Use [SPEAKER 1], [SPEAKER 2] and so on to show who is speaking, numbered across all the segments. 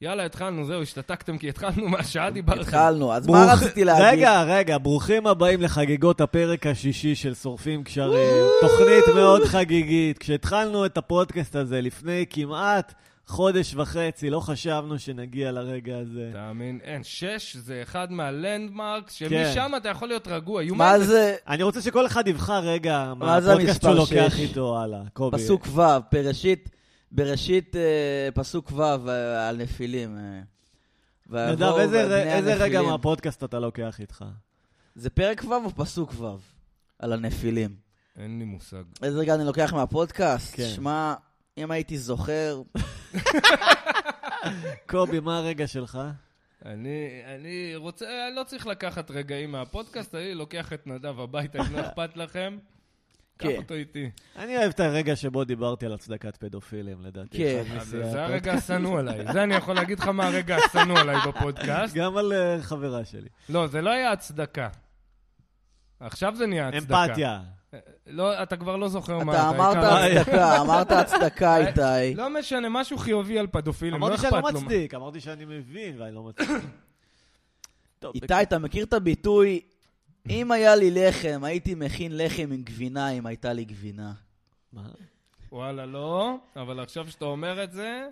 [SPEAKER 1] יאללה, התחלנו, זהו, השתתקתם כי התחלנו מהשעה דיברתם.
[SPEAKER 2] התחלנו, אז מה רציתי להגיד?
[SPEAKER 3] רגע, רגע, ברוכים הבאים לחגיגות הפרק השישי של שורפים קשרים. תוכנית מאוד חגיגית. כשהתחלנו את הפודקאסט הזה לפני כמעט חודש וחצי, לא חשבנו שנגיע לרגע הזה.
[SPEAKER 1] תאמין, אין, שש זה אחד מהלנדמרקס,
[SPEAKER 3] כן.
[SPEAKER 1] שמשם אתה יכול להיות רגוע.
[SPEAKER 2] מה
[SPEAKER 1] יומן זה...
[SPEAKER 2] זה
[SPEAKER 3] אני רוצה שכל אחד יבחר רגע
[SPEAKER 2] מה זה
[SPEAKER 3] מהפודקאסט שהוא
[SPEAKER 2] המספר
[SPEAKER 3] לוקח
[SPEAKER 2] שש?
[SPEAKER 3] איתו הלאה. קובי.
[SPEAKER 2] פסוק ו', בראשית, בראשית אה, פסוק ו' אה, על נפילים. אה.
[SPEAKER 3] נדב,
[SPEAKER 2] "ויבואו
[SPEAKER 3] איזה
[SPEAKER 2] בני
[SPEAKER 3] ר- איזה רגע
[SPEAKER 2] הנפילים".
[SPEAKER 3] מהפודקאסט אתה לוקח איתך?
[SPEAKER 2] זה פרק ו' או פסוק ו' על הנפילים?
[SPEAKER 1] אין לי מושג.
[SPEAKER 2] איזה רגע אני לוקח מהפודקאסט?
[SPEAKER 3] כן.
[SPEAKER 2] שמע, אם הייתי זוכר,
[SPEAKER 3] קובי, מה הרגע שלך?
[SPEAKER 1] אני, אני רוצה, אני לא צריך לקחת רגעים מהפודקאסט, אני לוקח את נדב הביתה, אם לא אכפת לכם. קח
[SPEAKER 2] כן.
[SPEAKER 1] אותו איתי.
[SPEAKER 3] אני אוהב את הרגע שבו דיברתי על הצדקת פדופילים, לדעתי.
[SPEAKER 2] כן.
[SPEAKER 3] אחד
[SPEAKER 1] אז
[SPEAKER 3] משיאי
[SPEAKER 1] זה
[SPEAKER 3] הפודקאסט.
[SPEAKER 1] הרגע השנוא עליי. זה אני יכול להגיד לך מה הרגע השנוא עליי בפודקאסט.
[SPEAKER 3] גם על אה, חברה שלי.
[SPEAKER 1] לא, זה לא היה הצדקה. עכשיו זה נהיה הצדקה.
[SPEAKER 3] אמפתיה.
[SPEAKER 1] לא, אתה כבר לא זוכר מה
[SPEAKER 2] אתה אמרת
[SPEAKER 1] העיקר-
[SPEAKER 2] הצדקה, אמרת
[SPEAKER 3] אה,
[SPEAKER 2] הצדקה איתי.
[SPEAKER 1] לא משנה, משהו חיובי על פדופילים, לא
[SPEAKER 3] אמרתי
[SPEAKER 1] אכפת
[SPEAKER 3] שאני
[SPEAKER 1] לו.
[SPEAKER 3] לא מצדיק, אמרתי שאני מבין ואני לא מצדיק. טוב,
[SPEAKER 2] איתי, אתה מכיר את הביטוי, אם היה לי לחם, הייתי מכין לחם עם גבינה, אם הייתה לי גבינה.
[SPEAKER 3] מה?
[SPEAKER 1] וואלה, לא, אבל עכשיו שאתה אומר את זה,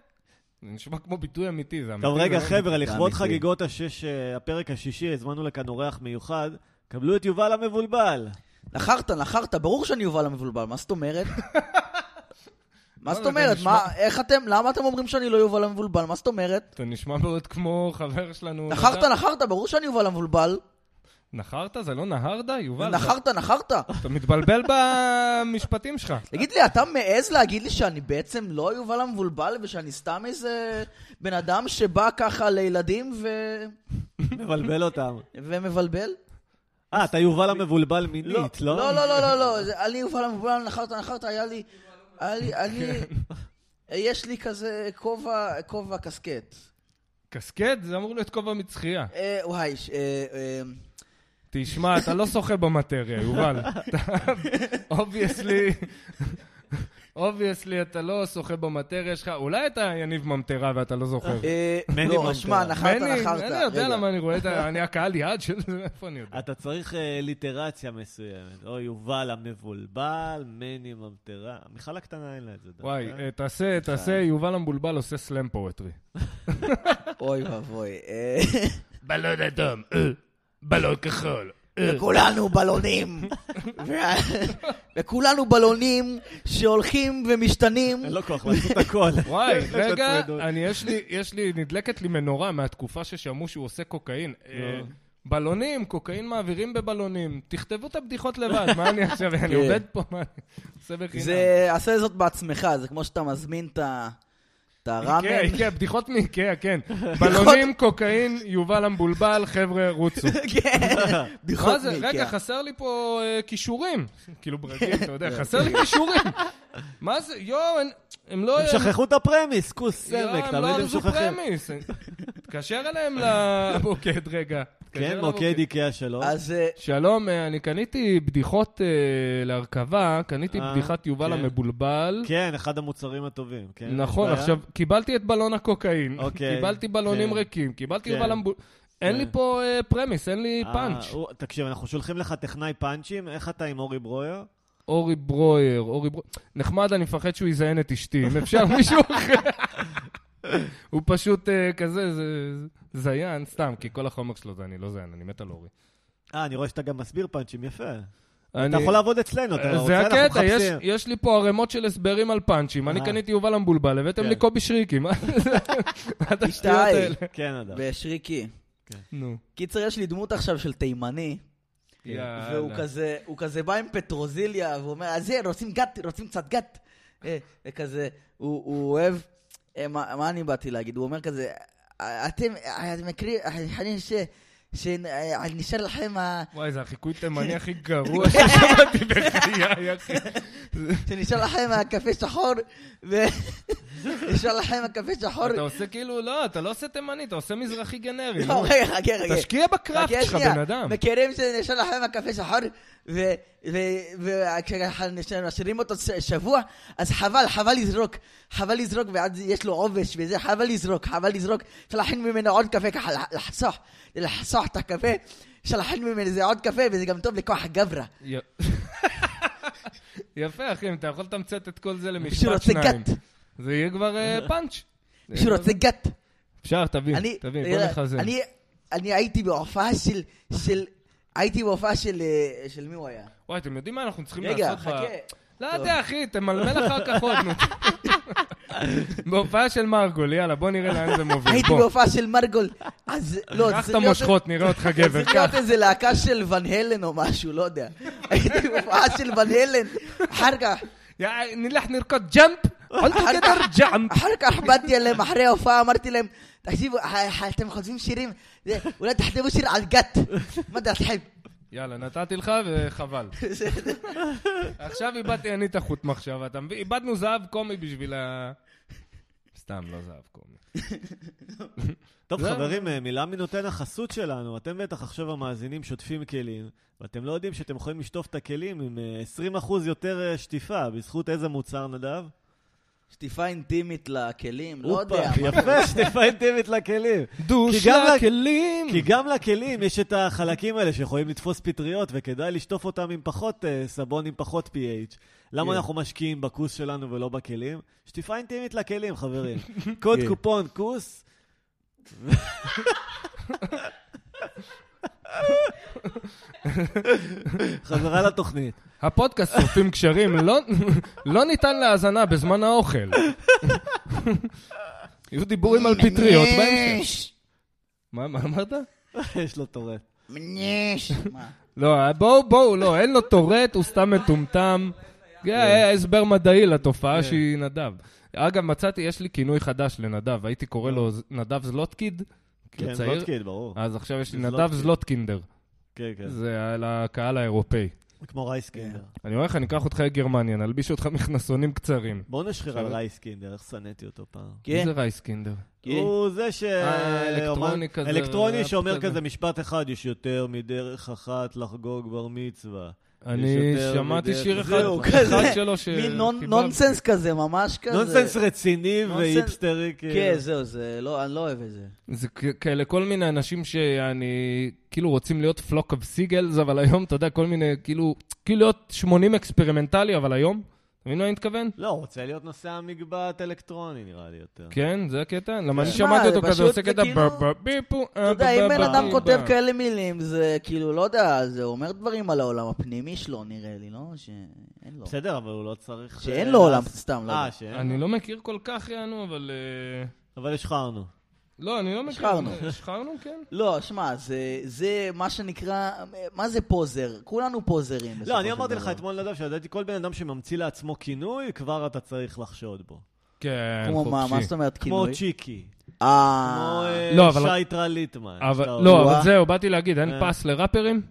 [SPEAKER 1] זה נשמע כמו ביטוי אמיתי, זה אמיתי.
[SPEAKER 3] טוב,
[SPEAKER 1] זה
[SPEAKER 3] רגע,
[SPEAKER 1] לא-
[SPEAKER 3] חבר'ה, לכבוד
[SPEAKER 2] אמיתי.
[SPEAKER 3] חגיגות השש, אה, הפרק השישי, הזמנו לכאן אורח מיוחד. קבלו את יובל המבולבל.
[SPEAKER 2] נחרת, נחרת, ברור שאני יובל המבולבל, מה זאת אומרת? מה זאת
[SPEAKER 1] לא, זה
[SPEAKER 2] אומרת?
[SPEAKER 1] נשמע-
[SPEAKER 2] מה, איך אתם, למה אתם אומרים שאני לא יובל המבולבל? מה זאת אומרת?
[SPEAKER 1] אתה נשמע מאוד כמו חבר שלנו...
[SPEAKER 2] נחרת,
[SPEAKER 1] נדב.
[SPEAKER 2] נחרת, ברור שאני יובל המבולבל.
[SPEAKER 1] נחרת? זה לא נהרדה? יובל, אתה-
[SPEAKER 2] נחרת, נחרת.
[SPEAKER 1] אתה מתבלבל במשפטים שלך.
[SPEAKER 2] תגיד לי, אתה מעז להגיד לי שאני בעצם לא יובל המבולבל ושאני סתם איזה בן אדם שבא ככה לילדים ו...
[SPEAKER 3] מבלבל אותם.
[SPEAKER 2] ומבלבל?
[SPEAKER 3] אה, אתה יובל המבולבל מינית, לא?
[SPEAKER 2] לא, לא, לא, לא, לא, זה- אני יובל המבולבל, נחרת, נחרת, היה לי... היה לי- אני...
[SPEAKER 1] כן.
[SPEAKER 2] יש לי כזה כובע, כובע קסקט.
[SPEAKER 1] קסקט? זה אמור להיות כובע מצחייה.
[SPEAKER 2] אה, וואי, ש- אה, אה,
[SPEAKER 1] תשמע, אתה לא שוחה במטריה, יובל. אובייסלי, אובייסלי אתה לא שוחה במטריה שלך. אולי אתה יניב ממטרה ואתה לא זוכר.
[SPEAKER 2] אה,
[SPEAKER 3] מני
[SPEAKER 2] לא, שמע,
[SPEAKER 3] ממטרה.
[SPEAKER 2] נחרת,
[SPEAKER 1] מני,
[SPEAKER 2] נחרת.
[SPEAKER 1] אני יודע
[SPEAKER 2] רגע.
[SPEAKER 1] למה אני רואה את ה... אני הקהל יעד של זה, איפה אני יודע?
[SPEAKER 3] אתה צריך אה, ליטרציה מסוימת. או יובל המבולבל, מני ממטרה. מיכל הקטנה אין לה את זה. דווקא.
[SPEAKER 1] וואי, אה, תעשה, תעשה, יובל המבולבל עושה סלאם פואטרי.
[SPEAKER 2] אוי ואבוי. אה,
[SPEAKER 1] בלון אדום, אה, בלון כחול.
[SPEAKER 2] וכולנו בלונים. ו- וכולנו בלונים שהולכים ומשתנים.
[SPEAKER 3] אין לו כוח לעשות הכל.
[SPEAKER 1] וואי,
[SPEAKER 3] יש לו
[SPEAKER 1] רגע,
[SPEAKER 3] צמדות.
[SPEAKER 1] אני יש לי, יש לי, נדלקת לי מנורה מהתקופה ששמעו שהוא עושה קוקאין. אה, בלונים, קוקאין מעבירים בבלונים. תכתבו את הבדיחות לבד, מה אני עכשיו, אני עובד פה, מה אני עושה בחינם?
[SPEAKER 2] זה, עשה זאת בעצמך, זה כמו שאתה מזמין את ה- את
[SPEAKER 1] איקאה,
[SPEAKER 2] הראמן.
[SPEAKER 1] איקאה, בדיחות מאיקאה, כן. בלונים, קוקאין, יובל המבולבל, חבר'ה, רוצו.
[SPEAKER 2] כן, בדיחות
[SPEAKER 1] מה זה? רגע,
[SPEAKER 2] מאיקאה.
[SPEAKER 1] חסר לי פה אה, כישורים. כאילו ברגיל, אתה יודע,
[SPEAKER 3] כן.
[SPEAKER 1] חסר לי כישורים. מה זה? יואו, הם- הם לא...
[SPEAKER 3] הם שכחו את הפרמיס, כוס
[SPEAKER 1] יואו,
[SPEAKER 3] סרק,
[SPEAKER 1] הם לא
[SPEAKER 3] תמיד הם
[SPEAKER 1] ארזו
[SPEAKER 3] שוכחים.
[SPEAKER 1] פרמיס. תתקשר אליהם למוקד רגע. תתקשר
[SPEAKER 3] כן,
[SPEAKER 1] למוקד.
[SPEAKER 3] מוקד איקאה שלו.
[SPEAKER 2] אז אה,
[SPEAKER 1] שלום, אה, אני קניתי בדיחות אה, להרכבה, קניתי
[SPEAKER 3] אה,
[SPEAKER 1] בדיחת יובל
[SPEAKER 3] כן.
[SPEAKER 1] המבולבל.
[SPEAKER 3] כן, אחד המוצרים הטובים. כן,
[SPEAKER 1] נכון,
[SPEAKER 3] יש בעיה?
[SPEAKER 1] עכשיו, קיבלתי את בלון הקוקאין,
[SPEAKER 3] אוקיי,
[SPEAKER 1] קיבלתי בלונים
[SPEAKER 3] כן.
[SPEAKER 1] ריקים, קיבלתי
[SPEAKER 3] כן.
[SPEAKER 1] יובל המבולבל. אין לי פה אה, פרמיס, אין לי
[SPEAKER 3] אה,
[SPEAKER 1] פאנץ'.
[SPEAKER 3] הוא- תקשיב, אנחנו שולחים לך טכנאי פאנצ'ים, איך אתה עם אורי ברויר?
[SPEAKER 1] אורי ברויר, אורי ברויר. נחמד, אני מפחד שהוא יזיין את אשתי, אם אפשר מישהו אחר. הוא פשוט אה, כזה, זה- זה- זיין, סתם, כי כל החומר שלו זה אני לא זיין, אני מת על אורי.
[SPEAKER 3] אה, אני רואה שאתה גם מסביר פאנצ'ים, יפה.
[SPEAKER 1] אני- אה,
[SPEAKER 3] אתה יכול לעבוד אצלנו, אתה
[SPEAKER 1] זה
[SPEAKER 3] רוצה, אנחנו
[SPEAKER 1] הקטע, יש,
[SPEAKER 3] מחפשים.
[SPEAKER 1] יש לי פה ערימות של הסברים על פאנצ'ים. אני
[SPEAKER 3] אה.
[SPEAKER 1] קניתי יובל המבולבל, הבאתם
[SPEAKER 3] כן.
[SPEAKER 1] לי קובי שריקי, מה זה? מה את השטויות
[SPEAKER 2] איתי.
[SPEAKER 1] האלה?
[SPEAKER 3] כן, אדם.
[SPEAKER 2] ושריקי.
[SPEAKER 1] נו.
[SPEAKER 2] קיצר, יש לי דמות עכשיו של תימני,
[SPEAKER 3] כן.
[SPEAKER 1] יאללה.
[SPEAKER 2] והוא כזה, הוא כזה בא עם פטרוזיליה, והוא אומר, אז זה, רוצים גת, רוצים קצת גת. אה, וכזה, הוא, הוא אוהב, אה, מה, מה אני באתי להגיד? הוא אומר כזה, "אה, אתם, אה, אתם מכירים, אה, חנין ש... שנשאר לכם, ה-
[SPEAKER 1] וואי, זה החיקוי תימני הכי גרוע ששמעתי בחיי, אחי.
[SPEAKER 2] שנשאר לכם הקפה שחור, ו- אפשר לכם הקפה שחור.
[SPEAKER 1] אתה עושה כאילו, לא, אתה לא עושה תימני, אתה עושה מזרחי גנרי.
[SPEAKER 2] לא,
[SPEAKER 1] נו.
[SPEAKER 2] רגע, חכה, חכה.
[SPEAKER 1] תשקיע בקראפט
[SPEAKER 2] חכה
[SPEAKER 1] שלך,
[SPEAKER 2] שנייה.
[SPEAKER 1] בן אדם.
[SPEAKER 2] מכירים שנשאר לכם הקפה שחור, וכשמשאירים אותו ש- שבוע, אז חבל, חבל לזרוק. חבל לזרוק, ואז יש לו עובש וזה, חבל לזרוק, חבל לזרוק. אפשר להכין ממנו עוד קפה ככה, לח- לחסוך, לחסוך את הקפה. אפשר להכין ממנו זה עוד קפה, וזה גם טוב לכוח הגברא.
[SPEAKER 1] י- יפה, אחי, אם אתה יכול לתמצת את כל זה
[SPEAKER 2] מישהו
[SPEAKER 1] למשפט
[SPEAKER 2] רוצה
[SPEAKER 1] שניים.
[SPEAKER 2] גת.
[SPEAKER 1] זה יהיה כבר אה, פאנץ'. אה,
[SPEAKER 2] מישהו רוצה גת.
[SPEAKER 1] אפשר, תבין,
[SPEAKER 2] אני-
[SPEAKER 1] תבין,
[SPEAKER 2] אה,
[SPEAKER 1] בוא נחזן.
[SPEAKER 2] אני- אני הייתי בהופעה של, של, הייתי בהופעה של, אה, של מי הוא היה?
[SPEAKER 1] וואי, אתם יודעים מה אנחנו צריכים
[SPEAKER 2] רגע,
[SPEAKER 1] לעשות? ב-
[SPEAKER 2] חכה.
[SPEAKER 1] לא
[SPEAKER 2] טוב.
[SPEAKER 1] יודע, אחי, תמלמל אחר כך עוד. נו. בהופעה של מרגול, יאללה, בוא נראה לאן זה מוביל.
[SPEAKER 2] הייתי
[SPEAKER 1] בוא.
[SPEAKER 2] בהופעה של מרגול, אז לא,
[SPEAKER 1] קח
[SPEAKER 2] צריך
[SPEAKER 1] את
[SPEAKER 2] להיות-
[SPEAKER 1] המושכות, נראה אותך גבר,
[SPEAKER 2] צריך להיות
[SPEAKER 1] קח.
[SPEAKER 2] איזה להקה של ון הלן או משהו, לא יודע. הייתי בהופעה של ון הלן, אחר כך,
[SPEAKER 1] יא, נלך נרקוד ג'אמפ, עוד כדר ג'אמפ.
[SPEAKER 2] אחר כך באתי אליהם אחרי ההופעה, אמרתי להם, תקשיבו, ה- ה- אתם חושבים שירים, זה- אולי תכתבו שיר על גת. מה דעתכם?
[SPEAKER 1] יאללה, נתתי לך וחבל. עכשיו איבדתי אני את החוט מחשבה, אתה מבין? איבדנו זהב קומי בשביל ה... סתם, לא זהב קומי.
[SPEAKER 3] טוב,
[SPEAKER 1] זה-
[SPEAKER 3] חברים, אה, מילה מנותן החסות שלנו. אתם בטח עכשיו המאזינים שוטפים כלים, ואתם לא יודעים שאתם יכולים לשטוף את הכלים עם אה, 20% יותר אה, שטיפה. בזכות איזה מוצר, נדב?
[SPEAKER 2] שטיפה אינטימית לכלים, לא
[SPEAKER 3] הופה,
[SPEAKER 2] יודע. מה-
[SPEAKER 3] יפה, שטיפה אינטימית לכלים.
[SPEAKER 1] דוש
[SPEAKER 3] כי גם לה-
[SPEAKER 1] לכלים!
[SPEAKER 3] כי גם לכלים יש את החלקים האלה שיכולים לתפוס פטריות, וכדאי לשטוף אותם עם פחות אה, סבון, עם פחות pH. למה
[SPEAKER 1] כן.
[SPEAKER 3] אנחנו משקיעים בכוס שלנו ולא בכלים? שטיפה אינטימית לכלים, חברים. קוד
[SPEAKER 1] כן.
[SPEAKER 3] קופון כוס. חזרה לתוכנית.
[SPEAKER 1] הפודקאסט שורפים קשרים, לא- לא ניתן להאזנה בזמן האוכל. יהיו דיבורים על פטריות בהמשך.
[SPEAKER 2] מניש,
[SPEAKER 1] מה מה אמרת?
[SPEAKER 3] יש לו טורט.
[SPEAKER 2] מניש. מה?
[SPEAKER 1] לא, בואו, בואו, לא, אין לו טורט, הוא סתם מטומטם. כן, היה הסבר מדעי לתופעה שהיא נדב. אגב, מצאתי, יש לי כינוי חדש לנדב, הייתי קורא לו ז- נדב זלוטקיד. כי
[SPEAKER 3] כן,
[SPEAKER 1] הצעיר-
[SPEAKER 3] וודקיד, ברור.
[SPEAKER 1] אז עכשיו יש לי
[SPEAKER 3] זלוטקיד.
[SPEAKER 1] נדב זלוטקינדר.
[SPEAKER 3] כן, כן.
[SPEAKER 1] אה, זה כן. על הקהל האירופאי.
[SPEAKER 3] כמו רייסקינדר.
[SPEAKER 1] אני אומר לך, אני אקח אותך לגרמניה, נלביש אותך מכנסונים קצרים.
[SPEAKER 3] בואו נשחרר על
[SPEAKER 1] עכשיו-
[SPEAKER 3] רייסקינדר, איך שנאתי אותו פעם.
[SPEAKER 1] מי
[SPEAKER 2] כן,
[SPEAKER 1] זה רייסקינדר?
[SPEAKER 2] כן.
[SPEAKER 3] הוא זה ש...
[SPEAKER 1] אה, אלקטרוני
[SPEAKER 3] אומן-
[SPEAKER 1] כזה,
[SPEAKER 3] אלקטרוני
[SPEAKER 1] ראפ
[SPEAKER 3] שאומר
[SPEAKER 1] כזה.
[SPEAKER 3] כזה משפט אחד, יש יותר מדרך אחת לחגוג בר מצווה.
[SPEAKER 1] אני
[SPEAKER 3] יותר
[SPEAKER 1] שמעתי
[SPEAKER 3] מדרך-
[SPEAKER 1] שיר אחד,
[SPEAKER 3] זהו,
[SPEAKER 2] כזה.
[SPEAKER 1] אחד שלו ש...
[SPEAKER 2] מין נון-
[SPEAKER 1] חיבבתי.
[SPEAKER 2] נונסנס כזה, ממש כזה.
[SPEAKER 3] נונסנס רציני
[SPEAKER 2] נונסנס-
[SPEAKER 3] והיפסטרי. כאילו.
[SPEAKER 2] כן, זהו, זה לא, אני לא אוהב את זה.
[SPEAKER 1] זה כ- כאלה כל מיני אנשים שאני, כאילו רוצים להיות flock of seagulls, אבל היום, אתה יודע, כל מיני, כאילו, כאילו להיות 80 אקספרימנטלי, אבל היום, אתה מבין מה אני מתכוון?
[SPEAKER 3] לא, הוא רוצה להיות נוסע מגבעת אלקטרוני, נראה לי יותר.
[SPEAKER 1] כן, זה הקטע. למה אני
[SPEAKER 2] תשמע,
[SPEAKER 1] שמעתי
[SPEAKER 2] זה
[SPEAKER 1] אותו כזה
[SPEAKER 2] פשוט,
[SPEAKER 1] עושה
[SPEAKER 2] זה
[SPEAKER 1] קטע
[SPEAKER 2] כאילו-
[SPEAKER 1] בר- בר- ביפו, אה,
[SPEAKER 2] אתה
[SPEAKER 1] בר-
[SPEAKER 2] יודע, אם
[SPEAKER 1] בר-
[SPEAKER 2] בן
[SPEAKER 1] בר-
[SPEAKER 2] אדם
[SPEAKER 1] בר-
[SPEAKER 2] כותב
[SPEAKER 1] בר.
[SPEAKER 2] כאלה מילים, זה כאילו, לא יודע, זה אומר דברים על העולם הפנימי שלו, נראה לי, לא? שאין לו.
[SPEAKER 3] בסדר, אבל הוא לא צריך...
[SPEAKER 2] שאין
[SPEAKER 3] אה,
[SPEAKER 2] לו עולם,
[SPEAKER 3] לעשות-
[SPEAKER 2] סתם, לא
[SPEAKER 3] אה,
[SPEAKER 2] יודע.
[SPEAKER 3] שאין לו.
[SPEAKER 1] אני לא מכיר כל כך, יענו, אבל... אה,
[SPEAKER 3] אבל השחרנו.
[SPEAKER 1] לא, אני לא מכיר.
[SPEAKER 2] השחרנו.
[SPEAKER 1] השחרנו, כן.
[SPEAKER 2] לא, שמע, זה- זה מה שנקרא, מה זה פוזר? כולנו פוזרים. בסופו
[SPEAKER 3] לא, אני
[SPEAKER 2] של
[SPEAKER 3] אמרתי לך
[SPEAKER 2] דבר.
[SPEAKER 3] אתמול, נדב, שלדעתי כל בן אדם שממציא לעצמו כינוי, כבר אתה צריך לחשוד בו.
[SPEAKER 1] כן,
[SPEAKER 2] כמו מה, מה
[SPEAKER 1] חופשי.
[SPEAKER 2] זאת אומרת,
[SPEAKER 3] כמו
[SPEAKER 2] כינוי?
[SPEAKER 3] צ'יקי. כמו
[SPEAKER 2] אה,
[SPEAKER 3] אה,
[SPEAKER 1] לא, אבל-
[SPEAKER 3] שייטרה ליטמן.
[SPEAKER 1] אבל-
[SPEAKER 3] שאתה-
[SPEAKER 1] לא,
[SPEAKER 2] וואו.
[SPEAKER 1] אבל זהו, באתי להגיד, אין
[SPEAKER 3] אה.
[SPEAKER 1] פס לראפרים?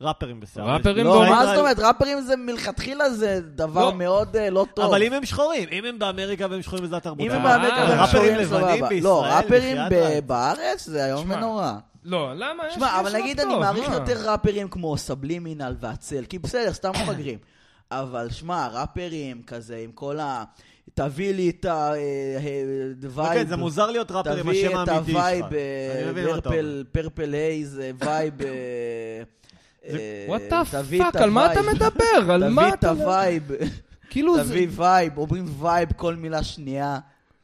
[SPEAKER 3] ראפרים בסדר.
[SPEAKER 1] ראפרים
[SPEAKER 2] לא,
[SPEAKER 3] אה,
[SPEAKER 1] שייטרה-
[SPEAKER 2] מה זאת אומרת, ראפרים זה מלכתחילה זה דבר
[SPEAKER 1] לא.
[SPEAKER 2] מאוד אה, לא טוב.
[SPEAKER 3] אבל אם הם שחורים, אם הם באמריקה והם שחורים וזו התרבות.
[SPEAKER 2] אם הם
[SPEAKER 1] אה,
[SPEAKER 2] באמת
[SPEAKER 1] אבל
[SPEAKER 2] ראפרים,
[SPEAKER 3] ראפרים
[SPEAKER 2] סבבה.
[SPEAKER 3] לבנים בישראל,
[SPEAKER 2] לא, ראפרים
[SPEAKER 3] בחייאת
[SPEAKER 2] ב-
[SPEAKER 3] רב.
[SPEAKER 2] בארץ זה היום
[SPEAKER 1] שמע,
[SPEAKER 2] נורא.
[SPEAKER 1] לא, למה? יש- יש
[SPEAKER 2] שמע, אבל
[SPEAKER 1] ראפ
[SPEAKER 2] נגיד אני
[SPEAKER 1] טוב,
[SPEAKER 2] מעריך
[SPEAKER 1] מה?
[SPEAKER 2] יותר ראפרים כמו סבלימינל והצל, כי בסדר, סתם מפגרים. אבל שמע, ראפרים כזה, עם כל ה... תביא לי את
[SPEAKER 3] אוקיי,
[SPEAKER 2] הווייב.
[SPEAKER 3] זה מוזר להיות ראפר עם השם
[SPEAKER 2] תביא את
[SPEAKER 3] האמיתי
[SPEAKER 2] הווייב, אה,
[SPEAKER 3] שלך. אני מבין מה אתה אומר.
[SPEAKER 2] פרפל, פרפל הייז, אה, וייב... אה, אה,
[SPEAKER 1] וואט דה
[SPEAKER 2] תביא את
[SPEAKER 1] פאק, על מה אתה
[SPEAKER 2] הווייב.
[SPEAKER 1] מדבר? על מה
[SPEAKER 2] תביא את
[SPEAKER 1] אתה...
[SPEAKER 2] הווייב,
[SPEAKER 1] כאילו זה...
[SPEAKER 2] תביא וייב, אומרים וייב כל מילה שנייה.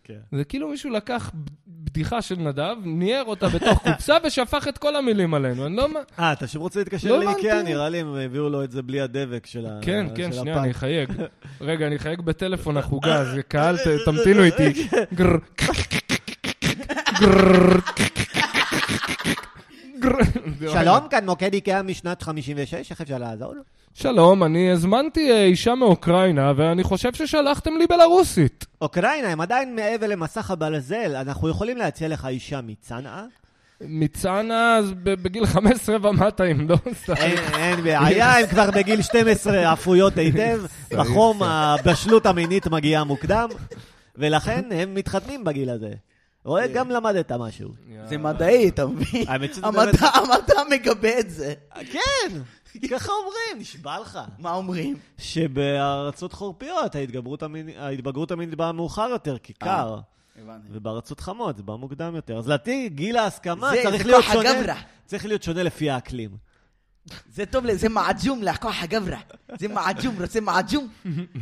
[SPEAKER 3] כן.
[SPEAKER 1] זה כאילו מישהו לקח ב- בדיחה של נדב, נייר אותה בתוך קופסה ושפך את כל המילים עלינו. אני לא... מה-
[SPEAKER 3] אה, אתה שוב רוצה להתקשר
[SPEAKER 1] לא
[SPEAKER 3] לאיקאה?
[SPEAKER 1] הבנתי.
[SPEAKER 3] נראה לי הם הביאו לו את זה בלי הדבק של ה...
[SPEAKER 1] כן, כן,
[SPEAKER 3] אה, של אה,
[SPEAKER 1] שנייה,
[SPEAKER 3] הפאק.
[SPEAKER 1] אני אחייג. רגע, אני אחייג בטלפון החוגה, אז קהל, ת- תמתינו
[SPEAKER 3] אה,
[SPEAKER 1] איתי. גר, גר, גר.
[SPEAKER 3] שלום, כאן מוקד איקאה משנת 56, איך אפשר לעזור?
[SPEAKER 1] שלום, אני הזמנתי אה, אישה מאוקראינה, ואני חושב ששלחתם לי בלרוסית.
[SPEAKER 3] אוקראינה, הם עדיין מעבר למסך הברזל, אנחנו יכולים להציע לך אישה מצנעה?
[SPEAKER 1] מצען אז ב- בגיל 15 ומטה, אם לא סתם.
[SPEAKER 3] אין בעיה, הם כבר בגיל 12 אפויות היטב, בחום הבשלות המינית מגיעה מוקדם. ולכן הם מתחתנים בגיל הזה. רואה,
[SPEAKER 2] אה.
[SPEAKER 3] גם למדת משהו.
[SPEAKER 1] אה.
[SPEAKER 2] זה מדעי, אתה מבין?
[SPEAKER 3] האמת שזה באמת-
[SPEAKER 2] המדע המדע מגבה את זה.
[SPEAKER 3] כן, ככה אומרים, נשבע לך.
[SPEAKER 2] מה אומרים?
[SPEAKER 3] שבארצות חורפיות ההתגברות המינ- ההתבגרות המינית באה מאוחר יותר, כי
[SPEAKER 2] אה.
[SPEAKER 3] קר,
[SPEAKER 2] הבנתי.
[SPEAKER 3] ובארצות חמות זה בא מוקדם יותר. אז לדעתי גיל ההסכמה
[SPEAKER 2] זה-
[SPEAKER 3] צריך
[SPEAKER 2] זה
[SPEAKER 3] להיות
[SPEAKER 2] כוח
[SPEAKER 3] שונה.
[SPEAKER 2] הגברא.
[SPEAKER 3] צריך להיות שונה לפי האקלים.
[SPEAKER 2] זה טוב, ל- זה מעג'ום לכוח הגברא. זה מעג'ום, רוצה מעג'ום?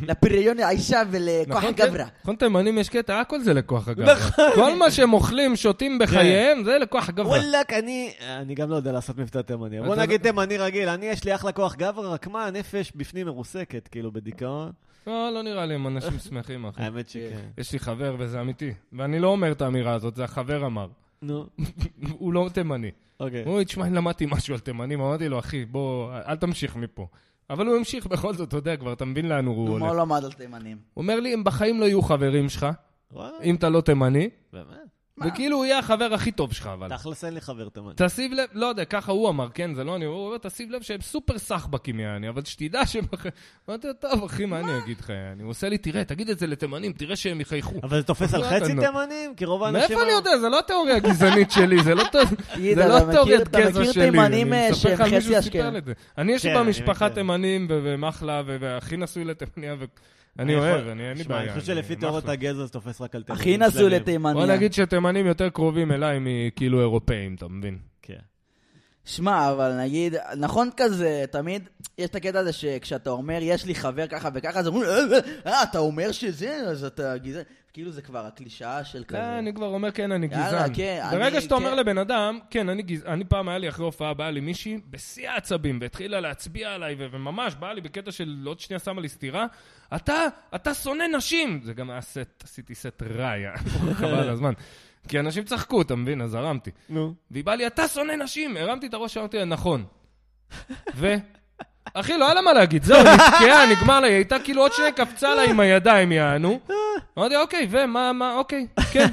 [SPEAKER 2] לפריון האישה ולכוח
[SPEAKER 1] נכון,
[SPEAKER 2] הגברא.
[SPEAKER 1] כן? נכון, תימנים יש קטע, הכל זה לכוח הגברא.
[SPEAKER 3] נכון.
[SPEAKER 1] כל מה שהם אוכלים, שותים
[SPEAKER 3] כן.
[SPEAKER 1] בחייהם, זה לכוח הגברא.
[SPEAKER 3] וואלכ, אני אני גם לא יודע לעשות מבטא תימני. בוא
[SPEAKER 1] אתה-
[SPEAKER 3] נגיד תימני רגיל, אני יש לי אחלה כוח גברא, רק מה, הנפש בפנים מרוסקת, כאילו, בדיכאון.
[SPEAKER 1] לא, לא נראה לי, הם אנשים שמחים, אחי.
[SPEAKER 3] האמת שכן.
[SPEAKER 1] יש לי חבר, וזה אמיתי. ואני לא אומר את האמירה הזאת, זה החבר אמר.
[SPEAKER 3] נו,
[SPEAKER 1] הוא לא תימני.
[SPEAKER 2] כן.
[SPEAKER 3] אוקיי.
[SPEAKER 1] הוא, תשמע, אני למדתי משהו על תימנים, אמרתי לו, אחי, בוא, אל תמשיך מפה. אבל הוא המשיך בכל זאת, אתה יודע כבר, אתה מבין לאן הוא לא
[SPEAKER 2] נו, מה לא-
[SPEAKER 1] הולך.
[SPEAKER 2] הוא למד על תימנים?
[SPEAKER 1] הוא אומר לי, הם בחיים לא יהיו חברים שלך,
[SPEAKER 3] וואלה,
[SPEAKER 1] אם אתה לא תימני,
[SPEAKER 3] באמת?
[SPEAKER 1] וכאילו הוא יהיה החבר הכי טוב שלך, אבל.
[SPEAKER 3] תכלס אין לי חבר תימני.
[SPEAKER 1] תשים לב, לא יודע, ככה הוא אמר, כן, זה לא אני, הוא אומר, תשים לב שהם סופר סחבקים, יעני, אבל שתדע שהם... אחרי-" אמרתי לו, טוב, אחי, מה אני אגיד לך, יעני? הוא עושה לי, תראה, תגיד את זה לתימנים, תראה שהם יחייכו.
[SPEAKER 3] אבל זה תופס על
[SPEAKER 1] לא,
[SPEAKER 3] חצי
[SPEAKER 1] אתה-
[SPEAKER 3] תימנים? כי רוב האנשים...
[SPEAKER 1] מאיפה אני יודע? זה לא התיאוריה הגזענית שלי, זה לא ת-
[SPEAKER 2] ידע,
[SPEAKER 1] זה לא
[SPEAKER 2] אתה מכיר-
[SPEAKER 1] תיאוריית
[SPEAKER 2] אתה
[SPEAKER 1] גזע
[SPEAKER 2] מכיר
[SPEAKER 1] שלי.
[SPEAKER 2] תימנים,
[SPEAKER 1] אני
[SPEAKER 2] אה,
[SPEAKER 1] מספר לך
[SPEAKER 2] שהם
[SPEAKER 1] על מישהו
[SPEAKER 2] חצי
[SPEAKER 1] שסיפר
[SPEAKER 2] אשכנז?
[SPEAKER 1] את זה. אני, יש
[SPEAKER 3] כן,
[SPEAKER 1] לי
[SPEAKER 3] אני
[SPEAKER 1] במשפחה
[SPEAKER 3] מכיר.
[SPEAKER 1] תימנים, ו- ומחלה, ו- והכי נשוי לתימניה, ואני
[SPEAKER 3] אה, יכול-
[SPEAKER 1] אוהב, אני- אין לי
[SPEAKER 3] שמע,
[SPEAKER 1] בעיה.
[SPEAKER 3] אני חושב שלפי
[SPEAKER 1] מחלה.
[SPEAKER 3] תיאוריות הגזע זה תופס רק על תימנים.
[SPEAKER 2] הכי נשוי
[SPEAKER 3] שלמים.
[SPEAKER 1] בוא
[SPEAKER 2] לתימניה.
[SPEAKER 1] נגיד שתימנים יותר קרובים אליי מכאילו אירופאים, אתה מבין?
[SPEAKER 3] כן.
[SPEAKER 2] שמע, אבל נגיד, נכון כזה, תמיד יש את הקטע הזה שכשאתה אומר, יש לי חבר ככה וככה, אז אומרים, "אה, אה, אה, אתה אומר שזה, אז אתה גזען. כאילו זה כבר הקלישאה של כזה.
[SPEAKER 1] לא, אני כבר אומר, כן, אני
[SPEAKER 2] יאללה,
[SPEAKER 1] גזען.
[SPEAKER 2] כן,
[SPEAKER 1] ברגע
[SPEAKER 2] אני-
[SPEAKER 1] שאתה אומר
[SPEAKER 2] כן.
[SPEAKER 1] לבן אדם, כן, אני גזען, אני פעם היה לי אחרי הופעה, באה לי מישהי בשיא העצבים, והתחילה להצביע עליי, ו- וממש באה לי בקטע של עוד שנייה שמה לי סטירה, אתה, אתה שונא נשים! זה גם היה סט, עשיתי סט רע, יא, חבל על הזמן. כי אנשים צחקו, אתה מבין? אז זרמתי.
[SPEAKER 3] נו.
[SPEAKER 1] והיא באה לי, אתה שונא נשים! הרמתי את הראש, אמרתי לה, נכון. ו... אחי, לא היה לה מה להגיד, זהו, נתקעה, נגמר לה, היא הייתה כאילו עוד שנייה קפצה לה עם הידיים, יענו. אמרתי, אוקיי, ומה, מה, אוקיי, כן.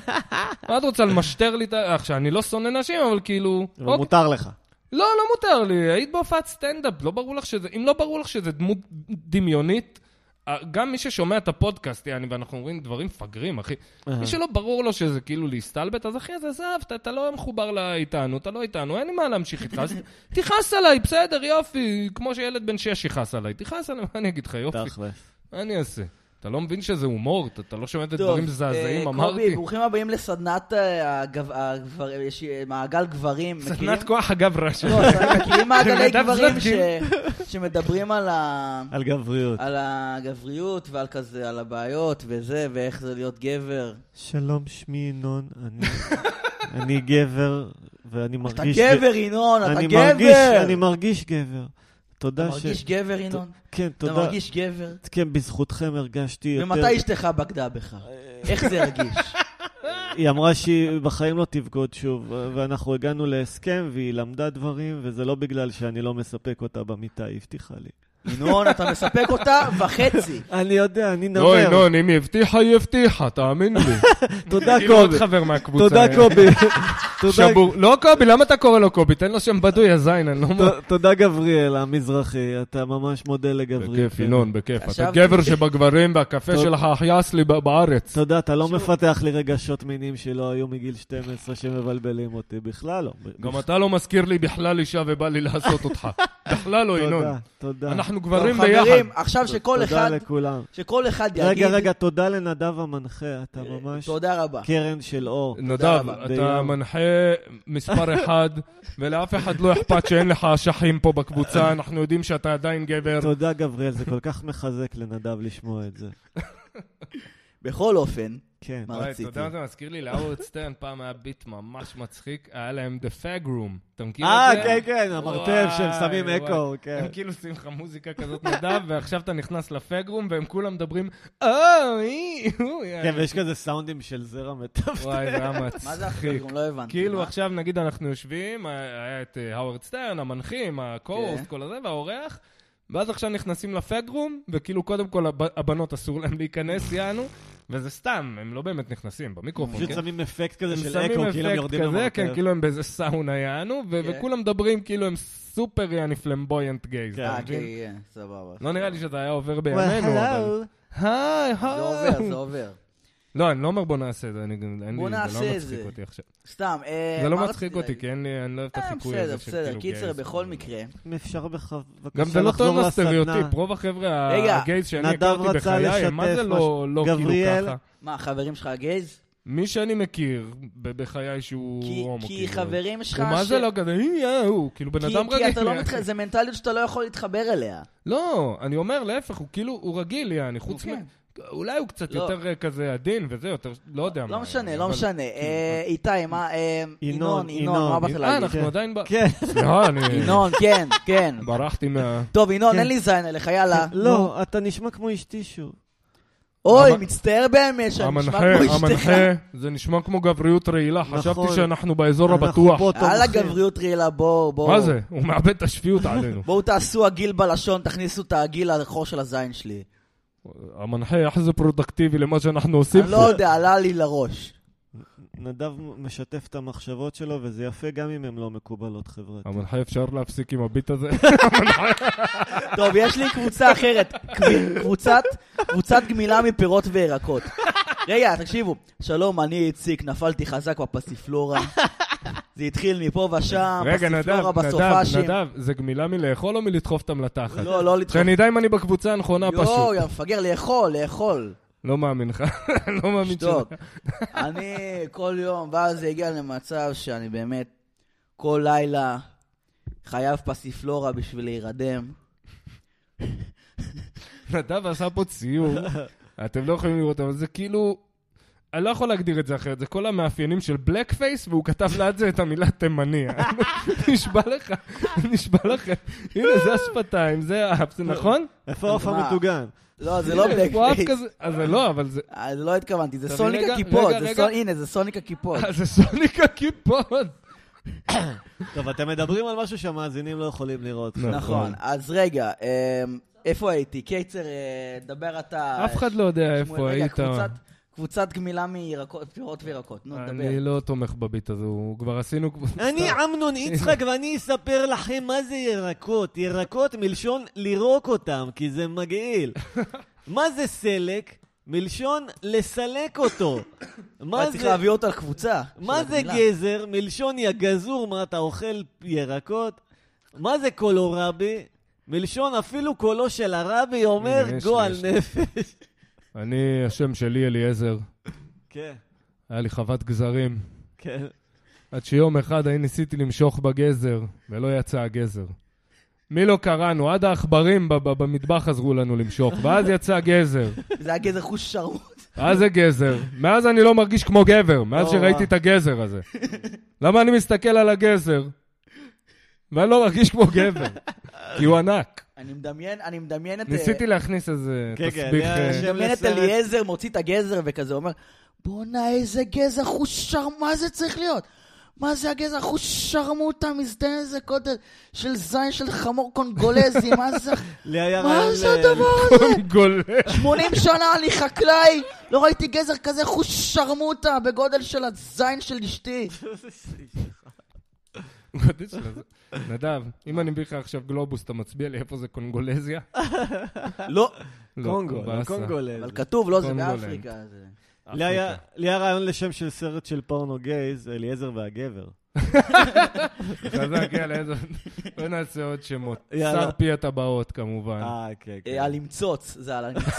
[SPEAKER 1] מה את רוצה, למשטר לי את ה... עכשיו, אני לא שונא נשים, אבל כאילו...
[SPEAKER 3] אבל
[SPEAKER 1] אוקיי.
[SPEAKER 3] מותר לך.
[SPEAKER 1] לא, לא מותר לי, היית בהופעת סטנדאפ, לא ברור לך שזה... אם לא ברור לך שזה דמות דמיונית, אה, גם מי ששומע את הפודקאסט, יעני, ואנחנו אומרים דברים מפגרים, אחי. מי שלא ברור לו שזה כאילו להסתלבט, אז אחי, אז עזב, אתה- אתה לא מחובר לא- איתנו, אתה לא איתנו, אין לי מה להמשיך איתך, אז תכעס עליי, בסדר, יופי, כמו שילד בן שש יכעס עליי, תכעס עליי, מה אני אגיד לך, יופי,
[SPEAKER 3] תכלס.
[SPEAKER 1] מה אני אעשה? אתה לא מבין שזה הומור, אתה- אתה לא שומע את
[SPEAKER 2] טוב,
[SPEAKER 1] הדברים
[SPEAKER 2] אה,
[SPEAKER 1] מזעזעים,
[SPEAKER 2] קובי,
[SPEAKER 1] אמרתי.
[SPEAKER 2] ברוכים הבאים לסדנת אה, הגב- הגבר- יש, אה, מעגל גברים.
[SPEAKER 1] סדנת
[SPEAKER 2] מכירים?
[SPEAKER 1] כוח הגברא שלך.
[SPEAKER 2] כן? לא, מכירים מעגלי
[SPEAKER 1] נדב
[SPEAKER 2] גברים
[SPEAKER 1] זלוטקין.
[SPEAKER 2] ש- שמדברים על ה...
[SPEAKER 3] על גבריות.
[SPEAKER 2] על הגבריות ועל כזה, על הבעיות וזה, ואיך זה להיות גבר.
[SPEAKER 3] שלום, שמי ינון, אני- אני גבר, ואני מרגיש...
[SPEAKER 2] אתה
[SPEAKER 3] ג-
[SPEAKER 2] גבר, ינון, אתה
[SPEAKER 3] אני מרגיש-
[SPEAKER 2] גבר!
[SPEAKER 3] אני מרגיש גבר.
[SPEAKER 2] אתה
[SPEAKER 3] תודה ש...
[SPEAKER 2] מרגיש גבר, ינון?
[SPEAKER 3] כן,
[SPEAKER 2] אתה
[SPEAKER 3] תודה.
[SPEAKER 2] מרגיש גבר?
[SPEAKER 3] כן, בזכותכם הרגשתי יותר... אה.
[SPEAKER 2] ומתי אשתך בגדה בך? איך זה הרגיש?
[SPEAKER 3] היא אמרה שהיא בחיים לא תבגוד שוב, ואנחנו הגענו להסכם, והיא למדה דברים, וזה לא בגלל שאני לא מספק אותה במיטה, היא הבטיחה לי.
[SPEAKER 2] ינון, אתה מספק אותה וחצי.
[SPEAKER 3] אני יודע, אני נמר.
[SPEAKER 1] אוי, נון, אם היא הבטיחה, היא הבטיחה, תאמין לי.
[SPEAKER 3] תודה,
[SPEAKER 1] כאילו עוד
[SPEAKER 3] קובי.
[SPEAKER 1] חבר מהקבוצה. אה.
[SPEAKER 3] תודה, קובי. תודה,
[SPEAKER 1] שבור. לא קובי, למה אתה קורא לו קובי? תן לו שם בדוי, הזין, אני לא אומר.
[SPEAKER 3] ת- תודה, גבריאל המזרחי, אתה ממש מודל לגבריאל. כן.
[SPEAKER 1] בכיף, ינון, בכיף. אתה
[SPEAKER 2] עכשיו-
[SPEAKER 1] גבר שבגברים, והקפה
[SPEAKER 3] טוב.
[SPEAKER 1] שלך אחיאס לי ב- בארץ.
[SPEAKER 3] תודה, אתה לא מפתח לי רגשות מינים שלא היו מגיל 12 שמבלבלים אותי, בכלל לא. ב-
[SPEAKER 1] גם אתה לא מזכיר לי בכלל אישה ובא לי לעשות אותך. בכלל לא, ינון.
[SPEAKER 3] תודה, תודה.
[SPEAKER 1] אנחנו
[SPEAKER 2] טוב,
[SPEAKER 1] גברים
[SPEAKER 2] חברים,
[SPEAKER 1] ביחד.
[SPEAKER 2] עכשיו שכל
[SPEAKER 3] תודה
[SPEAKER 2] אחד,
[SPEAKER 3] לכולם.
[SPEAKER 2] שכל אחד יגיד... אה,
[SPEAKER 3] רגע, רגע, תודה לנדב המנחה, אתה ממש כן.
[SPEAKER 2] תודה רבה.
[SPEAKER 3] קרן של אור.
[SPEAKER 1] נדב,
[SPEAKER 2] רבה.
[SPEAKER 1] אתה
[SPEAKER 3] דיון.
[SPEAKER 1] מנחה מספר אחד, ולאף אחד לא אכפת שאין לך אשכים פה בקבוצה, אנחנו יודעים שאתה עדיין גבר.
[SPEAKER 3] תודה, גבריאל, זה כל כך מחזק לנדב לשמוע את זה.
[SPEAKER 2] בכל אופן,
[SPEAKER 3] כן.
[SPEAKER 2] מה?
[SPEAKER 1] וואי, אתה
[SPEAKER 2] רציתי.
[SPEAKER 1] יודע מה זה מזכיר לי? להאוורד סטרן פעם היה ביט ממש מצחיק, היה להם The Fag Room. אתה מכיר את
[SPEAKER 3] אה,
[SPEAKER 1] זה?
[SPEAKER 3] כן, כן, המרתף שהם
[SPEAKER 1] וואי,
[SPEAKER 3] שמים
[SPEAKER 1] וואי.
[SPEAKER 3] אקו, כן.
[SPEAKER 1] הם כאילו שמים לך מוזיקה כזאת נדב, ועכשיו אתה נכנס לפגרום, והם כולם מדברים, "אה, אוי, אוי.
[SPEAKER 3] כן, ויש כזה סאונדים של זרע מטפטף.
[SPEAKER 1] וואי, זה היה
[SPEAKER 2] מה זה
[SPEAKER 1] מצחיק.
[SPEAKER 2] החברים? לא הבנתי.
[SPEAKER 1] כאילו
[SPEAKER 2] מה?
[SPEAKER 1] עכשיו נגיד אנחנו יושבים, היה היה את אה, האוורד סטרן, המנחים, הקורסט,
[SPEAKER 2] כן.
[SPEAKER 1] כל הזה, והאורח, ואז עכשיו נכנסים לפגרום, וכאילו קודם כל הב- הבנות אסור להם להיכנס, יענו, וזה סתם, הם לא באמת נכנסים במיקרופון,
[SPEAKER 3] פשוט
[SPEAKER 1] כן?
[SPEAKER 3] שמים אפקט כזה
[SPEAKER 1] הם
[SPEAKER 3] של
[SPEAKER 1] שמים
[SPEAKER 3] אקו, כאילו הם
[SPEAKER 1] אפקט
[SPEAKER 3] יורדים
[SPEAKER 1] כזה, כן,
[SPEAKER 3] למרתף.
[SPEAKER 1] כאילו הם באיזה סאונה יענו, ו-
[SPEAKER 2] כן.
[SPEAKER 1] וכולם מדברים כאילו הם סופר יעני פלמבויאנט גייז.
[SPEAKER 3] כן.
[SPEAKER 1] אתה
[SPEAKER 2] אה,
[SPEAKER 1] מבין?
[SPEAKER 2] כן, כן, סבבה.
[SPEAKER 1] לא נראה לי שזה היה עובר
[SPEAKER 3] וואי,
[SPEAKER 1] בימינו, אבל...
[SPEAKER 3] hello.
[SPEAKER 1] היי,
[SPEAKER 2] זה עובר,
[SPEAKER 1] היי.
[SPEAKER 2] זה עובר.
[SPEAKER 1] לא, אני לא אומר בוא נעשה את זה, אני- אין
[SPEAKER 2] בוא
[SPEAKER 1] לי- זה
[SPEAKER 2] נעשה
[SPEAKER 1] לא
[SPEAKER 2] את זה.
[SPEAKER 1] מצחיק אותי עכשיו.
[SPEAKER 2] סתם, אה,
[SPEAKER 1] זה לא
[SPEAKER 2] מה
[SPEAKER 1] מצחיק
[SPEAKER 2] רציתי
[SPEAKER 1] אותי,
[SPEAKER 2] להגיד?
[SPEAKER 1] כי אין לי- אני לא אוהב את
[SPEAKER 2] אה,
[SPEAKER 1] החיקוי
[SPEAKER 2] בסדר,
[SPEAKER 1] הזה של
[SPEAKER 2] בסדר.
[SPEAKER 1] כאילו
[SPEAKER 2] קיצר,
[SPEAKER 1] גייז.
[SPEAKER 2] בכל מקרה.
[SPEAKER 3] אם אפשר בך- בבקשה
[SPEAKER 1] גם זה לא
[SPEAKER 3] לחזור
[SPEAKER 1] טוב
[SPEAKER 3] לסדנה.
[SPEAKER 1] לסטריאוטיפ, רוב החבר'ה
[SPEAKER 2] רגע,
[SPEAKER 1] הגייז שאני
[SPEAKER 3] נדב
[SPEAKER 1] הכרתי
[SPEAKER 3] רצה
[SPEAKER 1] בחיי, הם מה
[SPEAKER 3] לשתף
[SPEAKER 1] זה לא
[SPEAKER 3] משהו.
[SPEAKER 1] לא כאילו
[SPEAKER 3] גבריאל?
[SPEAKER 1] ככה?
[SPEAKER 2] מה, חברים שלך גייז?
[SPEAKER 1] מי שאני מכיר ב- בחיי שהוא
[SPEAKER 2] כי-
[SPEAKER 1] הומו,
[SPEAKER 2] כי
[SPEAKER 1] כאילו.
[SPEAKER 2] חברים שלך...
[SPEAKER 1] הוא מה
[SPEAKER 2] ש-
[SPEAKER 1] זה לא כזה, "אי, אה, הוא, כאילו בן
[SPEAKER 2] כי-
[SPEAKER 1] אדם רגיל.
[SPEAKER 2] כי אתה לא מתח... זה מנטליות שאתה לא יכול להתחבר אליה.
[SPEAKER 1] לא, אני אומר, להפך, הוא כאילו, הוא רגיל, יעני, חוץ מ...
[SPEAKER 2] כן.
[SPEAKER 1] אולי הוא קצת
[SPEAKER 2] לא.
[SPEAKER 1] יותר אה, כזה עדין וזה, יותר, לא יודע מה.
[SPEAKER 2] לא משנה,
[SPEAKER 1] אבל-
[SPEAKER 2] לא משנה. אה, איתי, מה... אה, ינון, ינון,
[SPEAKER 3] ינון,
[SPEAKER 2] מה באת
[SPEAKER 1] אה,
[SPEAKER 2] להגיד?
[SPEAKER 1] אנחנו
[SPEAKER 3] כן.
[SPEAKER 1] עדיין ב...
[SPEAKER 3] כן.
[SPEAKER 1] לא, אני...
[SPEAKER 2] ינון, כן, כן.
[SPEAKER 1] ברחתי מה...
[SPEAKER 2] טוב, ינון,
[SPEAKER 3] כן.
[SPEAKER 2] אין לי זין עליך, יאללה.
[SPEAKER 3] לא, אתה נשמע כמו אשתי שוב.
[SPEAKER 2] אוי,
[SPEAKER 1] המ-
[SPEAKER 2] מצטער באמת שאני נשמע
[SPEAKER 1] המנחה,
[SPEAKER 2] כמו אשתך.
[SPEAKER 1] המנחה, זה נשמע כמו גבריות רעילה,
[SPEAKER 3] נכון.
[SPEAKER 1] חשבתי שאנחנו באזור
[SPEAKER 3] אנחנו
[SPEAKER 1] הבטוח.
[SPEAKER 3] פה
[SPEAKER 2] על
[SPEAKER 3] תומכים.
[SPEAKER 2] הגבריות רעילה, בואו, בואו.
[SPEAKER 1] מה זה? הוא מאבד את השפיות עלינו.
[SPEAKER 2] בואו תעשו עגיל בלשון, תכניסו את העגיל לחור של הזין שלי.
[SPEAKER 1] המנחה, איך זה פרודקטיבי למה שאנחנו עושים
[SPEAKER 2] אני
[SPEAKER 1] פה?
[SPEAKER 2] לא יודע, עלה לי לראש.
[SPEAKER 3] נדב משתף את המחשבות שלו, וזה יפה גם אם הן לא מקובלות חברתית.
[SPEAKER 1] המנחה, אפשר להפסיק עם הביט הזה?
[SPEAKER 2] טוב, יש לי קבוצה אחרת, קב- קבוצת, קבוצת גמילה מפירות וירקות. רגע, תקשיבו, שלום, אני איציק, נפלתי חזק בפסיפלורה. זה התחיל מפה ושם,
[SPEAKER 1] רגע, נדב,
[SPEAKER 2] פסיפלורה
[SPEAKER 1] נדב,
[SPEAKER 2] בסופאשים.
[SPEAKER 1] נדב, זה גמילה מלאכול או מלדחוף אותם לתחת?
[SPEAKER 2] לא, לא לדחוף.
[SPEAKER 1] שאני אדע אם אני בקבוצה הנכונה
[SPEAKER 2] יואו,
[SPEAKER 1] לא פשוט.
[SPEAKER 2] יא מפגר, לאכול, לאכול.
[SPEAKER 1] לא מאמין לך, לא מאמין
[SPEAKER 2] שתוק.
[SPEAKER 1] שלך.
[SPEAKER 2] אני כל יום, ואז זה הגיע למצב שאני באמת, כל לילה חייב פסיפלורה בשביל להירדם.
[SPEAKER 1] נדב עשה פה ציור, אתם לא יכולים לראות, אבל זה כאילו... אני לא יכול להגדיר את זה אחרת, זה כל המאפיינים של בלק פייס, והוא כתב ליד זה את המילה תימני. נשבע לך, נשבע לכם. הנה, זה השפתיים, זה האפס, נכון?
[SPEAKER 3] איפה העוף
[SPEAKER 2] מה?
[SPEAKER 3] המטוגן?
[SPEAKER 2] לא, זה לא בלק
[SPEAKER 1] הוא אף
[SPEAKER 2] פייס.
[SPEAKER 1] כזה, אז זה לא, אבל זה...
[SPEAKER 2] אה, לא התכוונתי, זה
[SPEAKER 1] תביא
[SPEAKER 2] סוניק
[SPEAKER 1] רגע,
[SPEAKER 2] הקיפוד,
[SPEAKER 1] רגע,
[SPEAKER 2] זה
[SPEAKER 1] רגע.
[SPEAKER 2] סו- הנה, זה סוניק הקיפוד.
[SPEAKER 1] אה, זה סוניק הקיפוד.
[SPEAKER 3] טוב, אתם מדברים על משהו שהמאזינים לא יכולים לראות.
[SPEAKER 1] נכון.
[SPEAKER 2] נכון, אז רגע, אמ, איפה הייתי? קיצר, אה, דבר אתה...
[SPEAKER 1] אף אחד לא יודע
[SPEAKER 2] שמואל,
[SPEAKER 1] איפה
[SPEAKER 2] רגע,
[SPEAKER 1] היית.
[SPEAKER 2] קבוצת- קבוצת גמילה מירקות, פירות וירקות, נו, דבר. אה?
[SPEAKER 1] אני לא תומך בביט הזה, הוא כבר עשינו...
[SPEAKER 3] אני אמנון יצחק ואני אספר לכם מה זה ירקות. ירקות מלשון לירוק אותם, כי זה מגעיל. מה זה סלק? מלשון לסלק אותו. מה
[SPEAKER 1] לא
[SPEAKER 2] אתה צריך
[SPEAKER 3] זה...
[SPEAKER 2] להביא אותו לקבוצה.
[SPEAKER 3] מה
[SPEAKER 2] של
[SPEAKER 3] זה
[SPEAKER 2] הגמילה.
[SPEAKER 3] גזר? מלשון יא גזור, מה אתה אוכל ירקות? מה זה קולורבי? מלשון אפילו קולו של הרבי אומר
[SPEAKER 1] הנה, יש לי,
[SPEAKER 3] גועל
[SPEAKER 1] יש לי.
[SPEAKER 3] נפש.
[SPEAKER 1] אני, השם שלי אליעזר.
[SPEAKER 3] כן,
[SPEAKER 1] היה לי חוות גזרים.
[SPEAKER 3] כן.
[SPEAKER 1] עד שיום אחד אני ניסיתי למשוך בגזר, ולא יצא הגזר. מי לא קראנו? עד העכברים ב- ב- במטבח עזרו לנו למשוך, ואז יצא הגזר.
[SPEAKER 2] זה היה גזר חוש שרמוט.
[SPEAKER 1] אז זה גזר. מאז אני לא מרגיש כמו גבר, מאז
[SPEAKER 2] או,
[SPEAKER 1] שראיתי
[SPEAKER 2] וואו.
[SPEAKER 1] את הגזר הזה. למה אני מסתכל על הגזר? ואני לא מרגיש כמו גבר, כי הוא ענק.
[SPEAKER 2] אני מדמיין, אני מדמיין את... אה,
[SPEAKER 1] ניסיתי להכניס איזה
[SPEAKER 3] כן, כן,
[SPEAKER 1] תסביך...
[SPEAKER 3] אני-
[SPEAKER 1] אה,
[SPEAKER 3] אני-
[SPEAKER 2] מדמיין את
[SPEAKER 3] לסרט.
[SPEAKER 2] אליעזר, מוציא את הגזר וכזה אומר, בואנה, איזה גזע חושר, מה זה צריך להיות? מה זה הגזע החושרמוט המזדהן הזה קודם של זין של חמור קונגולזי, מה זה?
[SPEAKER 3] לי היה
[SPEAKER 2] מה
[SPEAKER 3] רעיון
[SPEAKER 2] זה
[SPEAKER 3] ל-
[SPEAKER 2] הדבר הזה?
[SPEAKER 1] גולה.
[SPEAKER 2] 80 שנה אני חקלאי, לא ראיתי גזר כזה חושרמוטה בגודל של הזין של אשתי.
[SPEAKER 1] גודל של הזה. נדב, אם אני מביא לך עכשיו גלובוס, אתה מצביע לי איפה זה קונגולזיה?
[SPEAKER 2] לא,
[SPEAKER 1] לא,
[SPEAKER 3] קונגו, לא
[SPEAKER 1] באסה.
[SPEAKER 3] קונגולז.
[SPEAKER 2] אבל כתוב, לא, זה
[SPEAKER 1] קונגולנד.
[SPEAKER 2] באפריקה. זה.
[SPEAKER 3] לי היה-
[SPEAKER 1] אוקיי.
[SPEAKER 3] לי היה רעיון לשם של סרט של פורנו גייז, אליעזר והגבר.
[SPEAKER 1] חזק, יאללה, איזה... בוא נעשה עוד שמות.
[SPEAKER 3] יאללה.
[SPEAKER 1] שר פי הטבעות, כמובן.
[SPEAKER 3] אה, כן, כן.
[SPEAKER 2] אה, על למצוץ, זה על המצוץ.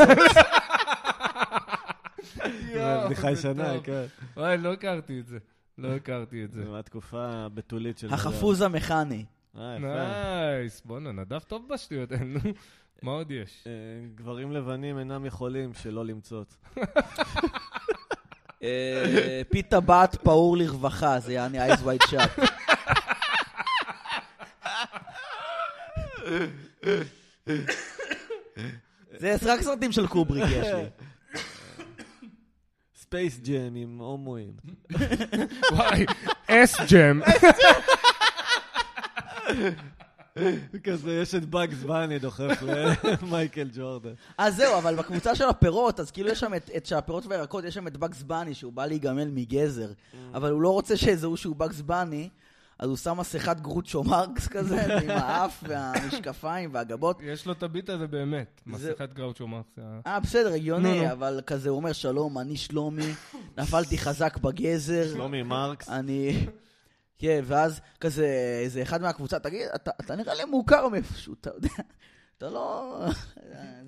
[SPEAKER 3] זה בדיחה
[SPEAKER 1] זה
[SPEAKER 3] ישנה,
[SPEAKER 1] טוב.
[SPEAKER 3] אה, כן.
[SPEAKER 1] וואי, לא הכרתי את זה. לא הכרתי את זה.
[SPEAKER 3] זה מהתקופה הבתולית של...
[SPEAKER 2] החפוז המכני.
[SPEAKER 3] אה, יפה.
[SPEAKER 1] נייס, בואנה, נדב טוב בשטויות, אין לו. מה עוד יש?
[SPEAKER 3] אה, גברים לבנים אינם יכולים שלא למצוץ.
[SPEAKER 2] אה, פי טבעת פעור לרווחה, זה יעני אייז ווייד שאט. זה רק סרטים של קובריק יש לי.
[SPEAKER 3] ספייס ג'ם עם הומואים.
[SPEAKER 1] וואי, אס ג'ם.
[SPEAKER 3] כזה, יש את באגז בני דוחף למייקל ג'ורדן.
[SPEAKER 2] אז זהו, אבל בקבוצה של הפירות, אז כאילו יש שם את, את של הפירות והירקות, יש שם את בגס בני, שהוא בא להיגמל מגזר, אבל הוא לא רוצה שיזהו שהוא בגס בני, אז הוא שם מסכת גרוצ'ו מרקס כזה, עם האף והמשקפיים והגבות.
[SPEAKER 1] יש לו את הביט הזה באמת.
[SPEAKER 2] זה-
[SPEAKER 1] מסכת גראוצ'ו מרקס. אה.
[SPEAKER 2] אה, בסדר,
[SPEAKER 1] נו,
[SPEAKER 2] הגיוני,
[SPEAKER 1] נו.
[SPEAKER 2] אבל כזה, הוא אומר, שלום, אני שלומי, נפלתי חזק בגזר.
[SPEAKER 3] שלומי מרקס.
[SPEAKER 2] אני... כן, ואז כזה, איזה אחד מהקבוצה, תגיד, אתה, אתה נראה לי מוכר מאיפשהו, אתה יודע, אתה לא...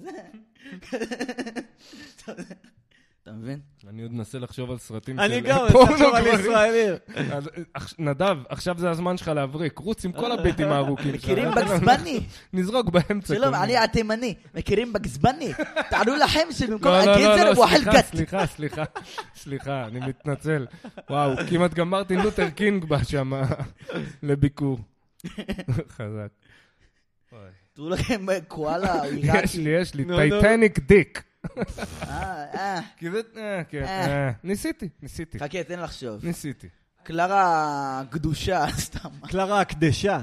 [SPEAKER 2] זה... אתה מבין?
[SPEAKER 1] אני עוד מנסה לחשוב על סרטים של
[SPEAKER 3] אני גם,
[SPEAKER 1] פורנו
[SPEAKER 3] תחשוב על
[SPEAKER 1] גברים.
[SPEAKER 3] ישראלים.
[SPEAKER 1] אז, אה, עכש- נדב, עכשיו זה הזמן שלך להבריק. רוץ עם כל הביטים הארוכים שלך.
[SPEAKER 2] מכירים בגזבני?
[SPEAKER 1] נזרוק באמצע. כל
[SPEAKER 2] שלום,
[SPEAKER 1] מיני.
[SPEAKER 2] אני התימני, מכירים בגזבני? תעלו לכם שבמקום
[SPEAKER 1] לא, לא, לא,
[SPEAKER 2] הגזר
[SPEAKER 1] לא,
[SPEAKER 2] הוא
[SPEAKER 1] סליחה,
[SPEAKER 2] החלקת.
[SPEAKER 1] סליחה, סליחה, סליחה, אני מתנצל. וואו, כמעט גם מרטין לותר קינג בא שם לביקור. חזק.
[SPEAKER 2] תראו לכם אה, קואלה או
[SPEAKER 1] יש
[SPEAKER 2] עיראקי.
[SPEAKER 1] לי, יש לי,
[SPEAKER 3] נו, נו.
[SPEAKER 1] טייטניק דיק.
[SPEAKER 2] אה, אה.
[SPEAKER 1] כי זה, אה, כן,
[SPEAKER 2] אה.
[SPEAKER 1] אה, ניסיתי, ניסיתי,
[SPEAKER 2] חכה, תן לחשוב.
[SPEAKER 1] ניסיתי.
[SPEAKER 2] קלרה קדושה, סתם.
[SPEAKER 3] קלרה הקדשה.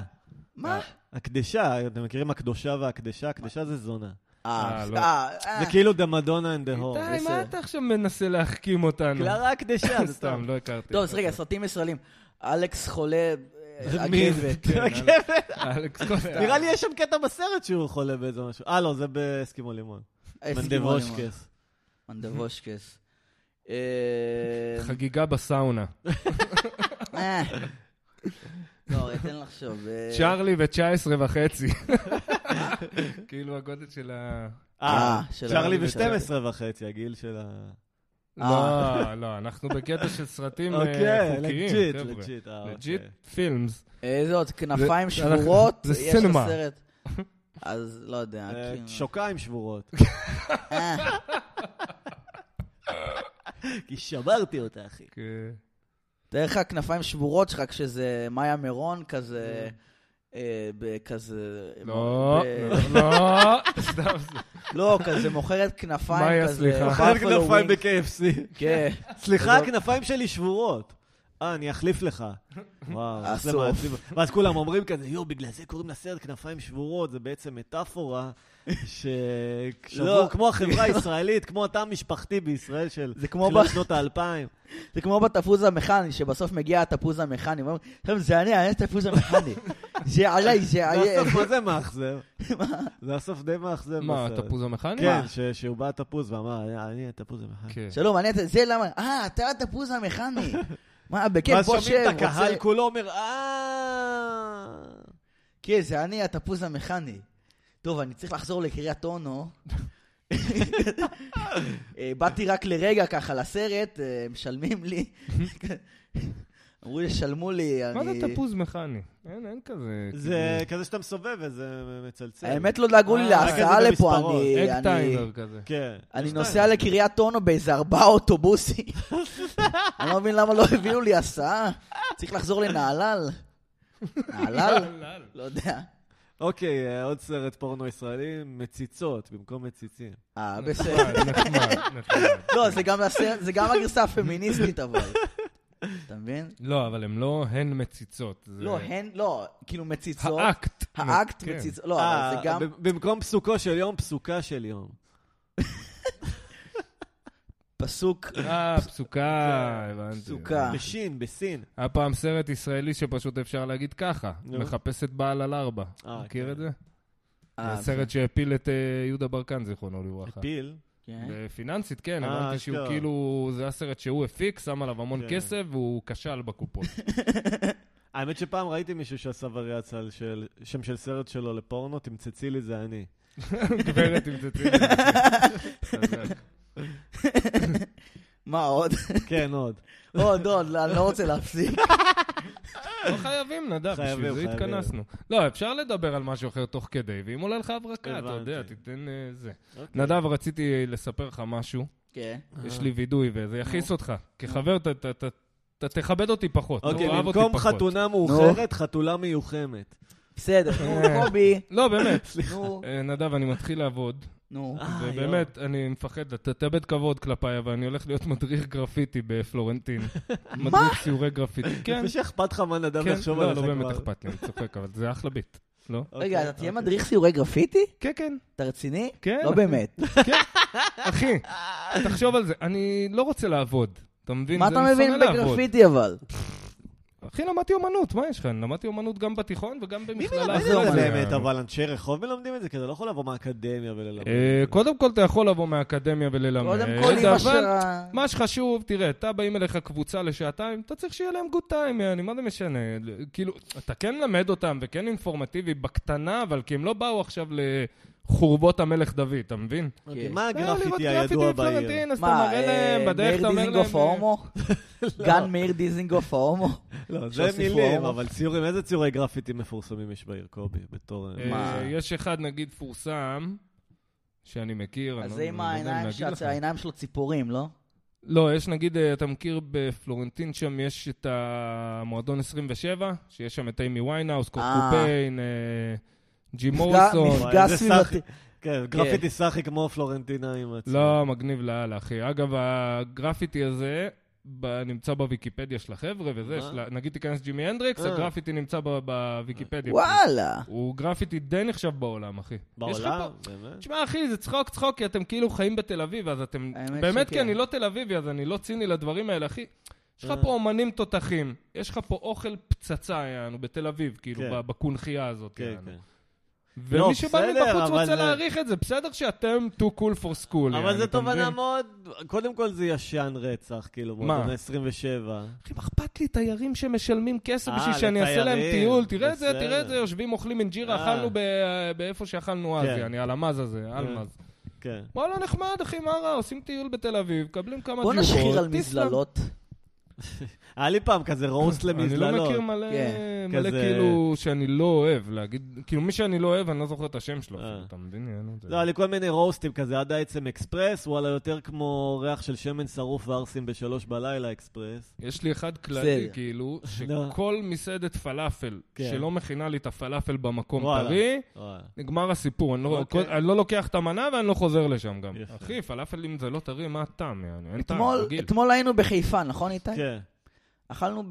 [SPEAKER 2] מה?
[SPEAKER 3] הקדשה, אתם מכירים הקדושה והקדשה? הקדשה זה זונה.
[SPEAKER 2] אה,
[SPEAKER 1] לא.
[SPEAKER 2] אה,
[SPEAKER 3] זה
[SPEAKER 2] אה.
[SPEAKER 3] כאילו דה מדונה אנד דה הור.
[SPEAKER 1] די,
[SPEAKER 2] בסדר.
[SPEAKER 1] מה אתה עכשיו מנסה להחכים אותנו?
[SPEAKER 3] קלרה הקדשה,
[SPEAKER 1] סתם,
[SPEAKER 3] זה סתם.
[SPEAKER 1] לא הכרתי.
[SPEAKER 2] טוב, אז רגע, סרטים ישראלים. אלכס חולה אה,
[SPEAKER 3] מי?
[SPEAKER 2] אגבת.
[SPEAKER 1] כן,
[SPEAKER 3] רכבת.
[SPEAKER 1] אלכס קוסטה.
[SPEAKER 3] נראה לי יש שם קטע בסרט שהוא חולה באיזה משהו. אה, לא, זה באסקימו לימון. מנדבושקס.
[SPEAKER 2] מנדבושקס. אה,
[SPEAKER 1] חגיגה בסאונה.
[SPEAKER 2] אה. לא, תן לחשוב. אה,
[SPEAKER 1] צ'ארלי ו-19 וחצי. כאילו הגודל של ה...
[SPEAKER 3] אה,
[SPEAKER 2] של
[SPEAKER 3] צ'רלי
[SPEAKER 2] ה-
[SPEAKER 3] ב-12 וחצי, הגיל של ה...
[SPEAKER 2] אה.
[SPEAKER 1] לא, לא, אנחנו בקטע של סרטים אה,
[SPEAKER 3] אוקיי,
[SPEAKER 1] חוקיים,
[SPEAKER 3] לג'יט,
[SPEAKER 1] חבר'ה.
[SPEAKER 3] לג'יט. אה,
[SPEAKER 1] לג'יט
[SPEAKER 3] אוקיי.
[SPEAKER 1] פילמס.
[SPEAKER 2] איזה עוד? כנפיים
[SPEAKER 1] זה-
[SPEAKER 2] שבורות?
[SPEAKER 1] זה
[SPEAKER 2] יש לו
[SPEAKER 1] סינמה.
[SPEAKER 2] סרט. אז לא יודע.
[SPEAKER 3] אה,
[SPEAKER 2] כאילו.
[SPEAKER 3] שוקיים שבורות.
[SPEAKER 2] אה,
[SPEAKER 3] כי שברתי אותה, אחי.
[SPEAKER 2] תאר לך כנפיים שבורות שלך כשזה מאיה מירון כזה, אה, ב- כזה...
[SPEAKER 1] לא,
[SPEAKER 2] ב-
[SPEAKER 1] לא, לא, סתם זה.
[SPEAKER 2] לא, כזה מוכרת כנפיים
[SPEAKER 1] מאיה,
[SPEAKER 2] כזה.
[SPEAKER 1] סליחה.
[SPEAKER 3] חד
[SPEAKER 2] buffalo
[SPEAKER 3] כנפיים
[SPEAKER 2] wings.
[SPEAKER 3] ב-KFC.
[SPEAKER 2] כן.
[SPEAKER 3] סליחה,
[SPEAKER 2] תודה.
[SPEAKER 3] הכנפיים שלי שבורות. אה, אני אחליף לך. וואו, איך זה
[SPEAKER 2] אסור.
[SPEAKER 3] מעציב. ואז כולם אומרים כזה, יואו, בגלל זה קוראים לסרט כנפיים שבורות, זה בעצם מטאפורה,
[SPEAKER 2] לא.
[SPEAKER 3] ששבור כמו החברה הישראלית, כמו התא המשפחתי בישראל של
[SPEAKER 2] זה כמו
[SPEAKER 3] תחילת
[SPEAKER 2] ב-
[SPEAKER 3] שנות האלפיים.
[SPEAKER 2] זה כמו בתפוז המכני, שבסוף מגיע התפוז המכני, ואומרים, "טוב, זה אני, אני התפוז המכני. זה עליי, זה עליי.
[SPEAKER 3] זה הסוף, מה זה מאכזב? זה הסוף די מאכזב
[SPEAKER 1] מה,
[SPEAKER 3] בסרט.
[SPEAKER 1] התפוז המכני?
[SPEAKER 3] כן, ש- שהוא בא התפוז ואמר, "אני- אני התפוז המכני.
[SPEAKER 1] כן.
[SPEAKER 2] שלום, אני, זה למה, אה, אתה התפוז המכני. מה, בכיף,
[SPEAKER 3] ואז
[SPEAKER 2] בוא שב.
[SPEAKER 3] שומעים את
[SPEAKER 2] רוצה-
[SPEAKER 3] הקהל כולו אומר, אה...
[SPEAKER 2] כן, זה אני התפוז המכני. טוב, אני צריך לחזור לקריית אונו. אה, באתי רק לרגע ככה לסרט, אה, משלמים לי. אמרו לי, שלמו לי.
[SPEAKER 1] מה זה
[SPEAKER 2] אני-
[SPEAKER 1] תפוז מכני? אין, אין כזה.
[SPEAKER 3] זה כזה שאתה מסובב וזה מצלצל.
[SPEAKER 2] האמת לא דאגו לי
[SPEAKER 1] אה,
[SPEAKER 2] להסעה
[SPEAKER 3] רק
[SPEAKER 2] לפה,
[SPEAKER 3] כזה במספרות.
[SPEAKER 1] כאילו,
[SPEAKER 2] אני...
[SPEAKER 1] אג
[SPEAKER 2] אני-
[SPEAKER 1] טיימר כזה.
[SPEAKER 3] כן.
[SPEAKER 2] אני
[SPEAKER 3] יש
[SPEAKER 2] נוסע
[SPEAKER 3] להם.
[SPEAKER 2] לקריית אונו באיזה ארבעה אוטובוסים. אני לא מבין למה לא הביאו לי הסעה. צריך לחזור לנהלל. נהלל?
[SPEAKER 1] יאללה.
[SPEAKER 2] לא יודע.
[SPEAKER 3] אוקיי, אה, עוד סרט פורנו ישראלי, מציצות במקום מציצים.
[SPEAKER 2] אה,
[SPEAKER 1] נחמד,
[SPEAKER 2] בסדר.
[SPEAKER 1] נחמד, נחמד.
[SPEAKER 2] לא, זה גם הסרט- זה גם הגרסה הפמיניסטית, אבל. אתה מבין?
[SPEAKER 1] לא, אבל הן לא הן מציצות. זה-
[SPEAKER 2] לא, הן, לא, כאילו מציצות.
[SPEAKER 1] האקט.
[SPEAKER 2] האקט
[SPEAKER 1] כן.
[SPEAKER 2] מציצות. לא, אבל זה גם...
[SPEAKER 3] אה, ב- במקום פסוקו של יום, פסוקה של יום.
[SPEAKER 2] פסוק.
[SPEAKER 1] אה, פסוקה, הבנתי.
[SPEAKER 2] פסוקה.
[SPEAKER 3] בשין, בסין.
[SPEAKER 1] היה פעם סרט ישראלי שפשוט אפשר להגיד ככה,
[SPEAKER 3] נו.
[SPEAKER 1] מחפש את בעל על ארבע.
[SPEAKER 3] אה,
[SPEAKER 1] מכיר
[SPEAKER 3] כן.
[SPEAKER 1] את זה?
[SPEAKER 2] אה,
[SPEAKER 1] זה סרט שהפיל את אה, יהודה ברקן, זיכרונו לברכה.
[SPEAKER 3] פיל.
[SPEAKER 2] כן.
[SPEAKER 1] פיננסית, כן,
[SPEAKER 3] אה,
[SPEAKER 1] הבנתי שהוא
[SPEAKER 3] אשכרה.
[SPEAKER 1] כאילו, זה הסרט שהוא הפיק, שם עליו המון
[SPEAKER 3] כן.
[SPEAKER 1] כסף, והוא כשל בקופות.
[SPEAKER 3] האמת שפעם ראיתי מישהו שעשה וריאציה על של- שם של סרט שלו לפורנו, תמצצי לי זה אני.
[SPEAKER 1] גברת, אם זה ציני. חזק.
[SPEAKER 2] מה עוד?
[SPEAKER 3] כן, עוד.
[SPEAKER 2] עוד, עוד, לא, אני לא רוצה להפסיק.
[SPEAKER 1] לא חייבים, נדב,
[SPEAKER 3] חייבים,
[SPEAKER 1] בשביל זה
[SPEAKER 3] חייבים.
[SPEAKER 1] התכנסנו. לא, אפשר לדבר על משהו אחר תוך כדי, ואם עולה לך הברקה, אתה יודע,
[SPEAKER 3] הבנתי.
[SPEAKER 1] תיתן אה, זה.
[SPEAKER 3] אוקיי.
[SPEAKER 1] נדב, רציתי לספר לך משהו.
[SPEAKER 2] כן.
[SPEAKER 3] אה.
[SPEAKER 1] יש לי וידוי, וזה יכעיס אותך. כחבר, אתה- אתה- אתה- אתה תכבד אותי פחות.
[SPEAKER 3] אוקיי,
[SPEAKER 1] אתה תאהב אותי
[SPEAKER 3] במקום
[SPEAKER 1] פחות.
[SPEAKER 3] חתונה מאוחרת, חתולה מיוחמת.
[SPEAKER 2] בסדר, נו, קובי.
[SPEAKER 1] לא, באמת.
[SPEAKER 2] נו,
[SPEAKER 1] אה, נדב, אני מתחיל לעבוד,
[SPEAKER 2] נו.
[SPEAKER 1] אוקיי,
[SPEAKER 3] אה, יואו.
[SPEAKER 1] ובאמת, אני מפחד, אתה תאבד כבוד כלפיי, אבל אני הולך להיות מדריך גרפיטי בפלורנטין. מדריך סיורי גרפיטי. כן,
[SPEAKER 3] לפני שאכפת לך מה נדב
[SPEAKER 1] כן,
[SPEAKER 3] לחשוב
[SPEAKER 1] לא,
[SPEAKER 3] עליך
[SPEAKER 1] לא
[SPEAKER 3] כבר.
[SPEAKER 1] באמת אכפת לי, אני צוחק, אבל זה אחלה ביט. לא?
[SPEAKER 3] אוקיי,
[SPEAKER 2] רגע, אתה תהיה
[SPEAKER 3] אוקיי.
[SPEAKER 2] מדריך סיורי גרפיטי?
[SPEAKER 1] כן, כן,
[SPEAKER 2] אתה רציני?
[SPEAKER 1] כן.
[SPEAKER 2] לא באמת.
[SPEAKER 1] כן. אחי, תחשוב על זה, אני לא רוצה לעבוד. אתה מבין?
[SPEAKER 2] מה
[SPEAKER 1] זה
[SPEAKER 2] אתה
[SPEAKER 1] אני
[SPEAKER 2] מבין
[SPEAKER 1] שונא לעבוד.
[SPEAKER 2] בגרפיטי אבל?
[SPEAKER 1] אחי, למדתי אומנות, מה יש לך? אני למדתי אומנות גם בתיכון וגם
[SPEAKER 3] מי
[SPEAKER 1] במכללה. אה,
[SPEAKER 3] מלמד את
[SPEAKER 1] אחרי
[SPEAKER 3] זה
[SPEAKER 2] אומנות?
[SPEAKER 3] באמת, אבל אנשי רחוב מלמדים את זה? כי אתה לא יכול לבוא מהאקדמיה וללמד.
[SPEAKER 1] אה, קודם כל, אתה יכול לבוא מהאקדמיה וללמד. אה,
[SPEAKER 2] קודם כל, אמא
[SPEAKER 1] אבל
[SPEAKER 2] שלה...
[SPEAKER 1] מה שחשוב, תראה, אתה באים אליך קבוצה לשעתיים, אתה צריך שיהיה להם גוד טיים, יעני, מה זה משנה? כאילו, אתה כן למד אותם וכן אינפורמטיבי בקטנה, אבל כי הם לא באו עכשיו לחורבות המלך דוד, אתה מבין?
[SPEAKER 3] אוקיי,
[SPEAKER 2] כן.
[SPEAKER 3] מה
[SPEAKER 1] לראות
[SPEAKER 3] הגרפיטי
[SPEAKER 1] אה, גרפיטי
[SPEAKER 3] הידוע בעיר?
[SPEAKER 1] פלורנטין, אז אתה
[SPEAKER 2] מה,
[SPEAKER 1] מראה להם,
[SPEAKER 2] אה,
[SPEAKER 1] בדרך
[SPEAKER 2] מאיר
[SPEAKER 1] אתה אומר
[SPEAKER 2] דיזינגוף
[SPEAKER 1] להם... לא.
[SPEAKER 2] ההומו? גן מאיר דיזינגוף ההומו?
[SPEAKER 3] לא, זה
[SPEAKER 2] שהוסיפו
[SPEAKER 3] מילים,
[SPEAKER 2] הומו.
[SPEAKER 3] אבל ציורים, איזה ציורי גרפיטי מפורסמים יש בעיר, קובי? בתור...
[SPEAKER 1] אה,
[SPEAKER 2] מה?
[SPEAKER 1] יש אחד, נגיד, פורסם, שאני מכיר. אני
[SPEAKER 2] אז
[SPEAKER 1] לא-
[SPEAKER 2] זה עם
[SPEAKER 1] אני לא יודע אם
[SPEAKER 2] העיניים
[SPEAKER 1] להגיד
[SPEAKER 2] של-
[SPEAKER 1] לך.
[SPEAKER 2] העיניים שלו ציפורים, לא?
[SPEAKER 1] לא, יש נגיד, אה, אתה מכיר בפלורנטין שם, יש את המועדון 27, שיש שם את אימי ויינהאוס, קורקופיין, אה, ג'י מורסון.
[SPEAKER 2] מפגע-
[SPEAKER 3] וואי, איזה
[SPEAKER 2] סביבתי.
[SPEAKER 3] סאחי- כן, גרפיטי סאחי כמו פלורנטינה עם עצמו.
[SPEAKER 1] לא, מגניב לאללה, אחי. אגב, הגרפיטי הזה ב- נמצא בוויקיפדיה של החבר'ה וזה,
[SPEAKER 3] מה?
[SPEAKER 1] של ה- נגיד תיכנס ג'ימי הנדריקס,
[SPEAKER 3] אה.
[SPEAKER 1] הגרפיטי נמצא ב- בוויקיפדיה.
[SPEAKER 2] וואלה.
[SPEAKER 1] הוא גרפיטי די נחשב בעולם, אחי. יש לך
[SPEAKER 3] בעולם,
[SPEAKER 1] פה-
[SPEAKER 3] באמת?
[SPEAKER 1] תשמע, אחי, זה צחוק צחוק, כי אתם כאילו חיים בתל אביב, אז אתם...
[SPEAKER 2] האמת
[SPEAKER 1] באמת, כי
[SPEAKER 2] שכן.
[SPEAKER 1] אני לא תל אביבי, אז אני לא ציני לדברים האלה, אחי. יש לך
[SPEAKER 3] אה.
[SPEAKER 1] פה אומנים תותחים, יש לך פה אוכל פצצה, יענו, בתל אביב, כאילו,
[SPEAKER 3] כן.
[SPEAKER 1] ב- בקונכייה הזאת,
[SPEAKER 3] כן,
[SPEAKER 1] יענו.
[SPEAKER 3] כן. לא,
[SPEAKER 1] ומי שבא
[SPEAKER 3] בסדר,
[SPEAKER 1] מבחוץ
[SPEAKER 3] אבל
[SPEAKER 1] רוצה
[SPEAKER 3] זה-
[SPEAKER 1] להעריך את זה, בסדר שאתם too cool for school, יענו,
[SPEAKER 3] אבל זו
[SPEAKER 1] אתה
[SPEAKER 3] תובנה
[SPEAKER 1] מבין?
[SPEAKER 3] מאוד... קודם כל זה ישן רצח, כאילו,
[SPEAKER 1] מה?
[SPEAKER 3] מועדון 27.
[SPEAKER 1] אחי, מה אכפת לי תיירים שמשלמים כסף
[SPEAKER 3] אה,
[SPEAKER 1] בשביל שאני אעשה להם
[SPEAKER 3] לתיירים,
[SPEAKER 1] טיול? תראה את זה,
[SPEAKER 3] בסדר.
[SPEAKER 1] תראה את זה, יושבים, אוכלים אינג'ירה,
[SPEAKER 3] אה.
[SPEAKER 1] אכלנו ב- באיפה שאכלנו אז,
[SPEAKER 3] כן.
[SPEAKER 1] יעני, על המז הזה, על מז.
[SPEAKER 3] כן.
[SPEAKER 1] וואלה, נחמד, אחי, מה רע? עושים טיול בתל אביב, מקבלים כמה
[SPEAKER 2] בוא
[SPEAKER 1] דיוחות.
[SPEAKER 2] נשחיר על
[SPEAKER 1] טיסלאם.
[SPEAKER 2] מזללות.
[SPEAKER 3] היה לי פעם כזה רוסט
[SPEAKER 1] אני לא
[SPEAKER 3] למזללות.
[SPEAKER 1] מכיר מלא,
[SPEAKER 2] כן,
[SPEAKER 1] מלא
[SPEAKER 3] כזה-
[SPEAKER 1] כאילו שאני לא אוהב להגיד, כאילו מי שאני לא אוהב, אני לא זוכר את השם שלו,
[SPEAKER 3] אה.
[SPEAKER 1] אפילו, אתה מבין? יענו, זה-
[SPEAKER 3] לא, היה לי כל מיני רוסטים כזה, עד העצם אקספרס, וואלה, יותר כמו ריח של שמן שרוף וערסים בשלוש בלילה אקספרס.
[SPEAKER 1] יש לי אחד כללי,
[SPEAKER 2] בסדר.
[SPEAKER 1] כאילו,
[SPEAKER 3] לא.
[SPEAKER 1] שכל מסעדת פלאפל
[SPEAKER 3] כן.
[SPEAKER 1] שלא מכינה לי את הפלאפל במקום
[SPEAKER 3] וואלה.
[SPEAKER 1] טרי,
[SPEAKER 3] וואי.
[SPEAKER 1] נגמר הסיפור, אני לא-
[SPEAKER 3] אוקיי.
[SPEAKER 1] כל- אני לא לוקח את המנה ואני לא חוזר לשם גם.
[SPEAKER 3] יפה.
[SPEAKER 1] אחי, פלאפל אם זה לא טרי, מה הטעם? יעני? אין טעם,
[SPEAKER 2] אתמול-
[SPEAKER 1] רגיל.
[SPEAKER 2] אתמול היינו בחיפה, נכון איתי?
[SPEAKER 3] כן,
[SPEAKER 2] אכלנו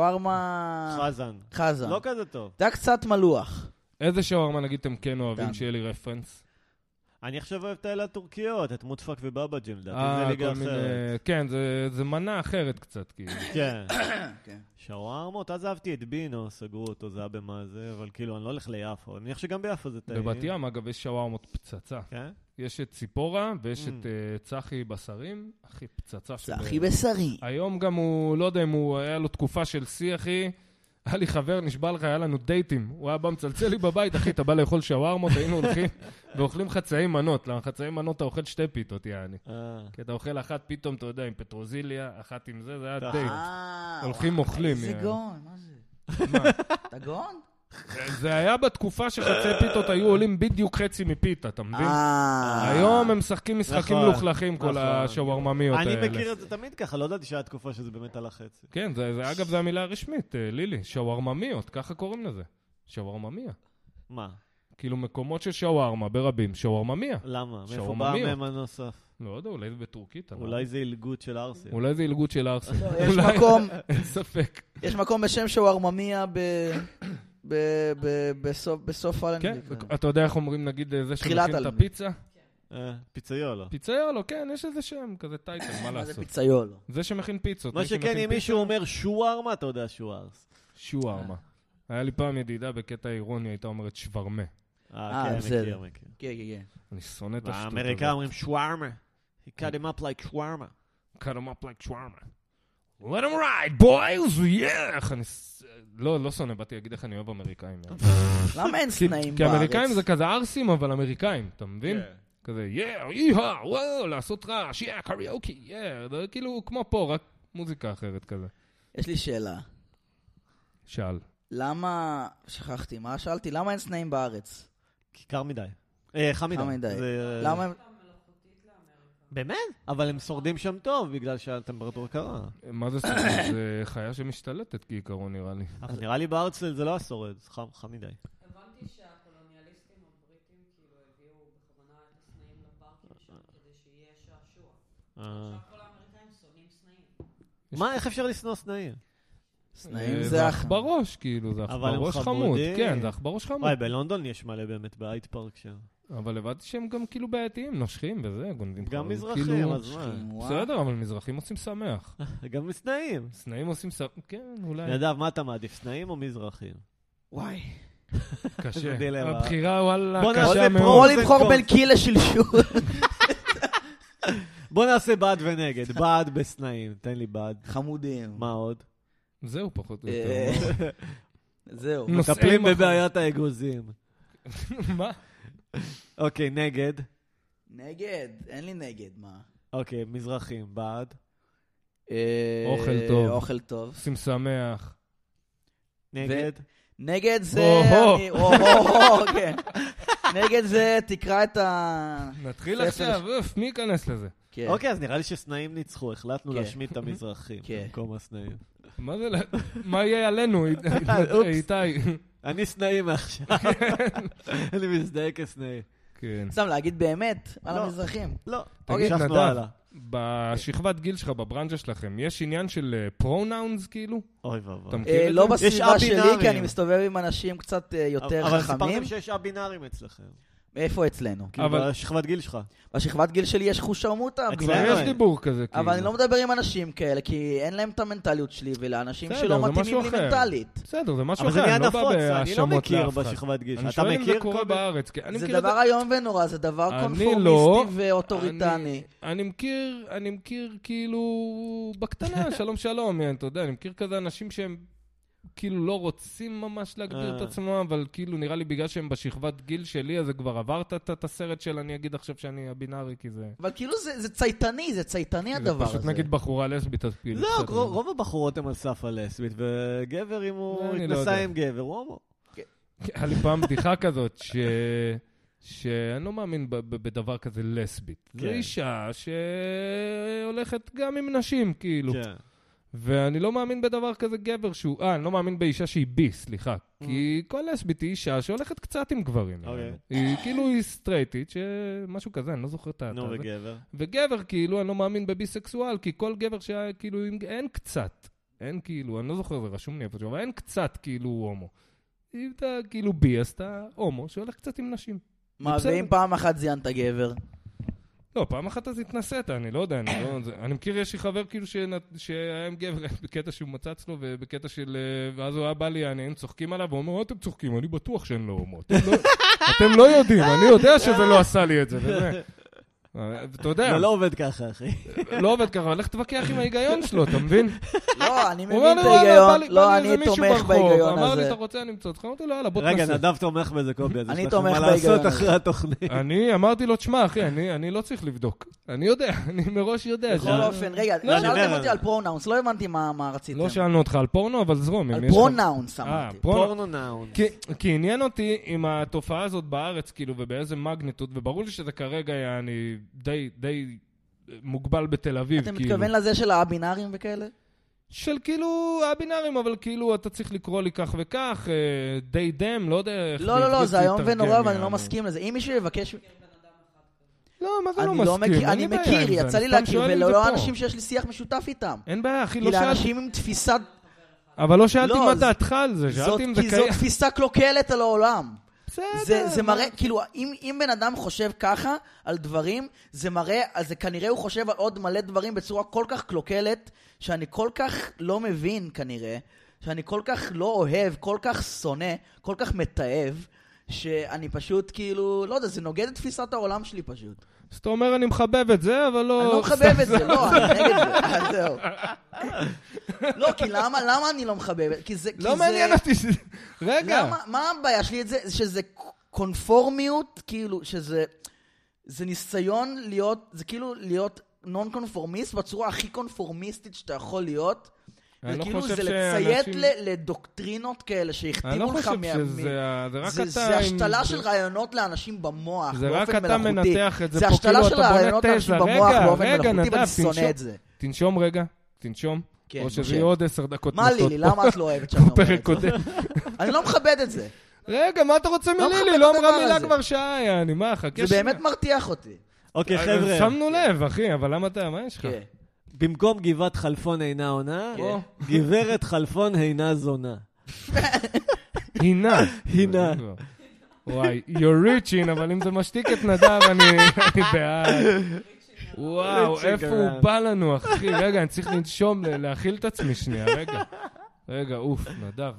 [SPEAKER 2] בשווארמה
[SPEAKER 3] חזן.
[SPEAKER 2] חזה.
[SPEAKER 3] לא כזה טוב.
[SPEAKER 2] זה היה קצת מלוח.
[SPEAKER 1] איזה שווארמה, נגיד, אתם כן אוהבים
[SPEAKER 2] טעם.
[SPEAKER 1] שיהיה לי רפרנס?
[SPEAKER 3] אני עכשיו אוהב את האלה הטורקיות, את מודפק ובבא ג'ם, לדעתי
[SPEAKER 1] אה,
[SPEAKER 3] זה ליגה
[SPEAKER 1] כל מיני-
[SPEAKER 3] אחרת.
[SPEAKER 1] כן, זה- זה מנה אחרת קצת, כאילו.
[SPEAKER 3] כן.
[SPEAKER 2] כן.
[SPEAKER 3] שווארמות, אז אהבתי את בינו, סגרו אותו, זה היה במה זה, אבל כאילו, אני לא הולך ליפו. אני מניח שגם ביפו זה טעים.
[SPEAKER 1] בבת ים, אגב, יש שווארמות פצצה.
[SPEAKER 3] כן?
[SPEAKER 1] יש את ציפורה ויש
[SPEAKER 3] Mm.
[SPEAKER 1] את אה, צחי בשרים, אחי, פצצה
[SPEAKER 2] זה
[SPEAKER 1] של...
[SPEAKER 2] הכי בשרי.
[SPEAKER 1] היום גם הוא, לא יודע אם הוא, היה לו תקופה של שיא, אחי. היה לי חבר, נשבע לך, היה לנו דייטים. הוא היה בא מצלצל לי בבית, אחי, אתה בא לאכול שווארמות, היינו הולכים ואוכלים חצאי מנות. למה חצאי מנות אתה אוכל שתי פיתות, יעני.
[SPEAKER 3] אה.
[SPEAKER 1] כי אתה אוכל אחת פתאום, אתה יודע, עם פטרוזיליה, אחת עם זה, זה היה
[SPEAKER 3] אתה-
[SPEAKER 1] דייט.
[SPEAKER 2] אה,
[SPEAKER 1] הולכים
[SPEAKER 2] וואי,
[SPEAKER 1] אוכלים,
[SPEAKER 2] איזה
[SPEAKER 1] יאללה.
[SPEAKER 2] גאון, מה זה?
[SPEAKER 1] מה?
[SPEAKER 2] אתה גאון?
[SPEAKER 1] זה היה בתקופה שחצי פיתות היו עולים בדיוק חצי מפיתה, אתה מבין?
[SPEAKER 2] אה.
[SPEAKER 1] היום הם משחקים משחקים
[SPEAKER 3] נכון,
[SPEAKER 1] מלוכלכים, כל
[SPEAKER 3] נכון.
[SPEAKER 1] השווארממיות האלה.
[SPEAKER 3] אני מכיר את זה תמיד ככה, לא ידעתי שהיה תקופה שזה באמת על החצי.
[SPEAKER 1] כן, זה, זה, אגב, זו המילה הרשמית, אה, לילי, שווארממיות, ככה קוראים לזה. שווארממיה.
[SPEAKER 3] מה?
[SPEAKER 1] כאילו מקומות של שווארמה ברבים, שווארממיה.
[SPEAKER 3] למה? מאיפה בא
[SPEAKER 1] שווארממיות.
[SPEAKER 3] המם הנוסף?
[SPEAKER 1] לא יודע, אולי זה בטורקית. אני לא
[SPEAKER 3] אולי זה עילגות של ארסים.
[SPEAKER 1] אולי זה עילגות של ארסן.
[SPEAKER 2] לא, יש
[SPEAKER 1] אולי-
[SPEAKER 2] מקום,
[SPEAKER 1] אין ספק.
[SPEAKER 2] יש מקום בשם שווארממיה ב... ב- ב- בסוף- בסוף
[SPEAKER 1] כן,
[SPEAKER 2] אלנבי.
[SPEAKER 1] אתה יודע איך אומרים, נגיד, אה, זה
[SPEAKER 2] תחילת
[SPEAKER 1] שמכין את
[SPEAKER 2] אלמי.
[SPEAKER 1] הפיצה?
[SPEAKER 3] אה, פיצריולו.
[SPEAKER 1] פיצאיולו, כן, יש איזה שם, כזה טייטל, מה
[SPEAKER 2] מה זה
[SPEAKER 1] לעשות.
[SPEAKER 2] פיצאיולו?
[SPEAKER 1] זה שמכין פיצות.
[SPEAKER 3] מה
[SPEAKER 1] מי
[SPEAKER 3] שכן,
[SPEAKER 1] שמכין
[SPEAKER 3] אם מישהו אומר שווארמה, אתה יודע שהוא ארס.
[SPEAKER 1] פיצה, שווארמה. היה לי פעם ידידה בקטע אירוני, הייתה אומרת שוורמה.
[SPEAKER 3] אה, כן,
[SPEAKER 2] בסדר.
[SPEAKER 3] מכיר, מכיר.
[SPEAKER 2] כן, כן, כן.
[SPEAKER 1] אני שונא את השטות הזאת.
[SPEAKER 3] האמריקאים אומרים שווארמה. He cut him up like שווארמה.
[SPEAKER 1] cut them up like shawarma. Let them ride, boys! Yeah! איך אני... ס- לא, לא שונא, באתי להגיד איך אני אוהב אמריקאים. יאללה.
[SPEAKER 2] למה אין
[SPEAKER 1] כי-
[SPEAKER 2] סנאים בארץ?
[SPEAKER 1] כי אמריקאים זה כזה ערסים, אבל אמריקאים, אתה מבין? כזה, יא, יהה, וואו, לעשות רעש, יא, קריוקי, יא, זה כאילו כמו פה, רק מוזיקה אחרת כזה.
[SPEAKER 2] יש לי שאלה.
[SPEAKER 1] שאל.
[SPEAKER 2] למה... שכחתי, מה שאלתי? למה אין סנאים בארץ?
[SPEAKER 3] כי קר מדי. אה, חם מדי.
[SPEAKER 2] חם מדי.
[SPEAKER 3] זה-
[SPEAKER 2] למה הם...
[SPEAKER 3] באמת? אבל הם שורדים שם טוב, בגלל שהטמפרטורה קרה.
[SPEAKER 1] מה זה סופר? זה חיה שמשתלטת כעיקרון, נראה לי.
[SPEAKER 3] אבל נראה לי בארץ זה לא השורד, זה חם, חם מדי.
[SPEAKER 4] הבנתי שהקולוניאליסטים הבריטים כאילו הביאו בכוונה את הסנאים לפארקים שם כדי שיהיה שעשוע.
[SPEAKER 3] אה.
[SPEAKER 4] עכשיו כל האמריקאים שונאים סנאים.
[SPEAKER 3] מה, איך אפשר לשנוא סנאים?
[SPEAKER 2] סנאים
[SPEAKER 1] אה,
[SPEAKER 2] זה
[SPEAKER 1] אח
[SPEAKER 2] אח...
[SPEAKER 1] בראש, כאילו, זה אח
[SPEAKER 3] אבל הם
[SPEAKER 1] בראש חמוד.
[SPEAKER 3] חמודים.
[SPEAKER 1] כן, זה אח בראש חמוד.
[SPEAKER 3] וואי, בלונדון יש מלא באמת, בהייד פארק שם.
[SPEAKER 1] אבל הבנתי שהם גם כאילו בעייתיים, נושכים וזה, גונבים
[SPEAKER 3] גם
[SPEAKER 1] חברים,
[SPEAKER 3] מזרחים,
[SPEAKER 1] כאילו-
[SPEAKER 3] אז
[SPEAKER 2] אה,
[SPEAKER 3] מה?
[SPEAKER 1] בסדר, אבל מזרחים עושים שמח.
[SPEAKER 3] גם מסנאים.
[SPEAKER 1] סנאים עושים שמח, כן, אולי.
[SPEAKER 3] נדב, מה אתה מעדיף, סנאים או מזרחים?
[SPEAKER 2] וואי.
[SPEAKER 1] קשה.
[SPEAKER 3] איזה דילמה.
[SPEAKER 1] הבחירה, וואלה,
[SPEAKER 3] בוא
[SPEAKER 1] קשה
[SPEAKER 3] נעשה
[SPEAKER 1] מאוד.
[SPEAKER 2] או
[SPEAKER 3] זה
[SPEAKER 2] לבחור
[SPEAKER 3] טוב.
[SPEAKER 2] בין קי לשלשול.
[SPEAKER 3] בוא נעשה בעד ונגד. בעד בסנאים, תן לי בעד.
[SPEAKER 2] חמודים.
[SPEAKER 3] מה עוד?
[SPEAKER 1] זהו פחות או
[SPEAKER 2] אה,
[SPEAKER 1] יותר.
[SPEAKER 2] זהו.
[SPEAKER 1] נו. נוסעים
[SPEAKER 3] מטפלים
[SPEAKER 1] אחר.
[SPEAKER 3] בבעיית האגוזים.
[SPEAKER 1] מה?
[SPEAKER 3] אוקיי, נגד.
[SPEAKER 2] נגד, אין לי נגד, מה?
[SPEAKER 3] אוקיי, מזרחים, בעד.
[SPEAKER 2] אה,
[SPEAKER 1] אוכל טוב.
[SPEAKER 2] אוכל טוב.
[SPEAKER 1] עושים שמח.
[SPEAKER 3] נגד.
[SPEAKER 2] נגד זה...
[SPEAKER 1] או-הו.
[SPEAKER 2] אני- או-הו, כן. נגד זה, תקרא את ה...
[SPEAKER 1] נתחיל
[SPEAKER 2] ספר
[SPEAKER 1] עכשיו, אוף, מי ייכנס לזה?
[SPEAKER 2] כן.
[SPEAKER 3] אוקיי, אז נראה לי שסנאים ניצחו, החלטנו
[SPEAKER 2] כן.
[SPEAKER 3] להשמיד את המזרחים
[SPEAKER 2] כן.
[SPEAKER 3] במקום הסנאים.
[SPEAKER 1] מה זה, ל- מה יהיה עלינו, אית-
[SPEAKER 3] אופס.
[SPEAKER 1] איתי?
[SPEAKER 3] אני סנאים מעכשיו, אני מזדהה כסנאי.
[SPEAKER 1] כן.
[SPEAKER 2] סתם להגיד באמת על
[SPEAKER 3] לא.
[SPEAKER 2] המזרחים.
[SPEAKER 3] לא,
[SPEAKER 1] תגיד,
[SPEAKER 2] אוקיי,
[SPEAKER 3] המשכנו
[SPEAKER 1] נדב.
[SPEAKER 3] הלאה. כן.
[SPEAKER 1] בשכבת גיל שלך, בברנז'ה שלכם, יש עניין של פרונאונס כאילו?
[SPEAKER 3] אוי
[SPEAKER 1] אתה
[SPEAKER 3] ואבוי.
[SPEAKER 1] מכיר
[SPEAKER 2] אה,
[SPEAKER 1] את
[SPEAKER 2] לא
[SPEAKER 1] זה?
[SPEAKER 2] בסביבה שלי,
[SPEAKER 3] א-בינאריים.
[SPEAKER 2] כי אני מסתובב עם אנשים קצת אה, יותר
[SPEAKER 3] אבל
[SPEAKER 2] חכמים.
[SPEAKER 3] סיפרתם שיש א-בינארים אצלכם.
[SPEAKER 2] איפה אצלנו?
[SPEAKER 3] כאילו,
[SPEAKER 1] אבל-
[SPEAKER 3] בשכבת גיל שלך.
[SPEAKER 2] בשכבת גיל שלי יש חושרמוטה.
[SPEAKER 3] אצלנו
[SPEAKER 1] כבר
[SPEAKER 2] אבל-
[SPEAKER 1] יש
[SPEAKER 3] אין.
[SPEAKER 1] דיבור כזה, כאילו.
[SPEAKER 2] אבל אני לא מדבר עם אנשים כאלה, כי אין להם את המנטליות שלי, ולאנשים
[SPEAKER 1] בסדר,
[SPEAKER 2] שלא
[SPEAKER 1] זה
[SPEAKER 2] מתאימים לי
[SPEAKER 1] משהו אחר.
[SPEAKER 2] מנטלית.
[SPEAKER 1] בסדר, זה משהו
[SPEAKER 3] אבל זה
[SPEAKER 1] אחר,
[SPEAKER 3] נהיה
[SPEAKER 1] אני לא בא
[SPEAKER 3] נפוץ, אני לא
[SPEAKER 1] בהאשמות
[SPEAKER 3] מכיר
[SPEAKER 1] לאף אחד.
[SPEAKER 3] בשכבת גיל שלך.
[SPEAKER 1] אני
[SPEAKER 3] אתה
[SPEAKER 1] שואל אם זה
[SPEAKER 3] מכיר
[SPEAKER 1] קורה
[SPEAKER 3] כל מיני-
[SPEAKER 1] בארץ. כן, אני
[SPEAKER 2] זה
[SPEAKER 1] מכיר את
[SPEAKER 2] דבר איום ונורא, זה דבר
[SPEAKER 1] אני לא.
[SPEAKER 2] קונפורמיסטי ואוטוריטני.
[SPEAKER 1] אני, אני מכיר, אני מכיר כאילו בקטנה, שלום שלום, אה, אתה יודע, אני מכיר כזה אנשים שהם כאילו לא רוצים ממש להגביר את
[SPEAKER 3] אה.
[SPEAKER 1] עצמם, אבל כאילו נראה לי בגלל שהם בשכבת גיל שלי, אז זה כבר עברת את את הסרט של אני אגיד עכשיו שאני הבינארי, כי זה...
[SPEAKER 2] אבל כאילו זה זה צייתני, זה צייתני
[SPEAKER 1] זה
[SPEAKER 2] הדבר
[SPEAKER 1] פשוט
[SPEAKER 2] הזה.
[SPEAKER 1] נגיד בחורה לסבית, אז כאילו...
[SPEAKER 3] לא,
[SPEAKER 1] קצת-
[SPEAKER 3] רוב- רוב הבחורות הן על סף הלסבית, וגבר, אם הוא
[SPEAKER 1] אני לא
[SPEAKER 3] התנסה
[SPEAKER 1] יודע.
[SPEAKER 3] עם גבר, הוא הומו.
[SPEAKER 1] היה לי פעם בדיחה כזאת, ש... שאני לא מאמין ב- ב- בדבר כזה לסבית. זו
[SPEAKER 3] כן.
[SPEAKER 1] אישה שהולכת גם עם נשים, כאילו.
[SPEAKER 3] כן.
[SPEAKER 1] ואני לא מאמין בדבר כזה גבר שהוא... אה, אני לא מאמין באישה שהיא בי, סליחה. כי כל לסבית היא אישה שהולכת קצת עם גברים.
[SPEAKER 3] Mm. אוקיי.
[SPEAKER 1] נראה לי. היא כאילו היא סטרייטית, שמשהו כזה, אני לא זוכר את ה...
[SPEAKER 3] נו,
[SPEAKER 1] את הזה.
[SPEAKER 3] וגבר.
[SPEAKER 1] וגבר, כאילו, אני לא מאמין בביסקסואל, כי כל גבר שהיה, כאילו, עם- אין קצת. אין כאילו, אני לא זוכר, זה רשום לי איפשהו, אבל אין קצת כאילו הומו. אם אתה כאילו בי, אז אתה הומו שהולך קצת עם נשים.
[SPEAKER 2] מה,
[SPEAKER 1] בסדר.
[SPEAKER 2] ואם פעם אחת זיינת גבר?
[SPEAKER 1] לא, פעם אחת אז התנסית, אני לא יודע, אני לא... זה, אני מכיר, יש לי חבר כאילו שנת- שהיה עם גבר בקטע שהוא מצא אצלו, ובקטע של... אה, ואז הוא היה בא לי, אני- הם צוחקים עליו, הוא אומר, "מה אתם צוחקים, אני בטוח שהן לא הומות. אתם לא- אתם לא יודעים, אני יודע שזה לא עשה לי את זה, וזה. אה, אתה יודע,
[SPEAKER 3] זה לא עובד ככה, אחי.
[SPEAKER 1] לא עובד ככה, אבל לך תתווכח עם ההיגיון שלו, אתה מבין?
[SPEAKER 2] לא, אני
[SPEAKER 1] הוא אומר
[SPEAKER 2] מבין
[SPEAKER 1] לי,
[SPEAKER 2] את
[SPEAKER 1] וואלה, בא לי- בא
[SPEAKER 2] ההיגיון. לא,
[SPEAKER 1] לי איזה
[SPEAKER 2] אני
[SPEAKER 1] מישהו
[SPEAKER 2] תומך
[SPEAKER 1] ברחוב.
[SPEAKER 2] בהיגיון
[SPEAKER 1] אמר לי,
[SPEAKER 2] הזה.
[SPEAKER 1] אתה רוצה, אני אמצא אותך? אמרתי לו, יאללה, בוא
[SPEAKER 3] רגע,
[SPEAKER 1] תנסה.
[SPEAKER 3] נדב תומך בזה, קובי, אז
[SPEAKER 2] אני
[SPEAKER 3] יש לכם
[SPEAKER 2] תומך
[SPEAKER 3] מה לעשות
[SPEAKER 2] בהיגיון.
[SPEAKER 3] אחרי התוכנית.
[SPEAKER 1] אני אמרתי לו, תשמע, אחי, אני אני לא צריך לבדוק. אני יודע, אני מראש יודע. זה-
[SPEAKER 2] בכל אופן, רגע,
[SPEAKER 3] לא, אני
[SPEAKER 2] שאלתם
[SPEAKER 3] אומר-
[SPEAKER 2] אותי על פרונאונס, לא הבנתי מה מה רציתם.
[SPEAKER 1] לא שאלנו אותך על פורנו, אבל זרום. אם
[SPEAKER 2] על
[SPEAKER 1] יש לך-
[SPEAKER 2] פרונאונס
[SPEAKER 1] אה,
[SPEAKER 2] אמרתי.
[SPEAKER 1] פורנו.
[SPEAKER 3] פורנו נאון.
[SPEAKER 1] כי- כי עניין אותי עם התופעה הזאת בארץ, כאילו, ובאיזה מגניטוד, וברור לי שזה כרגע, אני די- די מוגבל בתל אביב,
[SPEAKER 2] אתה
[SPEAKER 1] כאילו.
[SPEAKER 2] מתכוון לזה של הבינארים וכאלה?
[SPEAKER 1] של כאילו הבינארים, אבל כאילו אתה צריך לקרוא לי כך וכך, אה, די דם, לא יודע איך
[SPEAKER 2] לא, לא, לא,
[SPEAKER 1] בעברית
[SPEAKER 2] זה איום
[SPEAKER 1] יתרגם,
[SPEAKER 2] ונורא, ואני
[SPEAKER 1] יענו.
[SPEAKER 2] לא מסכים לזה. אם מישהו יבקש...
[SPEAKER 1] לא, מה זה לא
[SPEAKER 2] אני
[SPEAKER 1] מסכים?
[SPEAKER 2] לא מכיר,
[SPEAKER 1] אין
[SPEAKER 2] אני
[SPEAKER 1] לי בעיה
[SPEAKER 2] מכיר,
[SPEAKER 1] עם זה,
[SPEAKER 2] יצא
[SPEAKER 1] אני
[SPEAKER 2] לי
[SPEAKER 1] סתם
[SPEAKER 2] להכיר,
[SPEAKER 1] שואל אם זה
[SPEAKER 2] ולא לא
[SPEAKER 1] פה.
[SPEAKER 2] אנשים שיש לי שיח משותף איתם.
[SPEAKER 1] אין בעיה, אחי,
[SPEAKER 2] כי
[SPEAKER 1] לא שאלתי.
[SPEAKER 2] לאנשים עם תפיסה...
[SPEAKER 1] אבל לא שאלתי
[SPEAKER 2] לא,
[SPEAKER 1] מה
[SPEAKER 2] זה-
[SPEAKER 1] דעתך על זה,
[SPEAKER 2] זאת-
[SPEAKER 1] שאלתי אם זה
[SPEAKER 2] כי זאת
[SPEAKER 1] קיים.
[SPEAKER 2] תפיסה קלוקלת על העולם. זה,
[SPEAKER 1] בסדר.
[SPEAKER 2] זה
[SPEAKER 1] מה-
[SPEAKER 2] מראה, כאילו, אם, אם בן אדם חושב ככה על דברים, זה מראה, אז זה כנראה הוא חושב על עוד מלא דברים בצורה כל כך קלוקלת, שאני כל כך לא מבין כנראה, שאני כל כך לא אוהב, כל כך שונא, כל כך מתעב, שאני פשוט כאילו, לא יודע, זה נוגד את תפיסת העולם שלי פשוט.
[SPEAKER 1] אז אתה אומר אני מחבב את זה, אבל לא...
[SPEAKER 2] אני לא מחבב את זה, לא, אני נגד זה, אה, זהו. לא, כי למה, למה אני לא מחבב? כי זה, כי
[SPEAKER 1] לא
[SPEAKER 2] זה-
[SPEAKER 1] מעניין אותי שזה... רגע.
[SPEAKER 2] למה, מה הבעיה שלי את זה? שזה קונפורמיות, כאילו, שזה... זה ניסיון להיות, זה כאילו להיות נון קונפורמיסט בצורה הכי קונפורמיסטית שאתה יכול להיות.
[SPEAKER 1] אני לא
[SPEAKER 2] וכאילו
[SPEAKER 1] חושב
[SPEAKER 2] זה לציית
[SPEAKER 1] שאנשים-
[SPEAKER 2] ל- לדוקטרינות כאלה
[SPEAKER 1] אני לא
[SPEAKER 2] שהכתיבו לך
[SPEAKER 1] חושב
[SPEAKER 2] מה...
[SPEAKER 1] שזה... ה- זה רק אתה...
[SPEAKER 2] זה, זה
[SPEAKER 1] עם-
[SPEAKER 2] השתלה
[SPEAKER 1] זה-
[SPEAKER 2] של רעיונות לאנשים במוח,
[SPEAKER 1] זה
[SPEAKER 2] באופן
[SPEAKER 1] רק אתה
[SPEAKER 2] מלאכותי.
[SPEAKER 1] מנתח את זה פה,
[SPEAKER 2] זה השתלה
[SPEAKER 1] כאילו
[SPEAKER 2] של
[SPEAKER 1] אתה בונה
[SPEAKER 2] רעיונות לאנשים
[SPEAKER 1] תזה.
[SPEAKER 2] במוח
[SPEAKER 1] רגע,
[SPEAKER 2] באופן
[SPEAKER 1] רגע,
[SPEAKER 2] מלאכותי, ואני
[SPEAKER 1] נדב,
[SPEAKER 2] שונא
[SPEAKER 1] תנשום.
[SPEAKER 2] את זה.
[SPEAKER 1] תנשום רגע, תנשום.
[SPEAKER 2] כן,
[SPEAKER 1] או שזה
[SPEAKER 2] נושם.
[SPEAKER 1] יהיה עוד עשר דקות
[SPEAKER 2] מה
[SPEAKER 1] מתות
[SPEAKER 2] לילי,
[SPEAKER 1] פה.
[SPEAKER 2] למה את לא אוהבת שאני אומר
[SPEAKER 1] פרק
[SPEAKER 2] את זה?
[SPEAKER 1] קודם.
[SPEAKER 2] אני לא מכבד את זה.
[SPEAKER 1] רגע, מה אתה רוצה
[SPEAKER 2] לא מכבד
[SPEAKER 1] מלילי?
[SPEAKER 2] את
[SPEAKER 1] לא אמרה
[SPEAKER 2] הדבר
[SPEAKER 1] מילה
[SPEAKER 2] הזה.
[SPEAKER 1] כבר שעה, יעני, מה, חכה
[SPEAKER 2] זה באמת מרתיח אותי.
[SPEAKER 3] אוקיי,
[SPEAKER 1] אה,
[SPEAKER 3] חבר'ה,
[SPEAKER 1] שמנו לב, אחי, אבל למה אתה, מה יש לך?
[SPEAKER 2] כן.
[SPEAKER 3] במקום גבעת חלפון אינה עונה,
[SPEAKER 2] כן.
[SPEAKER 3] גברת חלפון אינה זונה.
[SPEAKER 1] הינה.
[SPEAKER 3] הינה.
[SPEAKER 1] וואי, you're reaching, אבל אם זה משתיק את נדב, אני אני בעד. וואו,
[SPEAKER 3] reaching,
[SPEAKER 1] איפה
[SPEAKER 3] אבל.
[SPEAKER 1] הוא בא לנו, אחי? רגע, אני צריך לנשום, ל- להכיל את עצמי שנייה, רגע. רגע, אוף, נדב.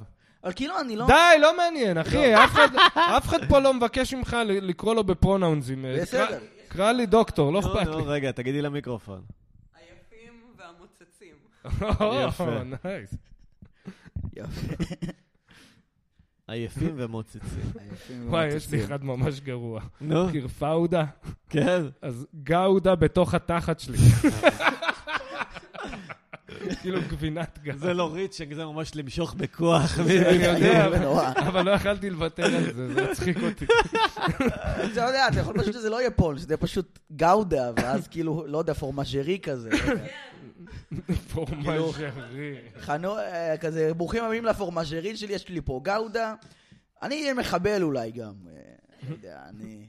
[SPEAKER 2] אבל כאילו אני לא...
[SPEAKER 1] די, לא מעניין, אחי, אף אחד- אף אחד פה לא מבקש ממך ל- לקרוא לו בפרונאונזים.
[SPEAKER 2] בסדר.
[SPEAKER 1] קרא- קרא לי דוקטור, לא
[SPEAKER 3] נו,
[SPEAKER 1] אכפת
[SPEAKER 3] נו,
[SPEAKER 1] לי.
[SPEAKER 3] רגע, תגידי למיקרופון.
[SPEAKER 4] היפים והמוצצים.
[SPEAKER 2] לא.
[SPEAKER 1] יפה.
[SPEAKER 3] יפה.
[SPEAKER 1] נייס.
[SPEAKER 2] יפה.
[SPEAKER 3] עייפים ומוצצים.
[SPEAKER 1] וואי, יש לי אחד ממש גרוע.
[SPEAKER 3] נו,
[SPEAKER 1] קירפאודה,
[SPEAKER 3] כן.
[SPEAKER 1] אז גאודה בתוך התחת שלי. כאילו גבינת גאודה.
[SPEAKER 3] זה לא ריצ'ינג, זה ממש למשוך בכוח.
[SPEAKER 1] אני יודע,
[SPEAKER 2] זה נורא.
[SPEAKER 1] אבל- אבל לא יכלתי לוותר על זה, זה הצחיק אותי.
[SPEAKER 2] אתה יודע, אתה יכול פשוט שזה לא יהיה פול, שזה יהיה פשוט גאודה, ואז כאילו, לא יודע, פורמז'רי כזה.
[SPEAKER 1] פורמז'רי.
[SPEAKER 2] חנו... אה, כזה, ברוכים הבאים לפורמז'רי שלי, יש לי פה גאודה. אני אהיה מחבל אולי גם. אה, לא יודע, אני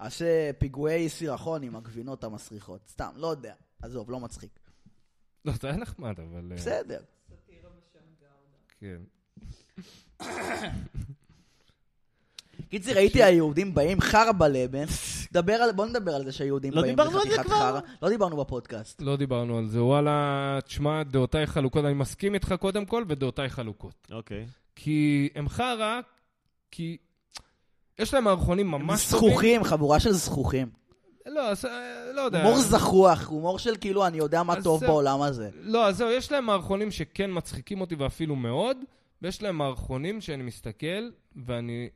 [SPEAKER 2] אעשה פיגועי סירחון עם הגבינות המסריחות. סתם, לא יודע. עזוב, לא מצחיק.
[SPEAKER 3] כן.
[SPEAKER 1] לא, זה היה נחמד, אבל... אה,
[SPEAKER 2] בסדר.
[SPEAKER 1] כן.
[SPEAKER 2] קיצר, ראיתי היהודים באים חרא בלבן. דבר על... בוא נדבר על זה שהיהודים
[SPEAKER 3] לא
[SPEAKER 2] באים
[SPEAKER 3] דיברנו על זה
[SPEAKER 2] בחתיכת
[SPEAKER 3] כבר?
[SPEAKER 2] חרא. לא דיברנו בפודקאסט.
[SPEAKER 1] לא דיברנו על זה. וואלה, תשמע, דעותיי חלוקות. אני מסכים איתך קודם כל, ודעותיי חלוקות.
[SPEAKER 3] אוקיי.
[SPEAKER 1] כי הם חרא, כי... יש להם מערכונים ממש טובים.
[SPEAKER 2] זכוכים, חבורה של זכוכים.
[SPEAKER 1] לא, אז, אה, לא יודע.
[SPEAKER 2] הומור זחוח, הומור של כאילו אני יודע מה
[SPEAKER 1] אז
[SPEAKER 2] טוב
[SPEAKER 1] זהו.
[SPEAKER 2] בעולם הזה.
[SPEAKER 1] לא, אז זהו, יש להם מערכונים שכן מצחיקים אותי ואפילו מאוד, ויש להם מערכונים שאני מסתכל, ואני...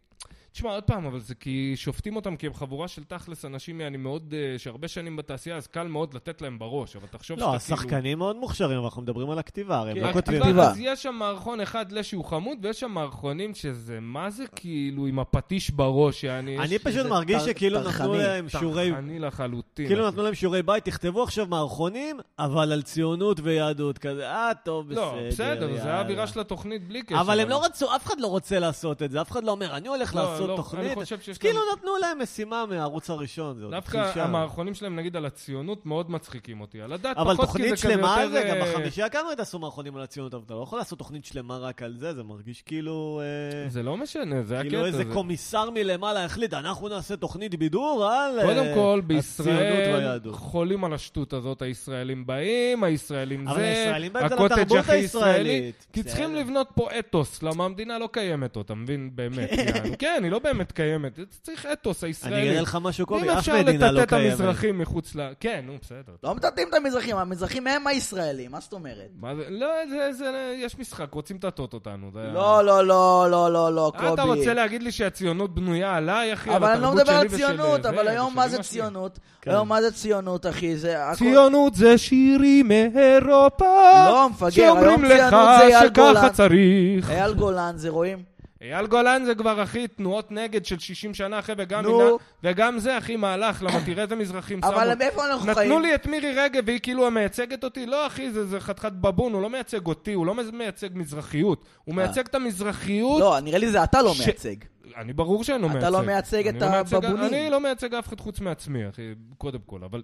[SPEAKER 1] תשמע, עוד פעם, אבל זה כי שופטים אותם כי הם חבורה של תכלס אנשים, אני מאוד, אה, שהרבה שנים בתעשייה, אז קל מאוד לתת להם בראש, אבל תחשוב כאילו-
[SPEAKER 3] לא, השחקנים מאוד מוכשרים, אבל אנחנו מדברים על הכתיבה, הרי הם
[SPEAKER 1] כן,
[SPEAKER 3] לא כותבים.
[SPEAKER 1] אבל
[SPEAKER 2] כתיבה.
[SPEAKER 1] אז יש שם מערכון אחד לשהוא חמוד, ויש שם מערכונים שזה, מה זה כאילו עם הפטיש בראש, שאני...
[SPEAKER 3] אה. אני פשוט
[SPEAKER 2] איזה
[SPEAKER 3] מרגיש
[SPEAKER 2] טר-
[SPEAKER 3] שכאילו נתנו
[SPEAKER 2] טרחני. נכון.
[SPEAKER 3] להם שיעורי...
[SPEAKER 1] אני לחלוטין.
[SPEAKER 3] כאילו נתנו להם שיעורי בית, תכתבו עכשיו מערכונים, אבל על ציונות ויהדות כזה. אה, טוב, בסדר.
[SPEAKER 1] לא, בסדר, זה
[SPEAKER 3] יאללה.
[SPEAKER 1] האווירה של התוכנית בלי קשר.
[SPEAKER 3] אבל הם לא רצו, אף אחד לא רוצה לעשות את זה, אף אחד לא אומר, אני הולך
[SPEAKER 1] לא,
[SPEAKER 3] לעשות
[SPEAKER 1] לא, אני
[SPEAKER 3] תוכנית.
[SPEAKER 1] חושב שיש
[SPEAKER 3] כאילו
[SPEAKER 1] להם-
[SPEAKER 3] נתנו להם משימה מהערוץ הראשון, זה עוד התחיל
[SPEAKER 1] דווקא
[SPEAKER 3] שם.
[SPEAKER 1] המערכונים שלהם, נגיד, על הציונות, מאוד מצחיקים אותי. על הדת,
[SPEAKER 3] אבל
[SPEAKER 1] פחות כי זה
[SPEAKER 3] תוכנית
[SPEAKER 1] כאילו כזה
[SPEAKER 3] שלמה על
[SPEAKER 1] יותר...
[SPEAKER 3] זה, גם
[SPEAKER 1] אה,
[SPEAKER 3] בחמישייה הקאמרית עשו מערכונים על הציונות, אבל אתה לא יכול לעשות תוכנית שלמה רק על זה, זה מרגיש כאילו... אה,
[SPEAKER 1] זה לא משנה, זה הקטע.
[SPEAKER 3] כאילו איזה
[SPEAKER 1] זה-
[SPEAKER 3] קומיסר מלמעלה החליט, אנחנו נעשה תוכנית בידור על... אה,
[SPEAKER 1] קודם כל,
[SPEAKER 3] הציונות
[SPEAKER 1] בישראל
[SPEAKER 3] והיהדות.
[SPEAKER 1] חולים על השטות הזאת, הישראלים באים, הישראלים
[SPEAKER 3] אבל
[SPEAKER 1] זה,
[SPEAKER 3] הישראלים באים, זה
[SPEAKER 1] הקוטג'
[SPEAKER 3] לתרבות
[SPEAKER 1] הכי ישראלי.
[SPEAKER 3] הישראלית.
[SPEAKER 1] כי
[SPEAKER 3] בסדר.
[SPEAKER 1] צריכים לבנות פה אתוס, למה המדינה לא קיימת אותה, מבין? באמת. יענו. כן, היא לא באמת קיימת, צריך אתוס
[SPEAKER 3] אני אגלה
[SPEAKER 1] הישראלי.
[SPEAKER 3] לך משהו
[SPEAKER 1] אם
[SPEAKER 3] קומי, אף
[SPEAKER 1] אפשר
[SPEAKER 3] מדינה
[SPEAKER 1] לטאטא
[SPEAKER 3] לא
[SPEAKER 1] את
[SPEAKER 3] קיימת.
[SPEAKER 1] המזרחים מחוץ ל... כן, נו, בסדר.
[SPEAKER 2] לא מטאטאים את המזרחים, המזרחים הם הישראלים, מה זאת אומרת?
[SPEAKER 1] מה זה, לא, זה, זה, יש משחק, רוצים לטאטות אותנו. זה-
[SPEAKER 2] לא, לא, לא, לא, לא, לא, קובי.
[SPEAKER 1] אה. אתה רוצה להגיד לי שהציונות בנויה עליי, אחי?
[SPEAKER 2] אבל אני לא מדבר על
[SPEAKER 1] התרבות שלי
[SPEAKER 2] ציונות,
[SPEAKER 1] ושל-
[SPEAKER 2] אבל
[SPEAKER 1] זה,
[SPEAKER 2] היום
[SPEAKER 1] ושל
[SPEAKER 2] מה
[SPEAKER 1] אמא
[SPEAKER 2] זה
[SPEAKER 1] שלי.
[SPEAKER 2] ציונות?
[SPEAKER 3] כן.
[SPEAKER 2] היום מה זה ציונות, אחי? זה הכל...
[SPEAKER 1] ציונות זה שירים מאירופה.
[SPEAKER 2] לא, מפגר, היום
[SPEAKER 1] שאומרים לך
[SPEAKER 2] ציונות זה אייל גולן.
[SPEAKER 1] שככה צריך.
[SPEAKER 2] אייל גולן, זה רואים?
[SPEAKER 1] אייל גולן זה כבר, אחי, תנועות נגד של 60 שנה אחרי, וגם,
[SPEAKER 2] נו.
[SPEAKER 1] הנה- וגם זה, אחי, מהלך, למה תראה איזה מזרחים שמו.
[SPEAKER 2] אבל איפה אנחנו חיים?
[SPEAKER 1] נתנו לי את מירי רגב, והיא כאילו המייצגת אותי. לא, אחי, זה, זה חתיכת בבון, הוא לא מייצג אותי, הוא לא מייצג מזרחיות. הוא
[SPEAKER 2] אה.
[SPEAKER 1] מייצג את המזרחיות
[SPEAKER 2] לא, נראה לי זה אתה לא
[SPEAKER 1] ש-
[SPEAKER 2] מייצג.
[SPEAKER 1] אני ברור שאני לא
[SPEAKER 2] אתה
[SPEAKER 1] מייצג.
[SPEAKER 2] לא מייצג את
[SPEAKER 1] אני לא מייצג-
[SPEAKER 2] הבבונים.
[SPEAKER 1] אני לא מייצג אף אחד חוץ מעצמי, אחי, קודם כל, אבל...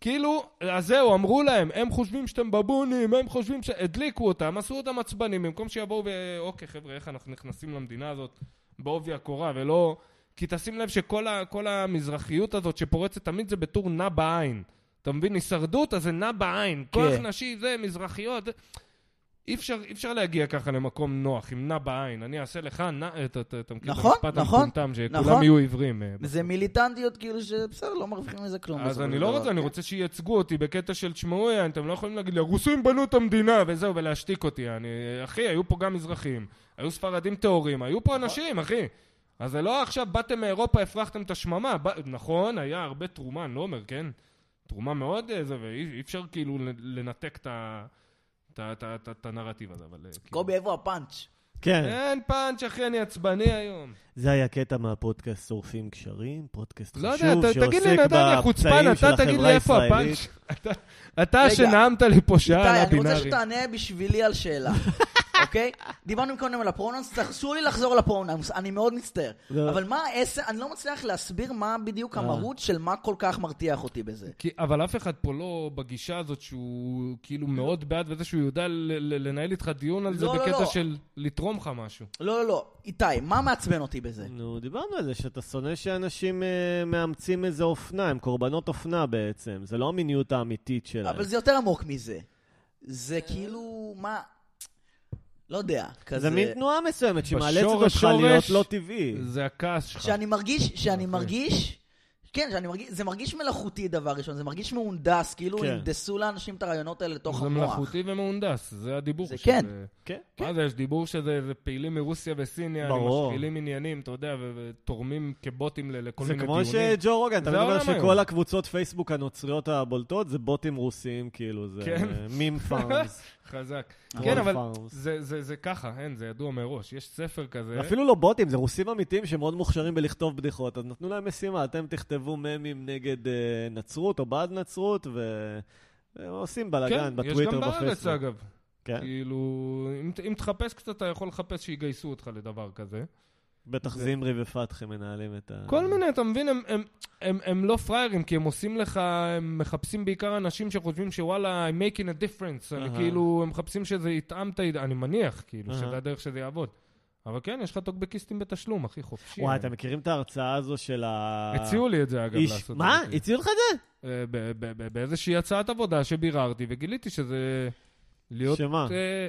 [SPEAKER 1] כאילו, אז זהו, אמרו להם, הם חושבים שאתם בבונים, הם חושבים ש... הדליקו אותם, עשו אותם עצבנים, במקום שיבואו ו... אוקיי, חבר'ה, איך אנחנו נכנסים למדינה הזאת בעובי הקורה, ולא... כי תשים לב שכל ה... כל המזרחיות הזאת שפורצת תמיד זה בטור נע בעין. אתה מבין? הישרדות, אז זה נע בעין.
[SPEAKER 2] כן.
[SPEAKER 1] כוח נשי, זה, מזרחיות. זה- אי אפשר, אי אפשר להגיע ככה למקום נוח, עם נע בעין. אני אעשה לך נע... אתה- אתה אתה מכיר את
[SPEAKER 2] נכון,
[SPEAKER 1] המשפט
[SPEAKER 2] נכון,
[SPEAKER 1] המטומטם, שכולם
[SPEAKER 2] נכון.
[SPEAKER 1] יהיו עיוורים. אה,
[SPEAKER 2] זה מיליטנטיות, כאילו, שבסדר, לא מרוויחים מזה כלום.
[SPEAKER 1] אז
[SPEAKER 2] בסופו
[SPEAKER 1] אני
[SPEAKER 2] של
[SPEAKER 1] לא
[SPEAKER 2] דבר.
[SPEAKER 1] רוצה, אני רוצה שייצגו אותי בקטע של תשמעו, יעני, אתם לא יכולים להגיד לי, הרוסים בנו את המדינה, וזהו, ולהשתיק אותי. אני, אחי, היו פה גם מזרחים, היו ספרדים טהורים, היו
[SPEAKER 2] נכון.
[SPEAKER 1] פה אנשים, אחי. אז זה לא עכשיו באתם מאירופה, הפרחתם את השממה. בא- נכון, היה הרבה תרומה, אני לא אומר, כן? תרומה מאוד, אה, זה, ואי אי אפשר כאילו ל- לנתק את ה- את ה- את ה- את ה- את הנרטיב הזה, אבל... אה, כאילו-
[SPEAKER 2] קובי, איפה הפאנץ'?
[SPEAKER 3] כן,
[SPEAKER 1] אין פאנץ', אחי, אני עצבני היום.
[SPEAKER 3] זה היה קטע מהפודקאסט שורפים קשרים, פודקאסט
[SPEAKER 1] לא
[SPEAKER 3] חשוב
[SPEAKER 1] יודע, אתה- תגיד לי,
[SPEAKER 3] שעוסק
[SPEAKER 1] נדב, יא חוצפן,
[SPEAKER 3] בפצעים של
[SPEAKER 1] אתה תגיד לי
[SPEAKER 3] החברה
[SPEAKER 1] איפה
[SPEAKER 3] הישראלית.
[SPEAKER 1] הפאנץ'. אתה- אתה
[SPEAKER 2] רגע.
[SPEAKER 1] שנאמת לי פה שעה על
[SPEAKER 2] איתי, אני רוצה
[SPEAKER 1] הבינארי.
[SPEAKER 2] שתענה בשבילי על שאלה. אוקיי? דיברנו קודם על הפרונאונס, תרשו לי לחזור לפרונאונס, אני מאוד מצטער.
[SPEAKER 3] לא.
[SPEAKER 2] אבל מה העשר, אני לא מצליח להסביר מה בדיוק
[SPEAKER 3] אה.
[SPEAKER 2] המהות של מה כל כך מרתיח אותי בזה.
[SPEAKER 1] כי, אבל אף אחד פה לא בגישה הזאת שהוא כאילו מאוד בעד וזה שהוא יודע ל- ל- לנהל איתך דיון על זה
[SPEAKER 2] לא, לא,
[SPEAKER 1] בקטע
[SPEAKER 2] לא.
[SPEAKER 1] של לתרום לך משהו.
[SPEAKER 2] לא, לא, לא. איתי, מה מעצבן אותי בזה?
[SPEAKER 3] נו, דיברנו על זה שאתה שונא שאנשים אה, מאמצים איזו אופנה, הם קורבנות אופנה בעצם. זה לא המיניות האמיתית שלהם.
[SPEAKER 2] אבל זה יותר עמוק מזה. זה כאילו, מה... לא יודע, כזה...
[SPEAKER 3] זה מין תנועה מסוימת שמאלצת
[SPEAKER 1] בשורש,
[SPEAKER 3] אותך להיות
[SPEAKER 1] שורש,
[SPEAKER 3] לא טבעי.
[SPEAKER 1] זה הכעס שלך.
[SPEAKER 2] שאני מרגיש, שאני
[SPEAKER 1] אוקיי.
[SPEAKER 2] מרגיש, כן, שאני מרגיש, זה מרגיש מלאכותי דבר ראשון, זה מרגיש מהונדס, כאילו
[SPEAKER 3] כן.
[SPEAKER 2] הנדסו לאנשים את הרעיונות האלה לתוך
[SPEAKER 1] זה
[SPEAKER 2] המוח.
[SPEAKER 1] מלאכותי ומהונדס, זה הדיבור
[SPEAKER 2] לא זה
[SPEAKER 1] שזה.
[SPEAKER 2] כן.
[SPEAKER 3] כן.
[SPEAKER 1] מה זה, יש דיבור שזה זה פעילים מרוסיה וסין, יעני,
[SPEAKER 3] ברור.
[SPEAKER 1] משפילים עניינים, אתה יודע, ו- ותורמים כבוטים ל- לכל
[SPEAKER 3] זה
[SPEAKER 1] מיני
[SPEAKER 3] כמו
[SPEAKER 1] דיונים.
[SPEAKER 3] שג'ו רוגן, אתה
[SPEAKER 1] זה
[SPEAKER 3] מדבר
[SPEAKER 1] העולם היום.
[SPEAKER 3] שכל הקבוצות פייסבוק הנוצריות הבולטות זה בוטים רוסיים, כאילו, זה
[SPEAKER 1] כן.
[SPEAKER 3] מים פארמס.
[SPEAKER 1] חזק.
[SPEAKER 3] טרול
[SPEAKER 1] כן, אבל
[SPEAKER 3] פארמס.
[SPEAKER 1] זה- זה זה ככה, אין, זה ידוע מראש. יש ספר כזה.
[SPEAKER 3] זה אפילו לא בוטים, זה רוסים אמיתיים שמאוד מוכשרים בלכתוב בדיחות. אז נתנו להם משימה, אתם תכתבו ממים נגד אה, נצרות או בעד נצרות, ו- ועושים בלאגן
[SPEAKER 1] כן, יש
[SPEAKER 3] בטוויטר
[SPEAKER 1] גם בארץ,
[SPEAKER 3] ובפייסבוק.
[SPEAKER 1] אגב.
[SPEAKER 3] כן,
[SPEAKER 1] כאילו, אם ת- אם תחפש קצת, אתה יכול לחפש שיגייסו אותך לדבר כזה.
[SPEAKER 3] בטח זמרי ופתחי מנהלים את ה...
[SPEAKER 1] כל מיני, אתה מבין, הם- הם- הם- הם לא פראיירים, כי הם עושים לך, הם מחפשים בעיקר אנשים שחושבים שוואלה, I'm making a difference. אני
[SPEAKER 3] אהה.
[SPEAKER 1] כאילו, הם מחפשים שזה יתאם את ה... אני מניח, כאילו,
[SPEAKER 3] אהה.
[SPEAKER 1] שזה הדרך שזה יעבוד. אבל כן, יש לך טוקבקיסטים בתשלום, אחי, חופשי.
[SPEAKER 3] וואי, אתם מכירים את ההרצאה הזו של ה...
[SPEAKER 1] הציעו לי את זה, אגב,
[SPEAKER 3] איש-
[SPEAKER 1] לעשות את זה.
[SPEAKER 3] מה? הציעו לך את
[SPEAKER 1] אה, ב- ב- ב- באיזושהי הצעת עבודה שביררתי, וגיליתי שזה להיות...
[SPEAKER 3] שמה?
[SPEAKER 1] אה,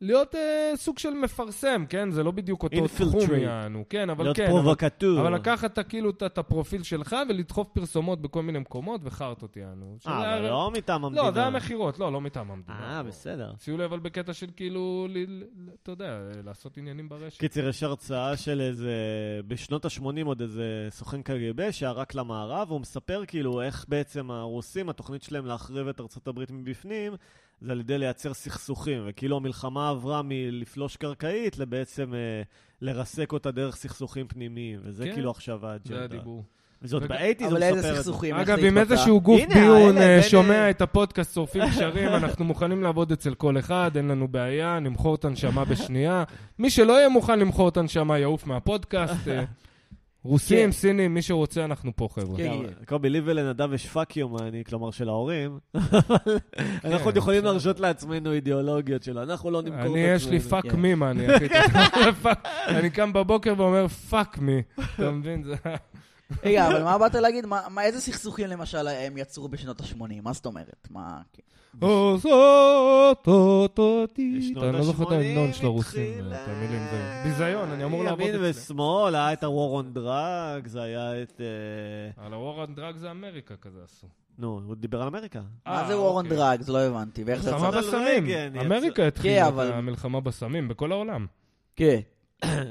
[SPEAKER 1] להיות אה, סוג של מפרסם, כן? זה לא בדיוק אותו
[SPEAKER 3] Infiltrate.
[SPEAKER 1] תחום יענו, כן,
[SPEAKER 3] זה?
[SPEAKER 1] אבל
[SPEAKER 3] להיות
[SPEAKER 1] כן. אבל-
[SPEAKER 3] פרובוקטור.
[SPEAKER 1] אבל לקחת כאילו את- את הפרופיל שלך ולדחוף פרסומות בכל מיני מקומות, וחרטות יענו. שזה
[SPEAKER 3] אה,
[SPEAKER 1] היה-
[SPEAKER 3] אבל לא מטעם המדינה.
[SPEAKER 1] לא, זה היה מכירות, לא, לא מטעם המדינה.
[SPEAKER 3] אה,
[SPEAKER 1] לא.
[SPEAKER 3] בסדר.
[SPEAKER 1] הציעו לי אבל בקטע של כאילו, ל- ל- אתה יודע, אה, לעשות עניינים ברשת.
[SPEAKER 3] קיצר, יש הרצאה של איזה, בשנות ה-80 עוד איזה סוכן קג"ב שערק למערב, הוא מספר כאילו איך בעצם הרוסים, התוכנית שלהם להחריב את ארצות הברית מבפנים, זה על ידי לייצר סכסוכים, וכאילו המלחמה עברה מלפלוש קרקעית לבעצם אה, לרסק אותה דרך סכסוכים פנימיים, וזה
[SPEAKER 1] כן.
[SPEAKER 3] כאילו עכשיו האג'נדה.
[SPEAKER 1] זה הדיבור.
[SPEAKER 3] וזה עוד
[SPEAKER 1] וג-
[SPEAKER 3] באייטיז, הוא
[SPEAKER 2] אבל
[SPEAKER 3] מספר את
[SPEAKER 2] איזה
[SPEAKER 3] זה.
[SPEAKER 2] סכסוכים, איך
[SPEAKER 1] אגב,
[SPEAKER 2] זה
[SPEAKER 1] אם
[SPEAKER 2] התפתח?
[SPEAKER 1] איזשהו גוף
[SPEAKER 3] הנה,
[SPEAKER 1] דיון
[SPEAKER 3] האלה,
[SPEAKER 1] אה,
[SPEAKER 3] בין-
[SPEAKER 1] שומע את הפודקאסט שורפים קשרים, אנחנו מוכנים לעבוד אצל כל אחד, אין לנו בעיה, נמכור את הנשמה בשנייה. מי שלא יהיה מוכן למכור את הנשמה יעוף מהפודקאסט. אה, רוסים,
[SPEAKER 2] כן.
[SPEAKER 1] סינים, מי שרוצה, אנחנו פה, חבר'ה.
[SPEAKER 2] כן.
[SPEAKER 3] גם- קובי לי ולנדב יש פאק יו מאני, כלומר של ההורים, אבל אנחנו עוד יכולים
[SPEAKER 1] בסדר.
[SPEAKER 3] להרשות לעצמנו אידיאולוגיות שלו, אנחנו לא נמכור את עצמנו.
[SPEAKER 1] אני, יש לי פאק
[SPEAKER 2] כן.
[SPEAKER 1] מי, מה אני אחי? אתה יודע, פאק- אני קם בבוקר ואומר, פאק מי. אתה מבין? זה...
[SPEAKER 2] רגע, אבל מה באת להגיד? מה- מה- איזה סכסוכים למשל אה, הם יצרו בשנות ה-80? מה זאת אומרת? מה...
[SPEAKER 1] או, זו, טו, טו, טי.
[SPEAKER 3] בשנות
[SPEAKER 1] אתה לא זוכר את
[SPEAKER 3] ה-שמונים
[SPEAKER 1] ההמנון של הרוסים,
[SPEAKER 3] התחיל,
[SPEAKER 1] את המילים זה.
[SPEAKER 3] אה,
[SPEAKER 1] ביזיון, אני אמור לעבוד
[SPEAKER 3] ימין
[SPEAKER 1] אצלי.
[SPEAKER 3] ושמאל, היה את ה-war on drugs, זה היה את... אה,
[SPEAKER 1] על הוורן דרג זה אמריקה כזה עשו.
[SPEAKER 3] נו, הוא דיבר על אמריקה.
[SPEAKER 2] מה
[SPEAKER 1] אה,
[SPEAKER 2] זה וורן
[SPEAKER 1] אוקיי.
[SPEAKER 2] דרגס? לא הבנתי. ואיך זה
[SPEAKER 1] מלחמה
[SPEAKER 2] יצא?
[SPEAKER 3] על
[SPEAKER 1] בסמים.
[SPEAKER 3] רגן, יצא-
[SPEAKER 1] אמריקה
[SPEAKER 2] כן,
[SPEAKER 1] התחילה את
[SPEAKER 2] אבל-
[SPEAKER 1] המלחמה בסמים בכל העולם.
[SPEAKER 2] כן.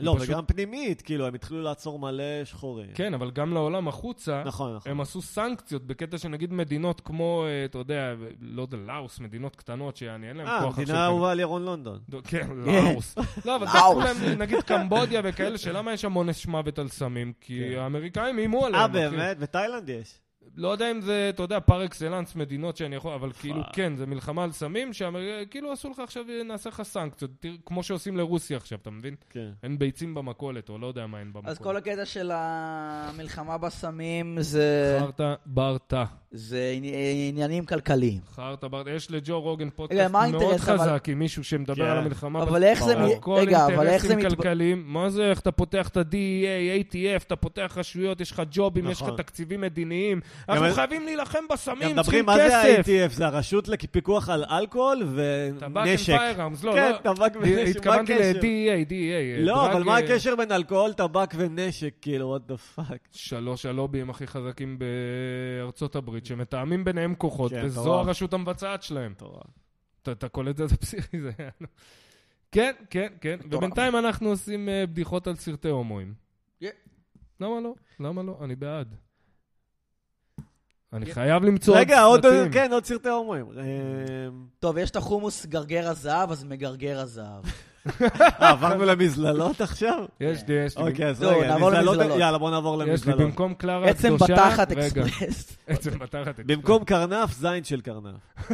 [SPEAKER 3] לא,
[SPEAKER 1] פשוט-
[SPEAKER 3] וגם פנימית, כאילו, הם התחילו לעצור מלא שחורים.
[SPEAKER 1] כן, אבל גם לעולם החוצה,
[SPEAKER 3] נכון, נכון.
[SPEAKER 1] הם עשו סנקציות בקטע שנגיד מדינות כמו, אה, אתה יודע, לא יודע, לאוס, מדינות קטנות שאני אין להם כוח
[SPEAKER 3] אה,
[SPEAKER 1] עכשיו.
[SPEAKER 3] המדינה האהובה על ירון לונדון.
[SPEAKER 1] דו- כן, לאוס. לא, אבל דווקא
[SPEAKER 2] לאוס.
[SPEAKER 1] להם, נגיד קמבודיה וכאלה, שלמה יש שם עונש מוות על סמים? כי
[SPEAKER 3] כן.
[SPEAKER 1] האמריקאים איימו עליהם.
[SPEAKER 3] אה,
[SPEAKER 1] אחי.
[SPEAKER 3] באמת? בתאילנד יש.
[SPEAKER 1] לא יודע אם זה, אתה יודע, פר אקסלנס מדינות שאני יכול, אבל כאילו,
[SPEAKER 3] פאק.
[SPEAKER 1] כן, זה מלחמה על סמים, שכאילו עשו לך עכשיו, נעשה לך סנקציות, תראה, כמו שעושים לרוסיה עכשיו, אתה מבין?
[SPEAKER 3] כן.
[SPEAKER 1] אין ביצים במכולת, או לא יודע מה אין במכולת.
[SPEAKER 2] אז כל הקטע של המלחמה בסמים זה...
[SPEAKER 1] חרטא ברטא.
[SPEAKER 2] זה עני- עניינים כלכליים.
[SPEAKER 1] חרטא ברטא. יש לג'ו רוגן
[SPEAKER 2] רגע,
[SPEAKER 1] פודקאסט
[SPEAKER 2] מה
[SPEAKER 1] מאוד
[SPEAKER 2] האינטרס, אבל-
[SPEAKER 1] חזק עם מישהו שמדבר
[SPEAKER 3] כן.
[SPEAKER 1] על המלחמה.
[SPEAKER 2] אבל
[SPEAKER 1] בצ-
[SPEAKER 2] איך זה
[SPEAKER 1] על
[SPEAKER 2] מ-
[SPEAKER 1] כל
[SPEAKER 2] רגע, אבל איך זה
[SPEAKER 1] אינטרסים
[SPEAKER 2] מתב-
[SPEAKER 1] כלכליים. מה זה, איך אתה פותח את E ה-DEA, ATF, אתה פותח רשויות, יש לך ג'ובים, יש לך
[SPEAKER 3] נכון.
[SPEAKER 1] תקציבים מדיניים. אנחנו
[SPEAKER 3] אבל-
[SPEAKER 1] חייבים להילחם
[SPEAKER 3] גם
[SPEAKER 1] בסמים,
[SPEAKER 3] מדברים
[SPEAKER 1] צריכים
[SPEAKER 3] מה זה
[SPEAKER 1] כסף.
[SPEAKER 3] ה-ATF, זה הרשות לפיקוח על אלכוהול
[SPEAKER 1] טבק
[SPEAKER 3] ונשק.
[SPEAKER 1] ופיירארמס, לא,
[SPEAKER 3] כן,
[SPEAKER 1] לא.
[SPEAKER 3] טבק ונשק, מה
[SPEAKER 1] התכוונתי E
[SPEAKER 3] הקשר?
[SPEAKER 1] ל-DEA, DEA.
[SPEAKER 3] לא,
[SPEAKER 1] דרג,
[SPEAKER 3] אבל מה
[SPEAKER 1] אה,
[SPEAKER 3] הקשר בין אלכוהול, טבק ונשק? כאילו, what the fuck.
[SPEAKER 1] שלוש הלובים הכי חזקים בארצות הברית, שמתאמים ביניהם כוחות,
[SPEAKER 3] כן,
[SPEAKER 1] וזו
[SPEAKER 3] מטורף.
[SPEAKER 1] הרשות המבצעת שלהם.
[SPEAKER 3] מטורף.
[SPEAKER 1] אתה- אתה קולט את זה, זה פסיכי, זה היה... לו. כן, כן, כן. ובינתיים אנחנו עושים אה, בדיחות על סרטי הומואים.
[SPEAKER 2] כן.
[SPEAKER 1] למה לא? למה לא? אני בעד. אני חייב למצוא
[SPEAKER 3] רגע, עוד,
[SPEAKER 1] סרטים.
[SPEAKER 3] כן, עוד סרטי הומואים. אמ,
[SPEAKER 2] טוב, יש את החומוס גרגר הזהב, אז מגרגר הזהב.
[SPEAKER 3] אה, עברנו למזללות עכשיו?
[SPEAKER 1] יש לי, יש לי.
[SPEAKER 3] אוקיי, אז
[SPEAKER 2] לא,
[SPEAKER 3] רגע,
[SPEAKER 2] נעבור
[SPEAKER 3] מזללות,
[SPEAKER 2] למזללות.
[SPEAKER 3] יאללה, בוא נעבור
[SPEAKER 1] יש לי,
[SPEAKER 3] למזללות.
[SPEAKER 1] במקום קלרה
[SPEAKER 2] עצם
[SPEAKER 1] הקדושה...
[SPEAKER 2] בתחת
[SPEAKER 1] רגע,
[SPEAKER 2] אקספרס.
[SPEAKER 1] עצם בתחת אקספרס.
[SPEAKER 3] במקום קרנף, זין של קרנף.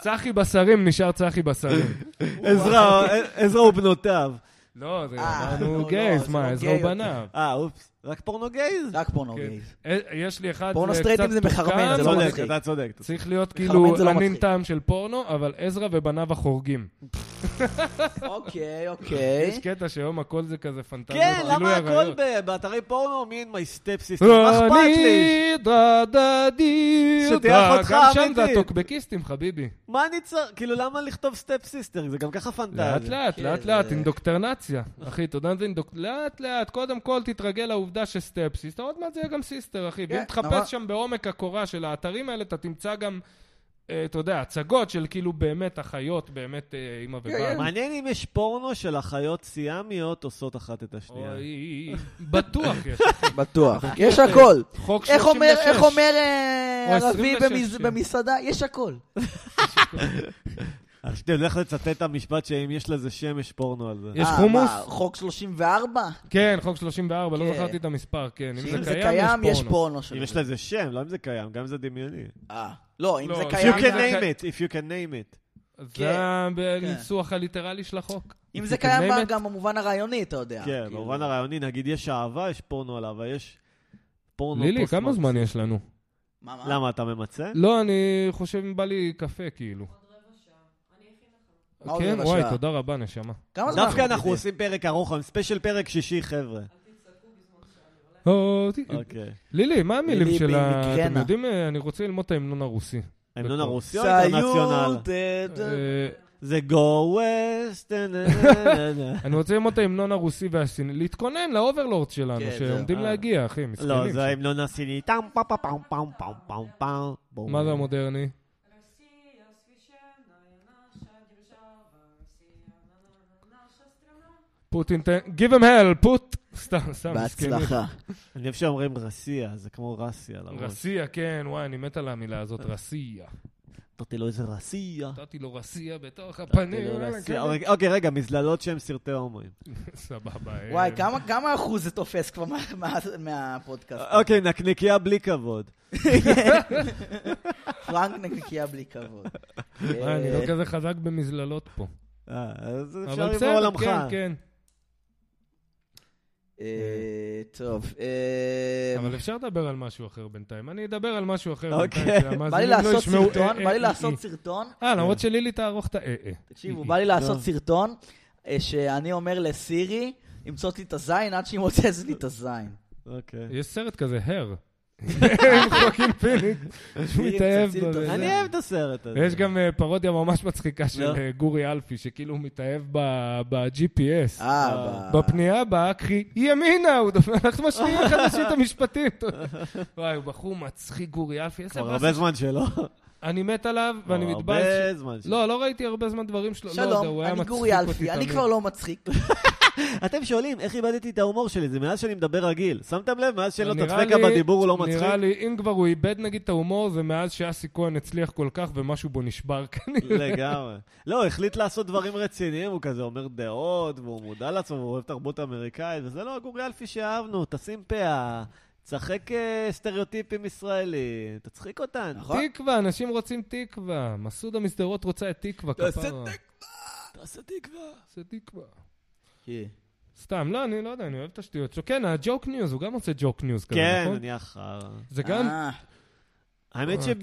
[SPEAKER 1] צחי בשרים נשאר צחי בשרים.
[SPEAKER 3] עזרא עזרא ובנותיו.
[SPEAKER 1] לא, זה
[SPEAKER 2] אה, לא,
[SPEAKER 1] אמרנו
[SPEAKER 2] לא,
[SPEAKER 1] גייז,
[SPEAKER 2] זה
[SPEAKER 1] מה,
[SPEAKER 2] לא
[SPEAKER 1] עזרא
[SPEAKER 2] גיי
[SPEAKER 1] ובניו.
[SPEAKER 3] אה, אופס, רק פורנו גייז?
[SPEAKER 2] רק פורנו
[SPEAKER 1] כן.
[SPEAKER 2] גייז.
[SPEAKER 1] אה, יש לי אחד,
[SPEAKER 2] פורנו
[SPEAKER 1] זה
[SPEAKER 2] סטרייטים
[SPEAKER 1] קצת
[SPEAKER 2] זה
[SPEAKER 1] תוקן,
[SPEAKER 2] מחרמן, זה לא
[SPEAKER 3] צודק,
[SPEAKER 2] מצחיק.
[SPEAKER 3] אתה צודק.
[SPEAKER 1] צריך להיות
[SPEAKER 2] מחרמן
[SPEAKER 1] כאילו
[SPEAKER 2] זה לא
[SPEAKER 1] ענין
[SPEAKER 2] מצחיק.
[SPEAKER 1] טעם של פורנו, אבל עזרא ובניו החורגים.
[SPEAKER 2] אוקיי,
[SPEAKER 1] יש כן.
[SPEAKER 2] אוקיי.
[SPEAKER 1] קטע שהיום הכל זה כזה פנטזיה.
[SPEAKER 3] אה? כן,
[SPEAKER 1] גילוי
[SPEAKER 3] למה הכל
[SPEAKER 1] עריות.
[SPEAKER 3] ב- באתרי פורנו? מי אין מי סטפ סיסטם? מה אכפת לי?
[SPEAKER 1] רוני דרדדי,
[SPEAKER 3] שתהיה אחותך
[SPEAKER 1] גם שם זה
[SPEAKER 3] האמיתית.
[SPEAKER 1] הטוקבקיסטים, חביבי.
[SPEAKER 3] מה אני צריך? כאילו, למה לכתוב סטפ סיסטר? זה גם ככה פנטזיה.
[SPEAKER 1] לאט לאט,
[SPEAKER 2] כן,
[SPEAKER 1] לאט
[SPEAKER 2] זה-
[SPEAKER 1] לאט, אינדוקטרנציה. אחי, אתה יודע מה זה אינדוקטרנציה? לאט לאט, קודם כל תתרגל לעובדה שסטפ סיסטר, עוד מעט זה יהיה גם סיסטר, אחי.
[SPEAKER 2] כן,
[SPEAKER 1] ואם
[SPEAKER 2] נורא.
[SPEAKER 1] תחפש שם בעומק הקורה של האתרים האלה, אתה תמצא גם, אה, אתה יודע, הצגות של כאילו באמת אחיות, באמת אה, אימא
[SPEAKER 2] כן.
[SPEAKER 1] ובת.
[SPEAKER 3] מעניין אם יש פורנו של אחיות סיאמיות עושות אחת את השנייה.
[SPEAKER 1] אוי, בטוח יש.
[SPEAKER 2] בטוח. יש
[SPEAKER 1] אוקיי.
[SPEAKER 2] הכל.
[SPEAKER 1] חוק 36.
[SPEAKER 2] איך אומר, איך אומר אה,
[SPEAKER 1] או
[SPEAKER 2] ערבי
[SPEAKER 1] 26,
[SPEAKER 2] במז-
[SPEAKER 1] כן.
[SPEAKER 2] במסעדה? יש הכל.
[SPEAKER 3] אז כשאתה הולך לצטט את המשפט שאם יש לזה שם, יש פורנו על זה.
[SPEAKER 1] יש
[SPEAKER 2] אה,
[SPEAKER 1] חומוס?
[SPEAKER 2] מה, חוק 34?
[SPEAKER 1] כן, חוק 34, לא
[SPEAKER 2] כן.
[SPEAKER 1] זכרתי את המספר, כן.
[SPEAKER 2] אם זה קיים, יש פורנו
[SPEAKER 3] אם
[SPEAKER 2] של
[SPEAKER 3] יש
[SPEAKER 2] זה.
[SPEAKER 3] לזה שם, לא אם זה קיים, גם אם זה דמיוני.
[SPEAKER 2] אה, לא, אם
[SPEAKER 1] לא,
[SPEAKER 2] זה
[SPEAKER 1] אם
[SPEAKER 3] If
[SPEAKER 1] קיים,
[SPEAKER 3] you
[SPEAKER 2] קיים...
[SPEAKER 1] זה
[SPEAKER 3] can
[SPEAKER 1] קי-
[SPEAKER 3] name it, if you can name it.
[SPEAKER 1] זה הניסוח הליטרלי של החוק.
[SPEAKER 2] כן. אם זה
[SPEAKER 1] If you can name
[SPEAKER 2] קיים
[SPEAKER 1] it.
[SPEAKER 2] גם במובן הרעיוני, אתה יודע.
[SPEAKER 1] אה,
[SPEAKER 3] כן,
[SPEAKER 2] כאילו.
[SPEAKER 3] במובן הרעיוני, נגיד יש אהבה, יש פורנו עליו, אבל יש פורנו
[SPEAKER 1] לילי,
[SPEAKER 3] פוסט-מרקסיסטי.
[SPEAKER 1] כמה זמן יש לנו?
[SPEAKER 2] מה, מה?
[SPEAKER 3] למה, אתה ממצה?
[SPEAKER 1] לא, אני חושב אם בא לי קפה, כאילו.
[SPEAKER 2] מה עוד
[SPEAKER 1] כן,
[SPEAKER 2] רבע
[SPEAKER 1] וואי,
[SPEAKER 2] שעה?
[SPEAKER 1] תודה רבה, נשמה.
[SPEAKER 2] כמה זמן?
[SPEAKER 3] דווקא אנחנו עושים פרק ארוך, היום ספיישל פרק שישי, חבר'ה.
[SPEAKER 1] או, ת-
[SPEAKER 3] אוקיי.
[SPEAKER 1] לילי, מה המילים
[SPEAKER 2] לילי
[SPEAKER 1] של ה...
[SPEAKER 2] במיגרנה.
[SPEAKER 1] אתם יודעים, אה, אני רוצה ללמוד את ההמנון הרוסי.
[SPEAKER 3] ההמנון
[SPEAKER 1] בטוח.
[SPEAKER 3] הרוסי או האינטרנציונל?
[SPEAKER 2] סיוט, אה, ד-
[SPEAKER 1] אה,
[SPEAKER 3] זה go west, אה, נה, נה, נה, נה.
[SPEAKER 1] אני רוצה ללמוד את ההמנון הרוסי והסיני, להתכונן לאוברלורד שלנו,
[SPEAKER 2] כן,
[SPEAKER 1] שעומדים
[SPEAKER 3] זהו.
[SPEAKER 1] להגיע, אחי, מסכנים.
[SPEAKER 3] לא, זה ההמנון הסיני. טאם פאם פאם פאם פאם פאם פאם פאם. בום.
[SPEAKER 1] מה זה המודרני?
[SPEAKER 4] Россия, священная наша держава, Россия, на-на-на, наша страна.
[SPEAKER 1] פוטין, תן... give him hell, פוט. סתם, סתם, אה, מסכנים.
[SPEAKER 2] בהצלחה.
[SPEAKER 3] אני אוהב שאומרים רסיה, זה כמו רסיה. לרוב.
[SPEAKER 1] רסיה, כן, וואי, אני מת על המילה הזאת,
[SPEAKER 2] אה.
[SPEAKER 1] רסיה.
[SPEAKER 3] נתתי לו איזה רסיה.
[SPEAKER 1] נתתי לו רסיה בתוך
[SPEAKER 3] נתתי
[SPEAKER 1] הפנים.
[SPEAKER 3] לו רסיה.
[SPEAKER 1] כן.
[SPEAKER 3] אוקיי, אוקיי, רגע, מזללות שהם סרטי הומואים.
[SPEAKER 1] סבבה. אה,
[SPEAKER 2] וואי, כמה- כמה אחוז זה תופס כבר מה- מה- מהפודקאסט?
[SPEAKER 3] אוקיי, נקניקייה בלי כבוד.
[SPEAKER 2] פרנק נקניקייה בלי כבוד.
[SPEAKER 1] וואי, אני
[SPEAKER 2] אה,
[SPEAKER 1] לא כזה חזק במזללות פה.
[SPEAKER 3] אה, אז אפשר
[SPEAKER 1] אבל
[SPEAKER 3] לבוא
[SPEAKER 1] בסדר,
[SPEAKER 3] עולמך.
[SPEAKER 1] כן, כן.
[SPEAKER 2] אה, טוב. אה,
[SPEAKER 1] אבל אפשר לדבר על משהו אחר בינתיים. אני אדבר על משהו אחר
[SPEAKER 3] אוקיי.
[SPEAKER 1] בינתיים.
[SPEAKER 2] בא לי
[SPEAKER 1] שהמאזינים לא
[SPEAKER 2] לעשות
[SPEAKER 1] ישמעו,
[SPEAKER 2] סרטון,
[SPEAKER 1] אה,
[SPEAKER 2] בא
[SPEAKER 1] אה,
[SPEAKER 2] לי
[SPEAKER 1] אה,
[SPEAKER 2] לעשות
[SPEAKER 1] אה.
[SPEAKER 2] סרטון.
[SPEAKER 1] אה, למרות שלילי תערוך את האה. אה.
[SPEAKER 2] תקשיבו,
[SPEAKER 1] אה,
[SPEAKER 2] בא לי לעשות
[SPEAKER 3] לא.
[SPEAKER 2] סרטון אה, שאני אומר לסירי, למצוץ לי את הזין עד שהיא מוצאת לי את הזין.
[SPEAKER 3] אוקיי.
[SPEAKER 1] יש סרט כזה, הר. עם חוקין פיניק, שהוא
[SPEAKER 2] לילי,
[SPEAKER 1] מתאהב
[SPEAKER 2] תציל
[SPEAKER 1] בו.
[SPEAKER 2] אותו.
[SPEAKER 1] וזה.
[SPEAKER 3] אני אוהב את הסרט הזה.
[SPEAKER 1] ויש גם אה, פרודיה ממש מצחיקה של
[SPEAKER 3] לא.
[SPEAKER 1] אה, גורי אלפי, שכאילו הוא מתאהב ב- ב-GPS.
[SPEAKER 2] אה, ב-
[SPEAKER 1] בפנייה הבאה, קחי ימינה, הוא דופק, אנחנו משמיעים אחד לשני את המשפטים. וואי, הוא בחור מצחיק, גורי אלפי, איזה
[SPEAKER 3] כבר
[SPEAKER 1] באסה.
[SPEAKER 3] הרבה זמן שלא.
[SPEAKER 1] אני מת עליו, ואני
[SPEAKER 3] כבר
[SPEAKER 1] מתבאס. ש-
[SPEAKER 3] הרבה זמן שלא.
[SPEAKER 1] לא, לא ראיתי הרבה זמן דברים שלו. לא יודע,
[SPEAKER 2] שלום,
[SPEAKER 1] הוא היה
[SPEAKER 2] אני
[SPEAKER 1] מצחיק
[SPEAKER 2] גורי
[SPEAKER 1] אותי
[SPEAKER 2] אלפי, אני
[SPEAKER 1] תמיד.
[SPEAKER 2] כבר לא מצחיק.
[SPEAKER 3] אתם שואלים, איך איבדתי את ההומור שלי? זה מאז שאני מדבר רגיל. שמתם לב? מאז שאני לא
[SPEAKER 1] נראה
[SPEAKER 3] צוחק
[SPEAKER 1] לי-
[SPEAKER 3] בדיבור הוא לא מצחיק?
[SPEAKER 1] נראה לי, אם כבר הוא איבד נגיד את ההומור, זה מאז שאסי כהן הצליח כל כך ומשהו בו נשבר כנראה.
[SPEAKER 3] לגמרי. לא, הוא החליט לעשות דברים רציניים, הוא כזה אומר דעות, והוא מודע לעצמו, והוא אוהב תרבות אמריקאית, וזה לא הגורי אלפי שאהבנו, תשים פאה, תשחק אה, סטריאוטיפים ישראלים, תצחיק אותנו.
[SPEAKER 2] נכון.
[SPEAKER 1] תקווה, אנשים רוצים תקווה. מסעודה משדרות רוצה את תקווה, כפרה.
[SPEAKER 2] תעשה
[SPEAKER 3] תעשה תקווה.
[SPEAKER 1] תעשה תקווה.
[SPEAKER 2] כן.
[SPEAKER 1] סתם, לא, אני לא יודע, אני אוהב את השטויות שלו. כן, הג'וק ניוז, הוא גם עושה ג'וק ניוז כזה,
[SPEAKER 3] כן,
[SPEAKER 1] נכון?
[SPEAKER 3] אני אחר.
[SPEAKER 1] זה גם...
[SPEAKER 2] אה,
[SPEAKER 3] האמת
[SPEAKER 1] אה, כמעט,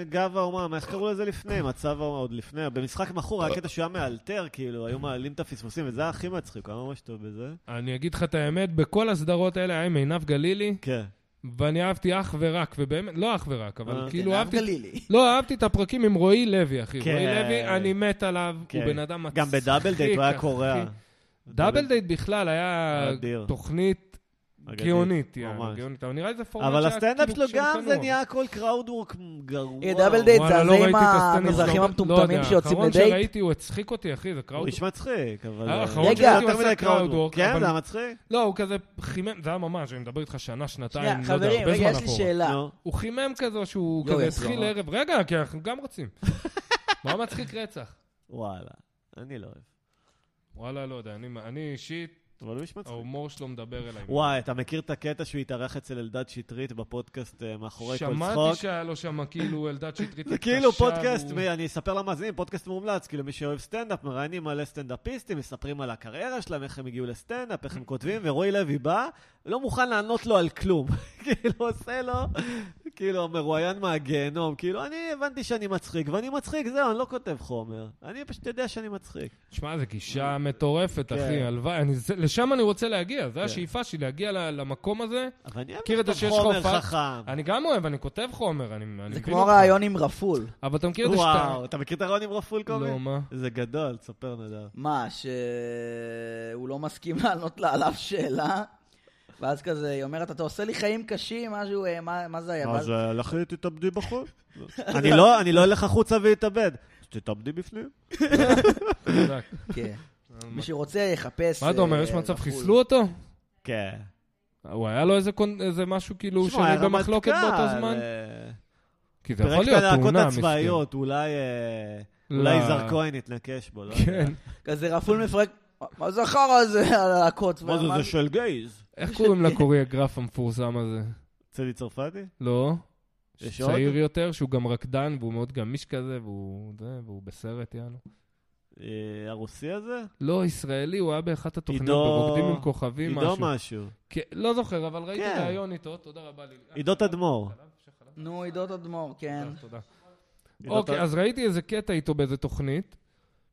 [SPEAKER 3] שבגב האומה, מה איך קראו לזה לפני? מצב האומה, עוד לפני, במשחק מכור היה קטע שהוא היה מאלתר, כאילו, היו מעלים את הפספוסים, וזה היה הכי מצחיק, הוא היה ממש טוב בזה.
[SPEAKER 1] אני אגיד לך את האמת, בכל הסדרות האלה היה עם עינב גלילי,
[SPEAKER 3] כן.
[SPEAKER 1] ואני אהבתי אך ורק, ובאמת, לא אך ורק,
[SPEAKER 3] אה,
[SPEAKER 1] אבל
[SPEAKER 2] כן,
[SPEAKER 1] כאילו
[SPEAKER 2] אהב
[SPEAKER 1] אהבתי...
[SPEAKER 2] גלילי.
[SPEAKER 1] לא, אהבתי את הפרקים עם רועי לוי, אחי.
[SPEAKER 3] כן.
[SPEAKER 1] רועי לוי, אני מת עליו, הוא
[SPEAKER 3] כן.
[SPEAKER 1] בן אדם מצחיק.
[SPEAKER 3] גם בדאבל דייט הוא היה
[SPEAKER 1] אחי.
[SPEAKER 3] קורע.
[SPEAKER 1] דאבל דייט בכלל היה
[SPEAKER 3] אדיר.
[SPEAKER 1] תוכנית
[SPEAKER 3] אגדי.
[SPEAKER 1] גאונית, יענו,
[SPEAKER 3] ממש.
[SPEAKER 1] גאונית. אבל נראה לי זה פורמט
[SPEAKER 3] אבל
[SPEAKER 1] שהיה
[SPEAKER 3] הסטנדאפ שלו
[SPEAKER 1] כאילו
[SPEAKER 3] גם
[SPEAKER 1] כשהוא
[SPEAKER 3] זה
[SPEAKER 1] צנוע.
[SPEAKER 3] נהיה הכל קראודוורק גרוע.
[SPEAKER 2] אה, דאבל דייט
[SPEAKER 1] וואלה,
[SPEAKER 2] זה
[SPEAKER 1] לא
[SPEAKER 2] הזה עם
[SPEAKER 1] ראיתי את הסטנדאפ
[SPEAKER 2] המזרחים
[SPEAKER 1] שלו. לא
[SPEAKER 2] המטומטמים
[SPEAKER 1] יודע,
[SPEAKER 2] שיוצאים
[SPEAKER 1] האחרון
[SPEAKER 2] לדייט.
[SPEAKER 1] שראיתי הוא הצחיק אותי, אחי, זה
[SPEAKER 3] הוא
[SPEAKER 1] קראוט.
[SPEAKER 3] איש מצחיק, אבל... אה,
[SPEAKER 1] האחרון
[SPEAKER 2] רגע. שראיתי
[SPEAKER 3] יותר
[SPEAKER 1] הוא
[SPEAKER 3] מדי
[SPEAKER 1] כאילו עשה קראודוורק,
[SPEAKER 3] כן,
[SPEAKER 1] אבל-
[SPEAKER 3] זה היה מצחיק.
[SPEAKER 1] לא, הוא כזה חימם, זה היה ממש, אני מדבר איתך שנה, שנתיים,
[SPEAKER 2] שנייה,
[SPEAKER 1] לא יודע,
[SPEAKER 2] חברים,
[SPEAKER 1] הרבה
[SPEAKER 2] רגע,
[SPEAKER 1] זמן
[SPEAKER 2] יש לי
[SPEAKER 1] אחורה.
[SPEAKER 2] שאלה.
[SPEAKER 3] נו.
[SPEAKER 1] הוא חימם כזה, שהוא
[SPEAKER 2] לא,
[SPEAKER 1] כזה
[SPEAKER 2] יש לו,
[SPEAKER 1] התחיל
[SPEAKER 2] אה.
[SPEAKER 1] ערב, רגע, כי אנחנו גם רוצים. הוא היה מצחיק רצח.
[SPEAKER 3] וואלה, אני לא אוהב.
[SPEAKER 1] וואלה, לא יודע, אני- אני אישית
[SPEAKER 3] אבל הוא איש מצחיק.
[SPEAKER 1] ההומור שלו מדבר אליי.
[SPEAKER 3] וואי, אתה מכיר את הקטע שהוא התארח אצל אלדד שטרית בפודקאסט אה, מאחורי כל
[SPEAKER 1] שמעתי
[SPEAKER 3] צחוק?
[SPEAKER 1] שהיה לו שם כאילו אלדד שטרית
[SPEAKER 3] זה כאילו
[SPEAKER 1] התקשר,
[SPEAKER 3] פודקאסט,
[SPEAKER 1] הוא-
[SPEAKER 3] מ- אני אספר למאזינים, פודקאסט מומלץ, כאילו מי שאוהב סטנדאפ, מראיינים מלא סטנדאפיסטים, מספרים על הקריירה שלהם, איך הם הגיעו לסטנדאפ, איך הם כותבים, ורועי לוי בא, לא מוכן לענות לו על כלום. כאילו, עושה לו, כאילו, המרואיין מהגיהנום, כאילו, אני הבנתי שאני מצחיק, ואני מצחיק, זהו, אני לא כותב חומר. אני פשוט יודע שאני מצחיק.
[SPEAKER 1] שמע, זו גישה מטורפת, אחי,
[SPEAKER 3] כן.
[SPEAKER 1] הלוואי. אני- זה- לשם אני רוצה להגיע,
[SPEAKER 2] כן.
[SPEAKER 1] זו השאיפה שלי, להגיע ל- למקום הזה.
[SPEAKER 3] אבל אני אוהב
[SPEAKER 1] מכיר את זה
[SPEAKER 3] לכתוב
[SPEAKER 1] כאילו, שיש לך
[SPEAKER 3] חומר
[SPEAKER 1] הופעה?
[SPEAKER 3] חכם.
[SPEAKER 1] אני גם אוהב, אני כותב חומר, אני אני לא מבין
[SPEAKER 2] זה
[SPEAKER 1] אותך.
[SPEAKER 2] כמו רעיון עם רפול.
[SPEAKER 1] אבל כאילו, אתה מכיר את זה שאתה...
[SPEAKER 3] וואו, אתה מכיר את הרון עם רפול קובי?
[SPEAKER 1] לא, מה?
[SPEAKER 3] זה גדול, תספר נדב.
[SPEAKER 2] מה, שהוא לא מסכים לענות לה על אף שאלה? ואז כזה, היא אומרת, אתה עושה לי חיים קשים, משהו, אה, מה מה זה
[SPEAKER 3] לא,
[SPEAKER 2] היה? ואז-
[SPEAKER 3] אה, לכי תתאבדי בחוץ. אני לא, אני לא אלך החוצה ואתאבד. אז תתאבדי בפנים.
[SPEAKER 1] חזק.
[SPEAKER 2] כן. מי שרוצה יחפש...
[SPEAKER 1] אה, מה אתה אומר,
[SPEAKER 2] אה,
[SPEAKER 1] יש מצב
[SPEAKER 2] רפול.
[SPEAKER 1] חיסלו אותו?
[SPEAKER 3] כן.
[SPEAKER 1] הוא היה לו איזה קונ- איזה משהו כאילו שנוי במחלוקת
[SPEAKER 3] אה,
[SPEAKER 1] באותו זמן? כי זה יכול
[SPEAKER 3] פירק את
[SPEAKER 1] להיות
[SPEAKER 3] הלהקות
[SPEAKER 1] תאונה, מסכן.
[SPEAKER 3] הצבאיות, אולי אה,
[SPEAKER 1] לא.
[SPEAKER 3] אולי יזהר כהן יתנקש בו. לא יודע.
[SPEAKER 1] כן.
[SPEAKER 2] כזה רפול מפרק, מה זה החרא הזה על הלהקות?
[SPEAKER 3] מה זה, זה של גייז?
[SPEAKER 1] איך קוראים לקוריאגרף המפורסם הזה?
[SPEAKER 3] צדי צרפתי?
[SPEAKER 1] לא.
[SPEAKER 3] יש
[SPEAKER 1] צעיר
[SPEAKER 3] עוד?
[SPEAKER 1] יותר, שהוא גם רקדן, והוא מאוד גמיש כזה, והוא זה, והוא בסרט, יאללה.
[SPEAKER 3] אה, הרוסי הזה?
[SPEAKER 1] לא, ישראלי, הוא היה באחת התוכניות
[SPEAKER 3] עידו-
[SPEAKER 1] ברוקדים עם כוכבים, משהו.
[SPEAKER 3] עידו משהו.
[SPEAKER 1] כן, לא זוכר, אבל ראיתי
[SPEAKER 3] כן.
[SPEAKER 1] ראיון איתו, תודה רבה לי.
[SPEAKER 3] עידו תדמור.
[SPEAKER 2] נו, עידו תדמור, כן.
[SPEAKER 1] תודה, תודה.
[SPEAKER 3] עידו ת-
[SPEAKER 1] אוקיי, אז ראיתי איזה קטע איתו באיזה תוכנית,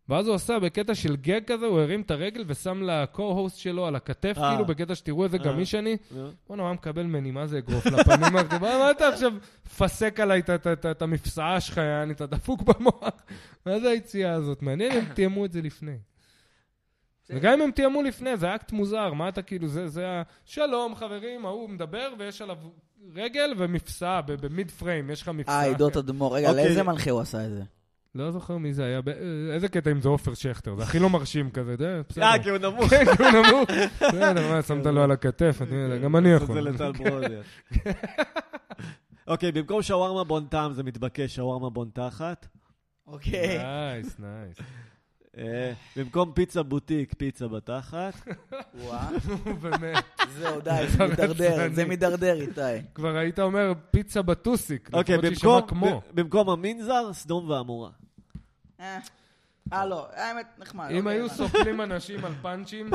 [SPEAKER 1] ואז הוא עשה בקטע של גג כזה, הוא הרים את הרגל ושם לקו-הוסט שלו על הכתף,
[SPEAKER 3] אה.
[SPEAKER 1] כאילו בקטע שתראו איזה
[SPEAKER 3] אה.
[SPEAKER 1] גמיש אני.
[SPEAKER 3] נו.
[SPEAKER 1] בואנה, הוא היה מקבל ממני, מה זה אגרוף לפנים? אמרתי, מה מה אתה עכשיו פסק עליי את- את- את- את המפסעה שלך, יעני, אתה דפוק במוח? מה זה היציאה הזאת? מעניין אם תיאמו את זה לפני. וגם אם הם תיאמו לפני, זה אקט מוזר, מה אתה כאילו, זה, זה ה... שלום, חברים, ההוא מדבר ויש עליו רגל ומפסעה, ב- במיד פריים, יש לך מפסעה.
[SPEAKER 2] אה, עידו תדמור. רגע,
[SPEAKER 3] אוקיי.
[SPEAKER 2] לאיזה מנחה הוא עשה את זה?
[SPEAKER 1] לא זוכר מי זה היה, ב- אה, איזה קטע אם זה עופר שכטר, זה הכי לא מרשים כזה, אתה יודע, בסדר.
[SPEAKER 3] אה, כי הוא נמוך.
[SPEAKER 1] כן, כי הוא נמוך. בסדר, מה, שמת לו על הכתף, אני יודע, גם אני
[SPEAKER 3] כן. זה
[SPEAKER 1] יכול. כן.
[SPEAKER 3] לטל ברודר. אוקיי, במקום שווארמה בון טעם זה מתבקש שווארמה בון תחת.
[SPEAKER 2] אוקיי.
[SPEAKER 1] נייס, נייס.
[SPEAKER 3] אה, במקום פיצה בוטיק, פיצה בתחת.
[SPEAKER 2] וואה.
[SPEAKER 1] נו, באמת.
[SPEAKER 2] זהו, די, זה מידרדר, זה מידרדר, איתי.
[SPEAKER 1] כבר היית אומר פיצה בטוסיק.
[SPEAKER 3] אוקיי,
[SPEAKER 1] לפחות
[SPEAKER 3] במקום-
[SPEAKER 1] שיישמע כמו.
[SPEAKER 3] ב- במקום המנזר, סדום ועמורה.
[SPEAKER 2] אה, אה, לא, האמת, נחמד.
[SPEAKER 1] אם
[SPEAKER 2] אוקיי,
[SPEAKER 1] היו
[SPEAKER 2] הבנתי.
[SPEAKER 1] סופלים אנשים על פאנצ'ים,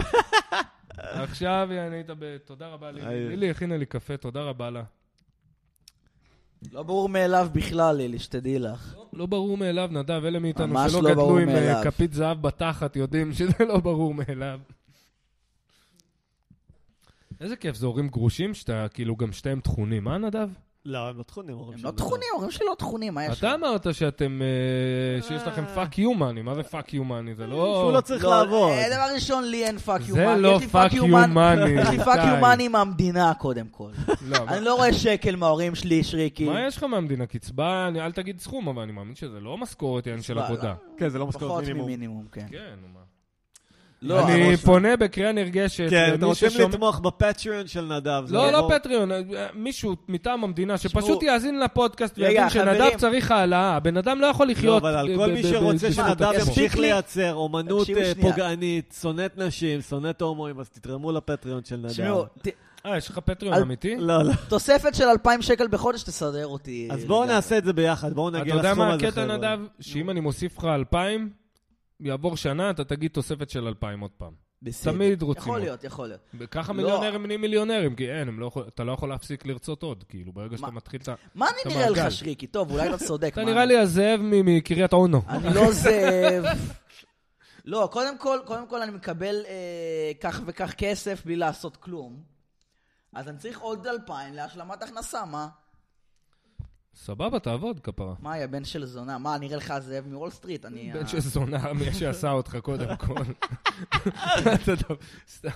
[SPEAKER 1] עכשיו יעני, היית ב... תודה רבה
[SPEAKER 3] היי.
[SPEAKER 1] לילי. לילי הכינה לי קפה, תודה רבה לה.
[SPEAKER 2] לא ברור מאליו בכלל, לילי, שתדעי לך.
[SPEAKER 1] לא ברור מאליו, נדב, אלה מאיתנו
[SPEAKER 2] ממש
[SPEAKER 1] שלא
[SPEAKER 2] לא
[SPEAKER 1] גדלו
[SPEAKER 2] ברור
[SPEAKER 1] עם אה,
[SPEAKER 2] מאליו.
[SPEAKER 1] כפית זהב בתחת, יודעים שזה לא ברור מאליו. איזה כיף, זה הורים גרושים שאתה, כאילו, גם שתיהם טחונים, אה, נדב?
[SPEAKER 3] לא, הם לא טחונים. ההורים
[SPEAKER 2] הם
[SPEAKER 3] שלי.
[SPEAKER 2] לא טחונים, אומרים שלי לא טחונים, מה יש לך?
[SPEAKER 1] אתה אמרת שאתם, אה, שיש לכם
[SPEAKER 3] אה.
[SPEAKER 1] פאק יומני, מה זה פאק יומני? זה לא...
[SPEAKER 3] שהוא לא צריך
[SPEAKER 2] אה, לא,
[SPEAKER 3] לעבוד.
[SPEAKER 2] אה, דבר ראשון, לי אין פאק
[SPEAKER 1] זה
[SPEAKER 2] יומני.
[SPEAKER 1] לא
[SPEAKER 2] יש לי fuck
[SPEAKER 1] fuck אה,
[SPEAKER 2] you
[SPEAKER 1] you
[SPEAKER 2] money-
[SPEAKER 1] money,
[SPEAKER 2] יש לי פאק
[SPEAKER 1] איתי.
[SPEAKER 2] יומני מהמדינה, קודם כל.
[SPEAKER 1] לא, מה-
[SPEAKER 2] אני לא רואה שקל מההורים שלי, שריקי.
[SPEAKER 1] מה יש לך מהמדינה? קצבה, אני- אל תגיד סכום, אבל אני מאמין שזה לא משכורת יען של
[SPEAKER 2] קצבה,
[SPEAKER 1] עבודה.
[SPEAKER 3] כן, זה לא
[SPEAKER 2] פחות ממינימום, כן.
[SPEAKER 1] כן, נו מה.
[SPEAKER 2] לא,
[SPEAKER 1] אני
[SPEAKER 2] הראש-
[SPEAKER 1] פונה בקריאה נרגשת.
[SPEAKER 3] כן,
[SPEAKER 1] למי
[SPEAKER 3] אתם רוצים
[SPEAKER 1] ששומע-
[SPEAKER 3] לתמוך בפטריון של נדב. זה
[SPEAKER 1] לא, לא
[SPEAKER 3] יעבור.
[SPEAKER 1] פטריון, אה, מישהו מטעם המדינה שפשוט
[SPEAKER 2] שמעו-
[SPEAKER 1] יאזין לפודקאסט
[SPEAKER 2] רגע,
[SPEAKER 1] ויבין שנדב
[SPEAKER 2] חברים.
[SPEAKER 1] צריך העלאה. הבן אדם לא יכול
[SPEAKER 3] לא,
[SPEAKER 1] לחיות...
[SPEAKER 3] אבל על
[SPEAKER 1] ב-
[SPEAKER 3] כל
[SPEAKER 1] ב-
[SPEAKER 3] מי
[SPEAKER 1] ב- אה,
[SPEAKER 3] שרוצה
[SPEAKER 1] ב-
[SPEAKER 3] שנדב
[SPEAKER 1] בזכות
[SPEAKER 3] ימשיך
[SPEAKER 2] עצמו.
[SPEAKER 3] לייצר אומנות
[SPEAKER 2] תקשיבו
[SPEAKER 3] אה,
[SPEAKER 2] שנייה.
[SPEAKER 3] פוגענית, שונאת נשים, שונאת הומואים, אז תתרמו לפטריון של נדב.
[SPEAKER 2] תשמעו, ת-
[SPEAKER 1] עצמו. אה, יש לך פטריון
[SPEAKER 2] על-
[SPEAKER 1] אמיתי?
[SPEAKER 3] לא, לא.
[SPEAKER 2] תוספת של 2,000 שקל בחודש תסדר אותי.
[SPEAKER 3] אז בואו
[SPEAKER 2] לגמרי.
[SPEAKER 3] נעשה את זה ביחד, בואו
[SPEAKER 1] אתה
[SPEAKER 3] נגיע
[SPEAKER 1] יודע
[SPEAKER 3] לסכום
[SPEAKER 1] מה
[SPEAKER 3] הזה,
[SPEAKER 1] הקטע,
[SPEAKER 3] חבר'ה.
[SPEAKER 1] נדב? שאם אני מוסיף לך 2,000, יעבור שנה, אתה תגיד תוספת של 2,000 עוד פעם.
[SPEAKER 2] בסדר.
[SPEAKER 1] תמיד רוצים
[SPEAKER 2] יכול
[SPEAKER 1] עוד.
[SPEAKER 2] להיות, יכול להיות.
[SPEAKER 1] ככה
[SPEAKER 2] לא.
[SPEAKER 1] מיליונרים נהיים מיליונרים, כי אין, הם לא יכול- אתה לא יכול להפסיק לרצות עוד, כאילו, ברגע שאתה
[SPEAKER 2] מה?
[SPEAKER 1] מתחיל את ה...
[SPEAKER 2] מה אני
[SPEAKER 1] אתה
[SPEAKER 2] נראה
[SPEAKER 1] מעגל.
[SPEAKER 2] לך, שריקי? טוב, אולי אתה צודק.
[SPEAKER 1] אתה
[SPEAKER 2] מה
[SPEAKER 1] נראה
[SPEAKER 2] אני-
[SPEAKER 1] לי הזאב מ- מקריית אונו.
[SPEAKER 2] אני לא זאב. לא, קודם כל, קודם כל אני מקבל אה, כך וכך כסף בלי לעשות כלום. אז אני צריך עוד 2,000 להשלמת הכנסה, מה?
[SPEAKER 1] סבבה, תעבוד, כפרה.
[SPEAKER 2] מה, יא בן של זונה? מה, נראה לך הזאב מוול סטריט? אני... אה,
[SPEAKER 1] בן
[SPEAKER 2] ה-
[SPEAKER 1] של זונה, מי שעשה אותך קודם כל. אתה טוב, סתם.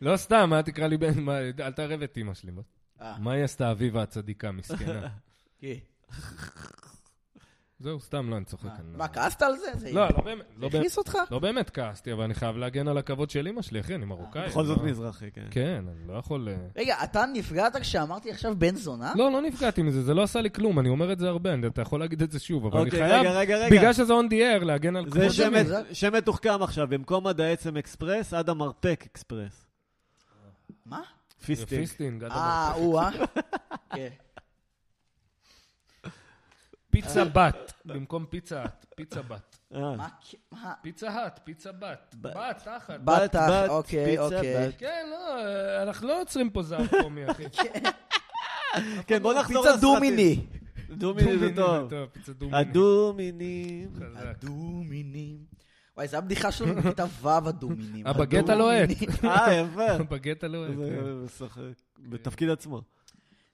[SPEAKER 1] לא סתם, אל תקרא לי בן, מה, אל תערב את אימא שלי. מה-
[SPEAKER 2] אה,
[SPEAKER 1] כן. מה היא עשתה אביבה הצדיקה, מסכנה?
[SPEAKER 2] כן.
[SPEAKER 1] זהו, סתם, לא, אני צוחק.
[SPEAKER 2] מה,
[SPEAKER 1] אני
[SPEAKER 2] מה, כעסת על זה? זה
[SPEAKER 1] לא, לא באמת, לא באמת-
[SPEAKER 2] הכניס אותך?
[SPEAKER 1] לא באמת כעסתי, אבל אני חייב להגן על הכבוד של אמא שלי, אחי, אני מרוקאי.
[SPEAKER 3] בכל
[SPEAKER 1] אני
[SPEAKER 3] זאת
[SPEAKER 1] לא-
[SPEAKER 3] מזרחי, כן.
[SPEAKER 1] כן, אני לא יכול... אה,
[SPEAKER 2] רגע, אתה נפגעת כשאמרתי עכשיו בן זונה?
[SPEAKER 1] לא, לא נפגעתי מזה, זה לא עשה לי כלום, אני אומר את זה הרבה, אני- אתה יכול להגיד את זה שוב, אבל אני
[SPEAKER 3] אוקיי,
[SPEAKER 1] חייב,
[SPEAKER 3] רגע, רגע, רגע.
[SPEAKER 1] בגלל שזה on the air, להגן על
[SPEAKER 3] זה
[SPEAKER 1] כבוד.
[SPEAKER 2] שם-
[SPEAKER 3] שמת-
[SPEAKER 2] זה-
[SPEAKER 3] שם מתוחכם עכשיו, במקום עד העצם אקספרס, עד המרפק אקספרס.
[SPEAKER 2] מה?
[SPEAKER 3] פיסטיק.
[SPEAKER 1] פיסטינג, אדם.
[SPEAKER 2] אה, הוא, אה? כן.
[SPEAKER 1] פיצה בת, במקום פיצה את, פיצה בת.
[SPEAKER 3] אה.
[SPEAKER 2] מה? כ- מה?
[SPEAKER 1] פיצה האט, פיצה בת.
[SPEAKER 3] בת.
[SPEAKER 1] בת, תחת.
[SPEAKER 2] בת,
[SPEAKER 3] בת,
[SPEAKER 2] אוקיי,
[SPEAKER 3] פיצה,
[SPEAKER 2] אוקיי.
[SPEAKER 3] בת.
[SPEAKER 1] כן, לא, אה, אנחנו לא יוצרים פה זר קומי, אחי.
[SPEAKER 3] כן, בוא נחזור
[SPEAKER 2] פיצה
[SPEAKER 3] לסרטים.
[SPEAKER 2] דומיני.
[SPEAKER 3] דומיני זה
[SPEAKER 1] דומיני
[SPEAKER 3] טוב.
[SPEAKER 1] פיצה דומיני.
[SPEAKER 3] הדומינים.
[SPEAKER 1] חזק.
[SPEAKER 2] הדומינים. וואי, זו הבדיחה שלנו בכיתה ו' הדומינים.
[SPEAKER 1] הבגט הלוהט.
[SPEAKER 2] הדומינים.
[SPEAKER 3] אה, יפה.
[SPEAKER 1] בגט הלוהט. כן.
[SPEAKER 3] זה משחק. בתפקיד עצמו.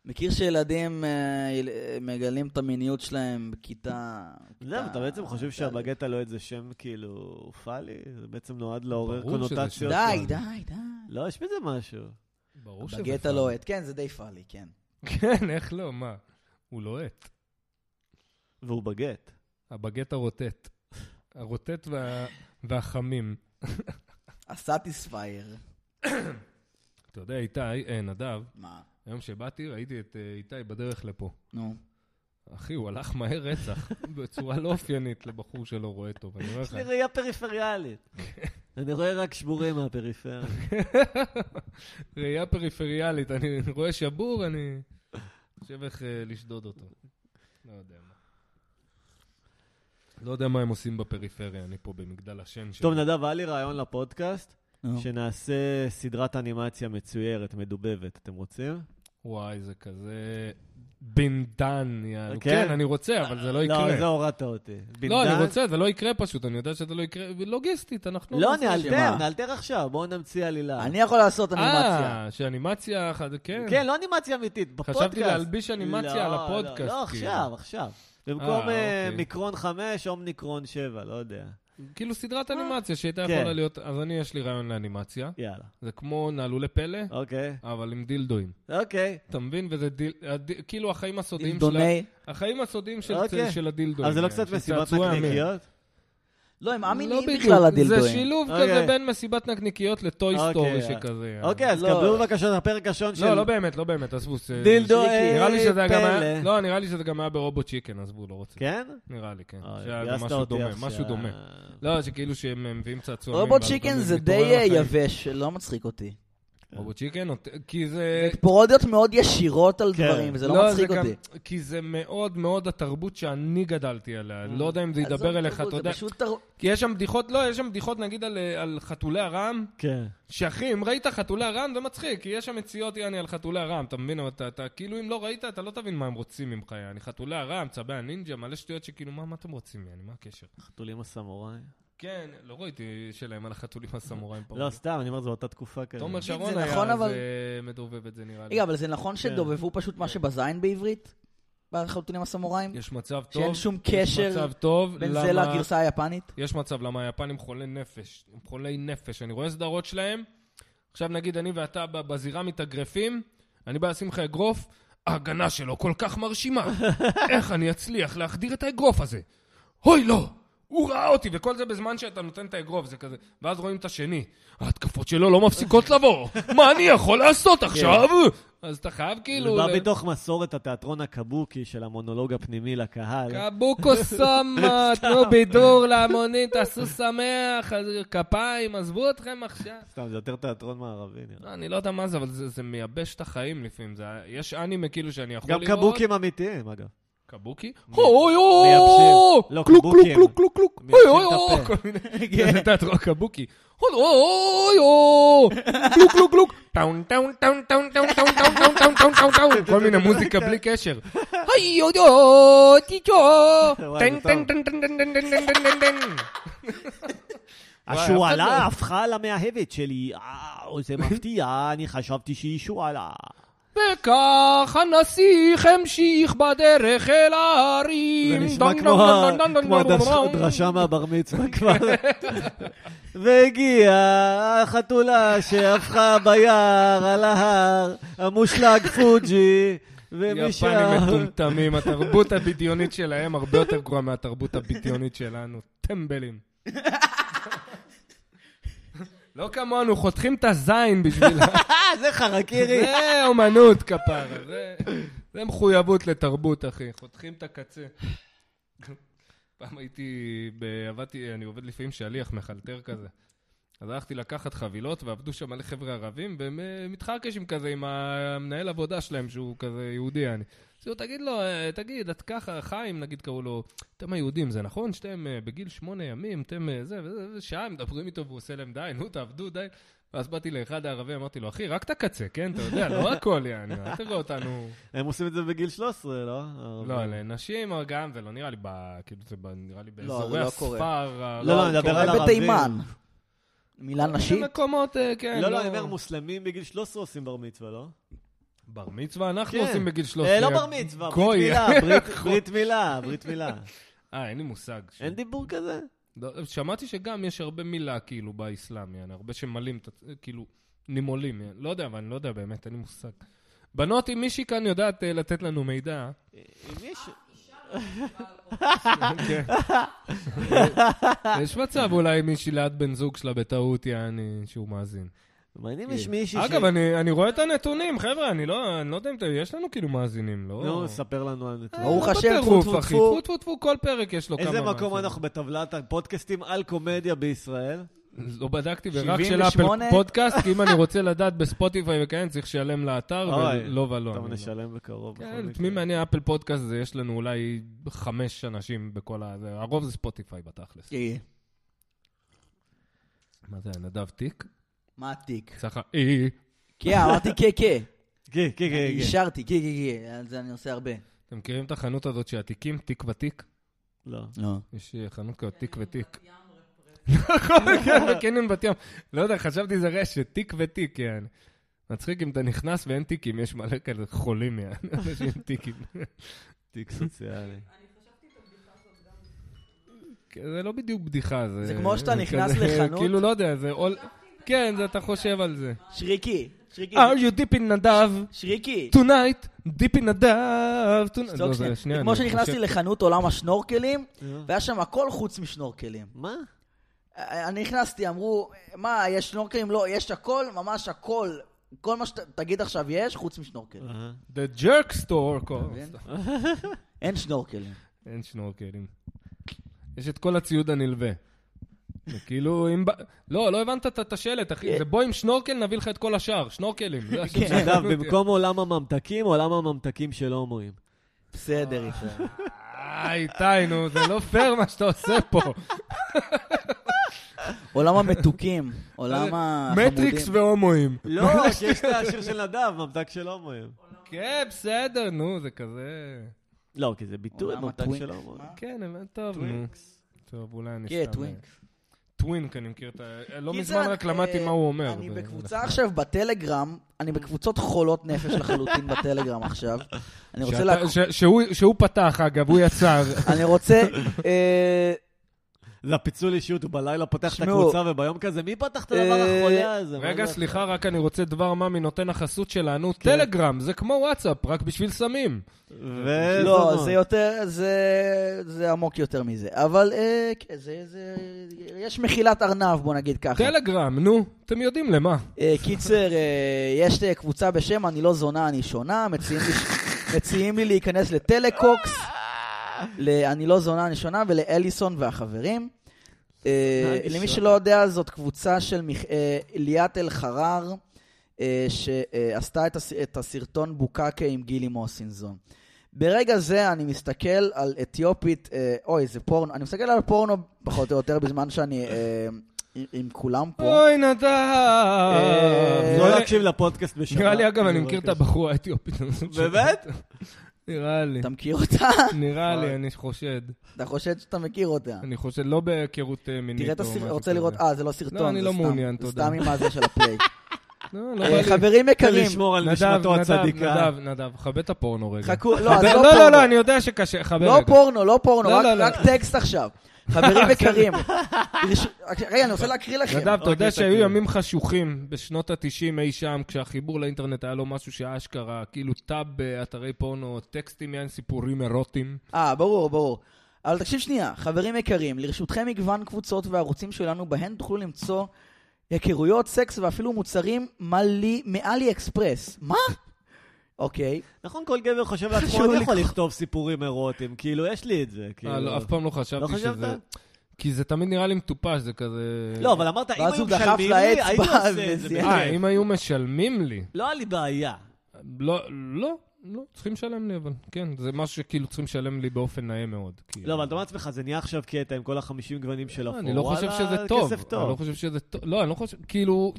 [SPEAKER 2] מכיר שילדים אה, יל- אה, מגלים את המיניות שלהם בכיתה...
[SPEAKER 3] למה, לא, אתה בעצם
[SPEAKER 1] אה,
[SPEAKER 3] חושב
[SPEAKER 2] שהבגט...
[SPEAKER 3] שהבגט הלוהט זה שם כאילו פאלי? זה בעצם נועד לעורר
[SPEAKER 1] ברור שזה
[SPEAKER 3] קונוטציות.
[SPEAKER 1] שם.
[SPEAKER 2] די,
[SPEAKER 3] כאלה.
[SPEAKER 2] די, די.
[SPEAKER 3] לא, יש בזה משהו.
[SPEAKER 1] כן. ברור שזה...
[SPEAKER 2] בגט
[SPEAKER 1] פאן.
[SPEAKER 3] לא
[SPEAKER 2] הלוהט. כן, זה די פאלי, כן.
[SPEAKER 1] כן, איך לא, מה? הוא לוהט.
[SPEAKER 3] והוא בגט.
[SPEAKER 1] הבגט הרוטט. הרוטט וה- והחמים.
[SPEAKER 2] הסטיספייר.
[SPEAKER 1] אתה יודע, איתי, אה, נדב,
[SPEAKER 2] מה?
[SPEAKER 1] היום שבאתי ראיתי את אה, איתי בדרך לפה.
[SPEAKER 2] נו.
[SPEAKER 1] אחי, הוא הלך מהר רצח, בצורה לא אופיינית לבחור שלא רואה טוב, אני אומר
[SPEAKER 3] יש
[SPEAKER 1] לך.
[SPEAKER 3] לי ראייה פריפריאלית. אני רואה רק שבורים מהפריפריה.
[SPEAKER 1] ראייה פריפריאלית, אני רואה שבור, אני חושב איך אה, לשדוד אותו. לא יודע מה. לא יודע מה הם עושים בפריפריה, אני פה במגדל השן שלי.
[SPEAKER 3] טוב, נדב, היה לי רעיון לפודקאסט,
[SPEAKER 2] נו.
[SPEAKER 3] שנעשה סדרת אנימציה מצוירת, מדובבת. אתם
[SPEAKER 1] לא
[SPEAKER 3] רוצים?
[SPEAKER 1] וואי, זה כזה בינדן, יענו.
[SPEAKER 3] כן?
[SPEAKER 1] כן, אני רוצה, אבל זה לא יקרה.
[SPEAKER 3] לא, זה הורדת אותי.
[SPEAKER 1] לא,
[SPEAKER 3] בינתיים-
[SPEAKER 1] אני רוצה, זה לא יקרה פשוט, אני יודע שזה לא יקרה. לוגיסטית, אנחנו...
[SPEAKER 3] לא,
[SPEAKER 1] נעשה
[SPEAKER 3] נאלתר,
[SPEAKER 2] שמה?
[SPEAKER 3] נאלתר עכשיו, בואו נמציא עלילה.
[SPEAKER 2] אה. אני יכול לעשות אנימציה.
[SPEAKER 1] אה, שאנימציה אחת, כן.
[SPEAKER 3] כן, לא אנימציה אמיתית, בפודקאסט.
[SPEAKER 1] חשבתי להלביש אנימציה
[SPEAKER 3] לא,
[SPEAKER 1] על
[SPEAKER 3] לא,
[SPEAKER 1] הפודקאסט,
[SPEAKER 3] לא,
[SPEAKER 1] כאילו.
[SPEAKER 3] עכשיו, עכשיו. במקום
[SPEAKER 1] אה,
[SPEAKER 3] אה,
[SPEAKER 1] אוקיי.
[SPEAKER 3] מיקרון 5, אומניקרון 7, לא יודע.
[SPEAKER 1] כאילו סדרת אנימציה שהייתה
[SPEAKER 3] כן. אה.
[SPEAKER 1] יכולה להיות... אז אני, יש לי רעיון לאנימציה.
[SPEAKER 3] יאללה.
[SPEAKER 1] זה כמו נעלולי פלא,
[SPEAKER 3] אוקיי,
[SPEAKER 1] אבל עם דילדואים.
[SPEAKER 3] אוקיי.
[SPEAKER 1] אתה מבין? וזה דיל... הד- כאילו החיים הסודיים של... ה-
[SPEAKER 2] דילדוני.
[SPEAKER 1] החיים הסודיים של,
[SPEAKER 3] אוקיי.
[SPEAKER 1] של הדילדואים.
[SPEAKER 3] אז זה לא
[SPEAKER 1] של
[SPEAKER 3] קצת מסיבות
[SPEAKER 1] צעצועי המין.
[SPEAKER 3] נקניקיות?
[SPEAKER 2] לא, הם
[SPEAKER 1] לא
[SPEAKER 2] אמינים
[SPEAKER 1] בדיוק.
[SPEAKER 2] בכלל
[SPEAKER 1] זה
[SPEAKER 2] הדילדואים.
[SPEAKER 1] שילוב
[SPEAKER 3] אוקיי.
[SPEAKER 1] כזה בין מסיבת נקניקיות לטוי
[SPEAKER 3] אוקיי.
[SPEAKER 1] סטורי לא שכזה.
[SPEAKER 3] אוקיי, אז
[SPEAKER 2] לא.
[SPEAKER 3] קבלו בבקשה את הפרק הראשון של
[SPEAKER 1] לא, לא באמת, לא באמת, עזבו. זה-
[SPEAKER 3] דילדו
[SPEAKER 2] שריקי.
[SPEAKER 3] אה,
[SPEAKER 1] נראה לי שזה גם היה...
[SPEAKER 3] פלא.
[SPEAKER 1] לא, נראה לי שזה גם היה ברובוט צ'יקן, עזבו, לא רוצה.
[SPEAKER 3] כן?
[SPEAKER 1] נראה לי, כן.
[SPEAKER 3] אוי,
[SPEAKER 1] שהיה גם
[SPEAKER 3] ביאסת
[SPEAKER 1] משהו
[SPEAKER 3] אותי
[SPEAKER 1] דומה,
[SPEAKER 3] עכשיו.
[SPEAKER 1] משהו דומה. לא, שכאילו שהם מביאים צעצועים.
[SPEAKER 2] רובוט
[SPEAKER 1] ואז
[SPEAKER 2] צ'יקן
[SPEAKER 1] גם
[SPEAKER 2] זה
[SPEAKER 1] מתעורר
[SPEAKER 2] די אה,
[SPEAKER 1] לחיים.
[SPEAKER 2] יבש, לא מצחיק אותי.
[SPEAKER 1] רובוט צ'יקן? אות- כי זה...
[SPEAKER 2] פרודיות מאוד ישירות על
[SPEAKER 3] כן.
[SPEAKER 2] דברים, זה לא מצחיק
[SPEAKER 1] כן. זה גם-
[SPEAKER 2] אותי.
[SPEAKER 1] כי זה מאוד מאוד התרבות שאני גדלתי עליה. אני לא יודע אם זה
[SPEAKER 2] עזוב
[SPEAKER 1] ידבר אליך, אתה
[SPEAKER 2] תרבות, Mm. אה, זה
[SPEAKER 1] יודע.
[SPEAKER 2] פשוט תרבות.
[SPEAKER 1] כי יש שם בדיחות, לא, יש שם בדיחות נגיד על, אה, על חתולי הרעם,
[SPEAKER 3] כן.
[SPEAKER 1] שאחי, אם ראית חתולי הרעם זה מצחיק, כי יש שם מציאות יעני על חתולי הרעם, אתה מבין? אבל אתה, אתה כאילו אם לא ראית, אתה לא תבין מה הם רוצים ממך, יעני. חתולי הרעם, צבי הנינג'ה, מלא שטויות שכאילו, מה, מה אתם רוצים יעני, מה הקשר?
[SPEAKER 3] חתולים הסמוראי.
[SPEAKER 1] כן, לא ראיתי שלהם על החתולים הסמוראים פה.
[SPEAKER 3] לא, סתם, אני אומר, זו אותה תקופה כזה.
[SPEAKER 1] תומר
[SPEAKER 2] זה
[SPEAKER 1] שרון
[SPEAKER 2] נכון,
[SPEAKER 1] היה
[SPEAKER 2] אבל-
[SPEAKER 1] איזה מדובב את זה נראה לי.
[SPEAKER 2] רגע, אבל זה נכון
[SPEAKER 1] כן.
[SPEAKER 2] שדובבו פשוט מה שבזין בעברית? בחתונים הסמוראים?
[SPEAKER 1] יש מצב טוב.
[SPEAKER 2] שאין שום
[SPEAKER 1] יש
[SPEAKER 2] קשר
[SPEAKER 1] מצב טוב.
[SPEAKER 2] בין
[SPEAKER 1] למה- לא,
[SPEAKER 2] זה לגרסה היפנית?
[SPEAKER 1] יש מצב, למה היפנים חולי נפש. הם חולי נפש. אני רואה סדרות שלהם, עכשיו נגיד אני ואתה ב- בזירה מתאגרפים, אני בא לשים לך אגרוף, ההגנה שלו כל כך מרשימה. איך אני אצליח להחדיר את האגרוף הזה? אוי, לא! הוא ראה אותי, וכל זה בזמן שאתה נותן את האגרוף, זה כזה. ואז רואים את השני. ההתקפות שלו לא מפסיקות לבוא. מה אני יכול לעשות עכשיו? אז אתה חייב
[SPEAKER 3] זה
[SPEAKER 1] כאילו...
[SPEAKER 3] בא
[SPEAKER 1] ל-
[SPEAKER 3] מתוך מסורת התיאטרון הקבוקי של המונולוג הפנימי לקהל.
[SPEAKER 1] קבוקו סמה, תנו בידור להמונים, תעשו שמח, אז כפיים, עזבו אתכם עכשיו.
[SPEAKER 3] סתם, זה יותר תיאטרון מערבי נראה.
[SPEAKER 1] לא, אני לא יודע מה זה, אבל זה, זה מייבש את החיים לפעמים. זה, יש אנימה כאילו שאני יכול
[SPEAKER 3] גם
[SPEAKER 1] לראות.
[SPEAKER 3] קבוקים אמיתיים, אגב.
[SPEAKER 1] קבוקי? אוי אוי אוי!
[SPEAKER 3] מייבשים. לא,
[SPEAKER 1] קלוק
[SPEAKER 3] קבוקים.
[SPEAKER 1] קלוק קלוק קלוק קלוק.
[SPEAKER 3] מייבשים
[SPEAKER 1] אוי
[SPEAKER 3] את
[SPEAKER 1] אוי אוי!
[SPEAKER 3] הפה. כן.
[SPEAKER 1] כל מיני... זה תיאטרון קבוקי. אוי אוי אוי! קלוק קלוק קלוק. טאון טאון טאון טאון טאון טאון טאון טאון טאון טאון טאון טאון. כל מיני מוזיקה בלי קשר. היי אוי אוי! טיצ'ו!
[SPEAKER 3] וואי,
[SPEAKER 1] טן
[SPEAKER 3] זה טוב.
[SPEAKER 1] טן טן טן טן טן טן טן טן טן. וואי, אף אחד
[SPEAKER 3] השועלה
[SPEAKER 1] לא-
[SPEAKER 3] הפכה למאהבת שלי. אה, זה מפתיע, אני חשבתי שהיא שועלה.
[SPEAKER 1] וכך הנסיך המשיך בדרך אל ההרים.
[SPEAKER 3] זה נשמע
[SPEAKER 1] דן,
[SPEAKER 3] כמו
[SPEAKER 1] דן,
[SPEAKER 3] ה-
[SPEAKER 1] דן, דן, דן,
[SPEAKER 3] כמו
[SPEAKER 1] דן,
[SPEAKER 3] הדש-
[SPEAKER 1] דן.
[SPEAKER 3] דרשה מהבר מצווה כבר. והגיעה החתולה שהפכה ביער על ההר, המושלג פוג'י, ומי
[SPEAKER 1] יפנים מטומטמים, התרבות הבדיונית שלהם הרבה יותר גרועה מהתרבות הבדיונית שלנו. טמבלים. לא כמונו, חותכים את הזין בשביל... ה-
[SPEAKER 3] אה, זה חרקירי.
[SPEAKER 1] זה אומנות כפרה, זה- זה מחויבות לתרבות, אחי. חותכים את הקצה. פעם הייתי, ב- עבדתי, אני עובד לפעמים שליח, מחלטר כזה. אז הלכתי לקחת חבילות, ועבדו שם מלא חבר'ה ערבים, והם אה, מתחרקשים כזה עם המנהל עבודה שלהם, שהוא כזה יהודי, אני. אז הוא, תגיד לו, אה, תגיד, את ככה, חיים, נגיד, קראו לו, אתם היהודים, זה נכון? שאתם אה, בגיל שמונה ימים, אתם אה, זה וזה, וזה, שעה מדברים איתו והוא עושה להם, די, נו, תעבדו, די. ואז באתי לאחד הערבי, אמרתי לו, אחי, רק את הקצה, כן? אתה יודע, לא הכל, יעני, אל תראה אותנו.
[SPEAKER 3] הם עושים את זה בגיל 13, לא?
[SPEAKER 1] לא, לנשים אבל גם, זה לא נראה לי, ב- כאילו, זה ב- נראה לי
[SPEAKER 2] זה
[SPEAKER 1] באזורי
[SPEAKER 2] לא קורה.
[SPEAKER 1] הספר. ה-
[SPEAKER 3] לא, לא, אני מדבר
[SPEAKER 1] קורה.
[SPEAKER 3] על
[SPEAKER 2] אולי
[SPEAKER 3] ערבים.
[SPEAKER 2] בתימן. מילה
[SPEAKER 1] לא,
[SPEAKER 2] נשית?
[SPEAKER 1] במקומות, אה, כן.
[SPEAKER 3] לא, לא, אני אומר, מוסלמים בגיל 13 עושים בר מצווה, לא?
[SPEAKER 1] בר מצווה אנחנו
[SPEAKER 3] כן.
[SPEAKER 1] עושים בגיל
[SPEAKER 3] אה,
[SPEAKER 1] 13.
[SPEAKER 3] לא בר מצווה, ברית
[SPEAKER 1] גוי. נכון.
[SPEAKER 3] מילה, ברית- ברית מילה, ברית מילה.
[SPEAKER 1] אה, אין לי מושג. ש-
[SPEAKER 3] אין דיבור כזה?
[SPEAKER 1] לא, שמעתי שגם יש הרבה מילה, כאילו, באסלאם, יעני, הרבה שמלים, את ה- כאילו, נימולים. יעני. לא יודע, אבל אני לא יודע באמת, אין לי מושג. בנות, אם מישהי כאן יודעת אה, לתת לנו מידע,
[SPEAKER 3] אם יש...
[SPEAKER 1] כן. יש מצב אולי מישהי ליד בן זוג שלה בטעות, יעני, שהוא מאזין.
[SPEAKER 3] מעניין אם יש מישהי ש...
[SPEAKER 1] אה, אגב, אני אני רואה את הנתונים, חבר'ה, אני לא אני לא יודע אם... אתם- יש לנו כאילו מאזינים, לא?
[SPEAKER 3] נו, ספר לנו על נתונים.
[SPEAKER 2] ברוך
[SPEAKER 1] לא
[SPEAKER 2] השם,
[SPEAKER 1] בטירוף,
[SPEAKER 2] טפו, טפו,
[SPEAKER 1] אחי.
[SPEAKER 2] טפו.
[SPEAKER 1] טפו טפו טפו, כל פרק יש לו כמה...
[SPEAKER 3] איזה מקום
[SPEAKER 1] מאזינים.
[SPEAKER 3] אנחנו בטבלת הפודקאסטים על קומדיה בישראל?
[SPEAKER 1] לא בדקתי ברק של
[SPEAKER 2] 78?
[SPEAKER 1] אפל פודקאסט, כי אם אני רוצה לדעת בספוטיפיי וכאן, צריך לשלם לאתר,
[SPEAKER 3] אוי,
[SPEAKER 1] ולא ולא.
[SPEAKER 3] טוב,
[SPEAKER 1] אני לא.
[SPEAKER 3] נשלם בקרוב. בכל
[SPEAKER 1] כן,
[SPEAKER 3] מקרה.
[SPEAKER 1] את מי מעניין אפל פודקאסט, זה יש לנו אולי חמש אנשים בכל ה... זה- הרוב זה ספוטיפיי בתכלס.
[SPEAKER 2] אה,
[SPEAKER 1] מה זה, נדב תיק?
[SPEAKER 2] מה התיק?
[SPEAKER 1] צריך... אה,
[SPEAKER 2] כן, אמרתי כן, כן.
[SPEAKER 3] כן, כן, כן, כן.
[SPEAKER 2] אישרתי, כן, כן, כן. על זה אני עושה הרבה.
[SPEAKER 1] אתם מכירים את החנות הזאת של התיקים? תיק ותיק?
[SPEAKER 3] לא.
[SPEAKER 2] לא.
[SPEAKER 1] יש אה, חנות כזאת, תיק ותיק. נכון, כן, בקניון בת ים. לא יודע, חשבתי זה רשת, תיק ותיק, יעני. מצחיק אם אתה נכנס ואין תיקים, יש מלא כאלה חולים, יעני, אנשים עם תיקים.
[SPEAKER 3] תיק סוציאלי.
[SPEAKER 1] כן, זה לא בדיוק בדיחה, זה...
[SPEAKER 2] זה כמו שאתה נכנס
[SPEAKER 1] כזה-
[SPEAKER 2] לחנות.
[SPEAKER 1] כאילו, לא יודע, זה עול... כן, זה אתה חושב על זה.
[SPEAKER 2] שריקי, שריקי,
[SPEAKER 1] are you deep in נדב?
[SPEAKER 2] שריקי.
[SPEAKER 1] tonight, deep in נדב. tonight.
[SPEAKER 2] שתוק
[SPEAKER 1] לא,
[SPEAKER 2] שנייה.
[SPEAKER 1] זה-
[SPEAKER 2] זה
[SPEAKER 1] שנייה,
[SPEAKER 2] כמו
[SPEAKER 1] אני
[SPEAKER 2] שנכנסתי
[SPEAKER 1] חושב-
[SPEAKER 2] לחנות עולם השנורקלים, והיה שם הכל חוץ משנורקלים.
[SPEAKER 3] מה?
[SPEAKER 2] אני נכנסתי, אמרו, מה, יש שנורקלים? לא, יש הכל, ממש הכל. כל מה שתגיד עכשיו יש, חוץ משנורקלים.
[SPEAKER 1] אה,
[SPEAKER 3] אהה.
[SPEAKER 1] The jerk store. כל-
[SPEAKER 2] מבין? אין שנורקלים.
[SPEAKER 1] אין שנורקלים. יש את כל הציוד הנלווה. זה כאילו, אם... ב- לא, לא הבנת את את השלט,
[SPEAKER 2] כן.
[SPEAKER 1] אחי. זה בוא עם שנורקל, נביא לך את כל השאר. שנורקלים. זה השם של
[SPEAKER 3] נדב,
[SPEAKER 1] החנות.
[SPEAKER 3] במקום עולם הממתקים, עולם הממתקים של הומואים.
[SPEAKER 2] בסדר, איתן.
[SPEAKER 1] אה, איתי, נו, זה לא פייר מה שאתה עושה פה.
[SPEAKER 2] עולם המתוקים, עולם החמודים.
[SPEAKER 1] מטריקס והומואים.
[SPEAKER 3] לא, שיש את השיר של נדב, ממתק של הומואים.
[SPEAKER 1] כן, בסדר, נו, זה כזה...
[SPEAKER 3] לא, כי זה ביטוי,
[SPEAKER 2] עולם
[SPEAKER 3] ממתק
[SPEAKER 2] הטווינקס.
[SPEAKER 3] של הומואים.
[SPEAKER 2] מה?
[SPEAKER 1] כן, אבל טוב, נו.
[SPEAKER 3] טווינקס.
[SPEAKER 1] טוב, אולי אני סתם...
[SPEAKER 2] כן, טווינק.
[SPEAKER 1] טווינק, אני מכיר את ה... לא
[SPEAKER 2] קיצר,
[SPEAKER 1] מזמן רק למדתי
[SPEAKER 2] אה,
[SPEAKER 1] מה הוא אומר.
[SPEAKER 2] אני
[SPEAKER 1] זה
[SPEAKER 2] בקבוצה
[SPEAKER 1] נחמד.
[SPEAKER 2] עכשיו בטלגרם, אני בקבוצות חולות נפש לחלוטין בטלגרם עכשיו. אני רוצה
[SPEAKER 1] שאתה-
[SPEAKER 2] לה...
[SPEAKER 1] ש- שהוא- שהוא פתח, אגב, הוא יצר.
[SPEAKER 2] אני רוצה... אה,
[SPEAKER 3] זה הפיצול אישיות, הוא בלילה פותח את
[SPEAKER 2] שמעו.
[SPEAKER 3] הקבוצה, וביום כזה, מי פתח את הדבר
[SPEAKER 2] אה,
[SPEAKER 3] החולה הזה? מה
[SPEAKER 1] רגע,
[SPEAKER 3] זה?
[SPEAKER 1] סליחה, רק אני רוצה דבר מה מנותן החסות שלנו.
[SPEAKER 2] כן.
[SPEAKER 1] טלגרם, זה כמו וואטסאפ, רק בשביל סמים.
[SPEAKER 3] ו-
[SPEAKER 2] לא,
[SPEAKER 3] זונות.
[SPEAKER 2] זה יותר, זה, זה עמוק יותר מזה. אבל אה, כן, זה, זה, יש מחילת ארנב, בוא נגיד ככה.
[SPEAKER 1] טלגרם, נו, אתם יודעים למה.
[SPEAKER 2] אה, קיצר, אה, יש אה, קבוצה בשם אני לא זונה, אני שונה, מציעים לי, מציעים לי להיכנס לטלקוקס, ל"אני לא זונה, אני שונה" ולאליסון והחברים. אה,
[SPEAKER 3] אני
[SPEAKER 2] למי
[SPEAKER 3] שונה.
[SPEAKER 2] שלא יודע, זאת קבוצה של מיכ- אה, ליאת אלחרר, אה, שעשתה את הס- את הסרטון בוקקה עם גילי מוסינזון. ברגע זה אני מסתכל על אתיופית, אה, אוי, זה פורנו, אני מסתכל על פורנו פחות או יותר בזמן שאני אה, עם- עם כולם פה.
[SPEAKER 1] אוי, נדב.
[SPEAKER 2] אה,
[SPEAKER 3] לא
[SPEAKER 1] נראה לי-
[SPEAKER 3] להקשיב לפודקאסט בשבת.
[SPEAKER 1] נראה לי, אגב, אני מכיר את הבחורה האתיופית. הזאת.
[SPEAKER 3] באמת?
[SPEAKER 1] נראה לי.
[SPEAKER 2] אתה מכיר אותה?
[SPEAKER 1] נראה לי, אני חושד.
[SPEAKER 2] אתה חושב שאתה מכיר אותה.
[SPEAKER 1] אני חושד, לא בהיכרות אה, מינית
[SPEAKER 2] תראה את
[SPEAKER 1] או
[SPEAKER 2] הסרטון,
[SPEAKER 1] משהו
[SPEAKER 2] רוצה לראות,
[SPEAKER 1] כזה.
[SPEAKER 2] אה, זה לא סרטון,
[SPEAKER 1] לא, אני
[SPEAKER 2] זה
[SPEAKER 1] לא
[SPEAKER 2] סתם-
[SPEAKER 1] מעוניין,
[SPEAKER 2] זה
[SPEAKER 1] תודה.
[SPEAKER 2] סם עם הזה של הפליי.
[SPEAKER 1] לא, לא
[SPEAKER 2] אה,
[SPEAKER 1] בא לי.
[SPEAKER 2] חברים
[SPEAKER 3] כדי
[SPEAKER 2] יקרים,
[SPEAKER 3] לשמור על
[SPEAKER 1] נדב,
[SPEAKER 3] נשמתו הצדיקה.
[SPEAKER 1] נדב, נדב, נדב, חבא את הפורנו רגע.
[SPEAKER 2] חכו, לא, אז
[SPEAKER 1] לא, לא,
[SPEAKER 2] לא
[SPEAKER 1] לא,
[SPEAKER 2] פורנו.
[SPEAKER 1] אני יודע שקשה, חבא
[SPEAKER 2] לא
[SPEAKER 1] רגע.
[SPEAKER 2] פורנו, לא פורנו,
[SPEAKER 1] לא,
[SPEAKER 2] רק-
[SPEAKER 1] לא, לא.
[SPEAKER 2] רק טקסט עכשיו. חברים יקרים, ברש- רגע, אני רוצה להקריא לכם.
[SPEAKER 1] נדב, אתה
[SPEAKER 3] אוקיי,
[SPEAKER 1] יודע שהיו
[SPEAKER 3] תקריא.
[SPEAKER 1] ימים חשוכים בשנות ה-90 אי שם, כשהחיבור לאינטרנט היה לו משהו שאשכרה, כאילו טאב באתרי פורנו, טקסטים יען סיפורים אירוטיים.
[SPEAKER 2] אה, ברור, ברור. אבל תקשיב שנייה, חברים יקרים, לרשותכם מגוון קבוצות וערוצים שלנו, בהן תוכלו למצוא היכרויות, סקס ואפילו מוצרים מלי, מאלי אקספרס. מה? אוקיי.
[SPEAKER 3] נכון, כל גבר חושב לעצמו,
[SPEAKER 2] חשוב
[SPEAKER 3] אני
[SPEAKER 2] לי
[SPEAKER 3] יכול
[SPEAKER 2] לכתוב-
[SPEAKER 3] לכתוב סיפורים אירוטיים, כאילו, יש לי את זה,
[SPEAKER 1] אה,
[SPEAKER 3] כאילו.
[SPEAKER 1] לא, אף פעם לא
[SPEAKER 3] לא
[SPEAKER 1] חשבתי
[SPEAKER 3] חשבת?
[SPEAKER 1] שזה... כי זה תמיד נראה לי מטופש, זה כזה...
[SPEAKER 3] לא, אבל אמרת, אם
[SPEAKER 2] ואז
[SPEAKER 3] היו
[SPEAKER 2] הוא דחף
[SPEAKER 3] משלמים לי,
[SPEAKER 2] לאצבע
[SPEAKER 3] הייתי עושה את זה.
[SPEAKER 2] וזה-
[SPEAKER 1] אה,
[SPEAKER 3] בכיף.
[SPEAKER 1] אם היו משלמים לי.
[SPEAKER 3] לא היה לי בעיה.
[SPEAKER 1] לא, לא, לא, צריכים לשלם לי, אבל כן, זה משהו שכאילו צריכים לשלם לי באופן נאה מאוד. כאילו.
[SPEAKER 3] לא, אבל אתה אומר לעצמך, זה נהיה עכשיו קטע עם כל החמישים גוונים של אפור.
[SPEAKER 1] אני לא חושב
[SPEAKER 3] וואלה,
[SPEAKER 1] שזה טוב.
[SPEAKER 3] אה, כסף
[SPEAKER 1] אני לא
[SPEAKER 3] טוב.
[SPEAKER 1] חושב שזה טוב. לא, אני לא חושב, כאילו...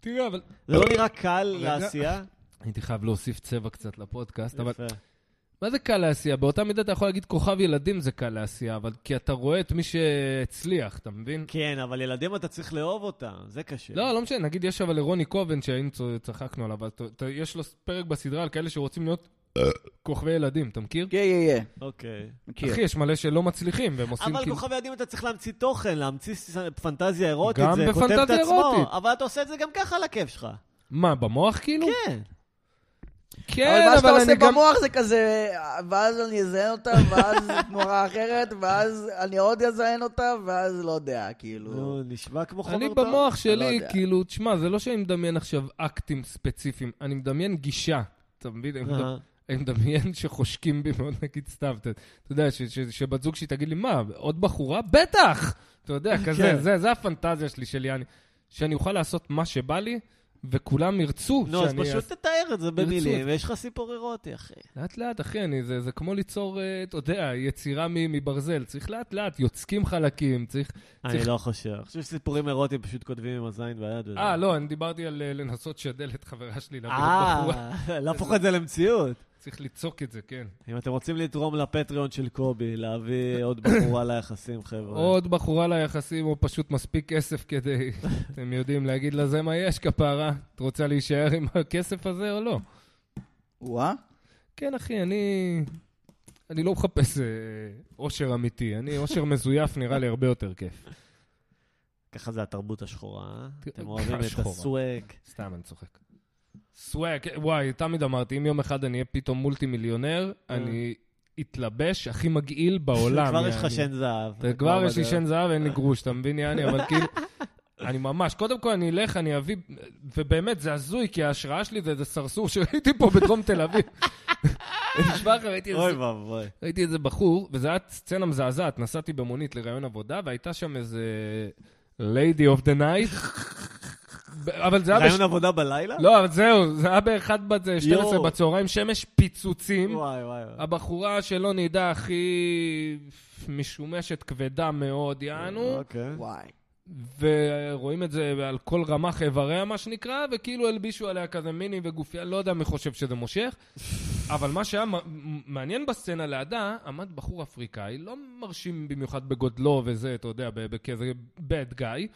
[SPEAKER 1] תראה, אבל...
[SPEAKER 3] זה לא נראה קל
[SPEAKER 1] רגע.
[SPEAKER 3] לעשייה?
[SPEAKER 1] הייתי חייב להוסיף צבע קצת לפודקאסט, אבל
[SPEAKER 3] יפה.
[SPEAKER 1] מה זה קל לעשייה? באותה מידה אתה יכול להגיד כוכב ילדים זה קל לעשייה, אבל כי אתה רואה את מי שהצליח, אתה מבין?
[SPEAKER 3] כן, אבל ילדים אתה צריך לאהוב אותם, זה קשה.
[SPEAKER 1] לא, לא משנה, נגיד יש אבל לרוני קובן שהיינו צ- צחקנו עליו, אבל אתה- אתה- יש לו פרק בסדרה על כאלה שרוצים להיות כוכבי ילדים, אתה מכיר?
[SPEAKER 2] כן, כן, כן.
[SPEAKER 3] אוקיי.
[SPEAKER 2] מכיר.
[SPEAKER 1] אחי, יש מלא שלא מצליחים, והם לא. עושים
[SPEAKER 3] אבל
[SPEAKER 1] כאילו...
[SPEAKER 3] כוכב ילדים אתה צריך להמציא תוכן, להמציא ס- פנטזיה אירוטית,
[SPEAKER 1] גם
[SPEAKER 3] זה כותב את
[SPEAKER 1] בפנטזיה
[SPEAKER 3] עצמו,
[SPEAKER 1] אירוטית. לא.
[SPEAKER 3] אבל אתה עושה את זה גם ככה על הכיף שלך.
[SPEAKER 1] מה, במוח כאילו?
[SPEAKER 3] כן.
[SPEAKER 1] כן,
[SPEAKER 2] אבל מה שאתה
[SPEAKER 1] אבל
[SPEAKER 2] עושה
[SPEAKER 1] אני גם...
[SPEAKER 2] במוח זה כזה, ואז אני אזיין אותה, ואז תמורה אחרת, ואז אני עוד אזיין אותה, ואז לא יודע, כאילו.
[SPEAKER 3] נו, נשמע כמו חומר
[SPEAKER 1] אני
[SPEAKER 3] טוב.
[SPEAKER 1] במוח
[SPEAKER 2] לא
[SPEAKER 1] שלי,
[SPEAKER 2] יודע.
[SPEAKER 1] כאילו, תשמע, זה לא שאני מדמיין עכשיו אקטים ספציפיים, אני מדמיין גישה. אתה מבין? אני מדמיין-
[SPEAKER 3] אה,
[SPEAKER 1] אני מדמיין שחושקים בי מאוד, נגיד סתם, אתה אתה יודע, ש- ש- שבת זוג שלי תגיד לי, מה, עוד בחורה? בטח! אתה יודע,
[SPEAKER 3] כן.
[SPEAKER 1] כזה, זה- זה הפנטזיה שלי, של יעני, שאני אוכל לעשות מה שבא לי, וכולם ירצו
[SPEAKER 3] נו, אז
[SPEAKER 1] שאני
[SPEAKER 3] פשוט תתאר את זה במילים, ויש לך סיפור אירוטי, אחי.
[SPEAKER 1] לאט לאט, אחי, אני, זה, זה כמו ליצור, אה, אתה יודע, יצירה מ- מברזל. צריך לאט לאט, יוצקים חלקים, צריך...
[SPEAKER 3] אני
[SPEAKER 1] צריך-
[SPEAKER 3] לא חושב. אני חושב שסיפורים אירוטיים פשוט כותבים עם הזין והיד. וזה.
[SPEAKER 1] אה, לא, אני דיברתי על אה, לנסות לשדל את חברה שלי להביא את בחורה.
[SPEAKER 3] אה, להפוך את זה למציאות.
[SPEAKER 1] צריך לצעוק את זה, כן.
[SPEAKER 3] אם אתם רוצים לתרום לפטריון של קובי, להביא עוד בחורה ליחסים, חבר'ה.
[SPEAKER 1] עוד בחורה ליחסים, או פשוט מספיק כסף כדי, אתם יודעים, להגיד לה זה מה יש, כפרה. את רוצה להישאר עם הכסף הזה או לא?
[SPEAKER 2] וואה.
[SPEAKER 1] כן, אחי, אני... אני לא מחפש אה, אושר אמיתי. אני, אושר מזויף נראה לי הרבה יותר כיף.
[SPEAKER 3] ככה זה התרבות השחורה, אה?
[SPEAKER 1] תראה,
[SPEAKER 3] אתם אוהבים את
[SPEAKER 1] השחורה.
[SPEAKER 3] הסוואג.
[SPEAKER 1] סתם, אני צוחק. סוואג, וואי, תמיד אמרתי, אם יום אחד אני אהיה פתאום מולטי מיליונר,
[SPEAKER 3] אה.
[SPEAKER 1] אני אתלבש הכי מגעיל בעולם.
[SPEAKER 3] כבר יש לך
[SPEAKER 1] יעני.
[SPEAKER 3] שן זהב.
[SPEAKER 1] אתה כבר יש לי
[SPEAKER 3] בדרך.
[SPEAKER 1] שן זהב, אין לי גרוש, אתה מבין, יעני? אבל כאילו, אני ממש, קודם כל אני אלך, אני אביא, ובאמת, זה הזוי, כי ההשראה שלי זה איזה סרסור שראיתי פה בדרום תל אביב. נשבע לך, ראיתי איזה-
[SPEAKER 3] אוי ואבוי.
[SPEAKER 1] ראיתי איזה בחור, וזו הייתה סצנה מזעזעת, נסעתי במונית לראיון עבודה, והייתה שם איזה lady of the night. ב- אבל זה היה... בש-
[SPEAKER 3] רעיון עבודה בלילה?
[SPEAKER 1] לא, אבל זהו, זה היה באחד בת 12
[SPEAKER 3] יואו.
[SPEAKER 1] בצהריים, שמש פיצוצים.
[SPEAKER 3] וואי וואי. וואי.
[SPEAKER 1] הבחורה שלא נדע הכי משומשת, כבדה מאוד, יענו,
[SPEAKER 3] אוקיי.
[SPEAKER 2] וואי.
[SPEAKER 1] ורואים את זה על כל רמ"ח איבריה, מה שנקרא, וכאילו הלבישו עליה כזה מיני וגופייה, לא יודע מי חושב שזה מושך. אבל מה שהיה מ- מ- מעניין בסצנה לידה, עמד בחור אפריקאי, לא מרשים במיוחד בגודלו וזה, אתה יודע, ב- בכזה bad guy,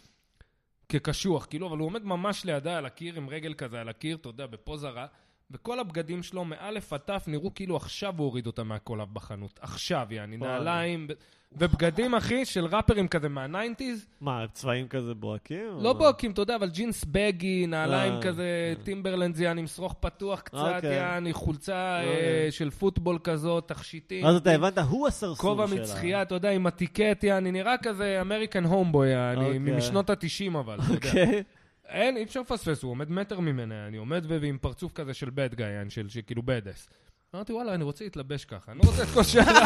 [SPEAKER 1] כקשוח, כאילו, אבל הוא עומד ממש לידה על הקיר, עם רגל כזה על הקיר, אתה יודע, בפוזה רע, וכל הבגדים שלו, מאלף עד תף, נראו כאילו עכשיו הוא הוריד אותם מהקולב בחנות. עכשיו, יעני,
[SPEAKER 3] וואלה.
[SPEAKER 1] נעליים, ו- ובגדים, אחי, של ראפרים כזה מהניינטיז,
[SPEAKER 3] מה, צבעים כזה בוהקים? או
[SPEAKER 1] לא
[SPEAKER 3] מה?
[SPEAKER 1] בוקים, אתה יודע, אבל ג'ינס בגי, נעליים
[SPEAKER 3] אה,
[SPEAKER 1] כזה, טימברלנדזיאן עם שרוך פתוח קצת,
[SPEAKER 3] אוקיי.
[SPEAKER 1] יעני, חולצה אה,
[SPEAKER 3] אוקיי.
[SPEAKER 1] של פוטבול כזאת, תכשיטים.
[SPEAKER 3] אז אתה הבנת, הוא הסרסור שלה.
[SPEAKER 1] כובע מצחייה, אתה יודע, עם הטיקט, יעני, נראה כזה אמריקן הומבוי, יעני,
[SPEAKER 3] אוקיי.
[SPEAKER 1] משנות ה-90 אבל, אתה יודע.
[SPEAKER 3] אוקיי.
[SPEAKER 1] אין, אי אפשר לפספס, הוא עומד מטר ממנה, אני עומד ו- ועם פרצוף כזה של bad guy, יעני, של של כאילו bad ass. אמרתי, וואלה, אני רוצה להתלבש ככה, אני לא רוצה את כל שאלה.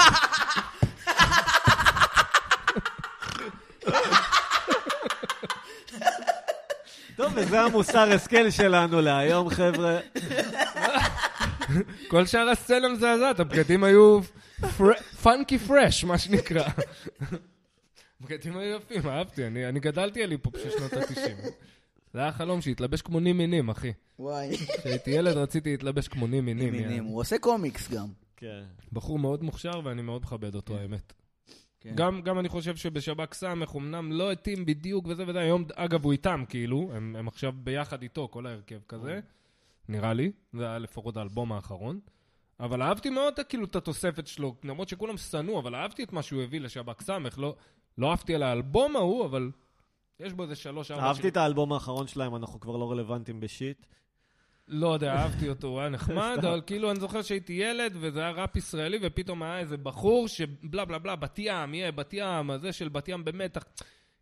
[SPEAKER 3] טוב, וזה המוסר השכל שלנו להיום, חבר'ה.
[SPEAKER 1] כל שאר הסצנה מזעזעת, הבגדים היו פאנקי פרש, מה שנקרא. הבגדים היו יפים, אהבתי, אני, אני גדלתי על היפ-הופ של שנות ה-90. זה היה חלום שהתלבש כמו נימינים, אחי.
[SPEAKER 2] וואי.
[SPEAKER 1] כשהייתי ילד רציתי להתלבש כמו נימינים.
[SPEAKER 2] מינים.
[SPEAKER 1] יעני.
[SPEAKER 2] הוא עושה קומיקס גם.
[SPEAKER 3] כן.
[SPEAKER 1] בחור מאוד מוכשר ואני מאוד מכבד אותו, האמת.
[SPEAKER 2] כן.
[SPEAKER 1] גם, גם אני חושב שבשב"כ סמך אמנם לא התאים בדיוק וזה וזה, היום, אגב, הוא איתם, כאילו, הם, הם עכשיו ביחד איתו, כל ההרכב
[SPEAKER 3] אוקיי.
[SPEAKER 1] כזה, נראה לי, זה היה לפחות האלבום האחרון. אבל אהבתי מאוד, כאילו, את התוספת שלו, למרות שכולם שנאו, אבל אהבתי את מה שהוא הביא לשב"כ סמך, לא, לא אהבתי על האלבום ההוא, אבל יש בו איזה שלוש, ארבע
[SPEAKER 3] אהבתי את האלבום האחרון שלהם, אנחנו כבר לא רלוונטיים בשיט.
[SPEAKER 1] לא יודע, אהבתי אותו, הוא היה נחמד, אבל כאילו, אני זוכר שהייתי ילד, וזה היה ראפ ישראלי, ופתאום היה איזה בחור שבלה בלה בלה, בת ים, יהיה בת ים, הזה של בת ים במתח.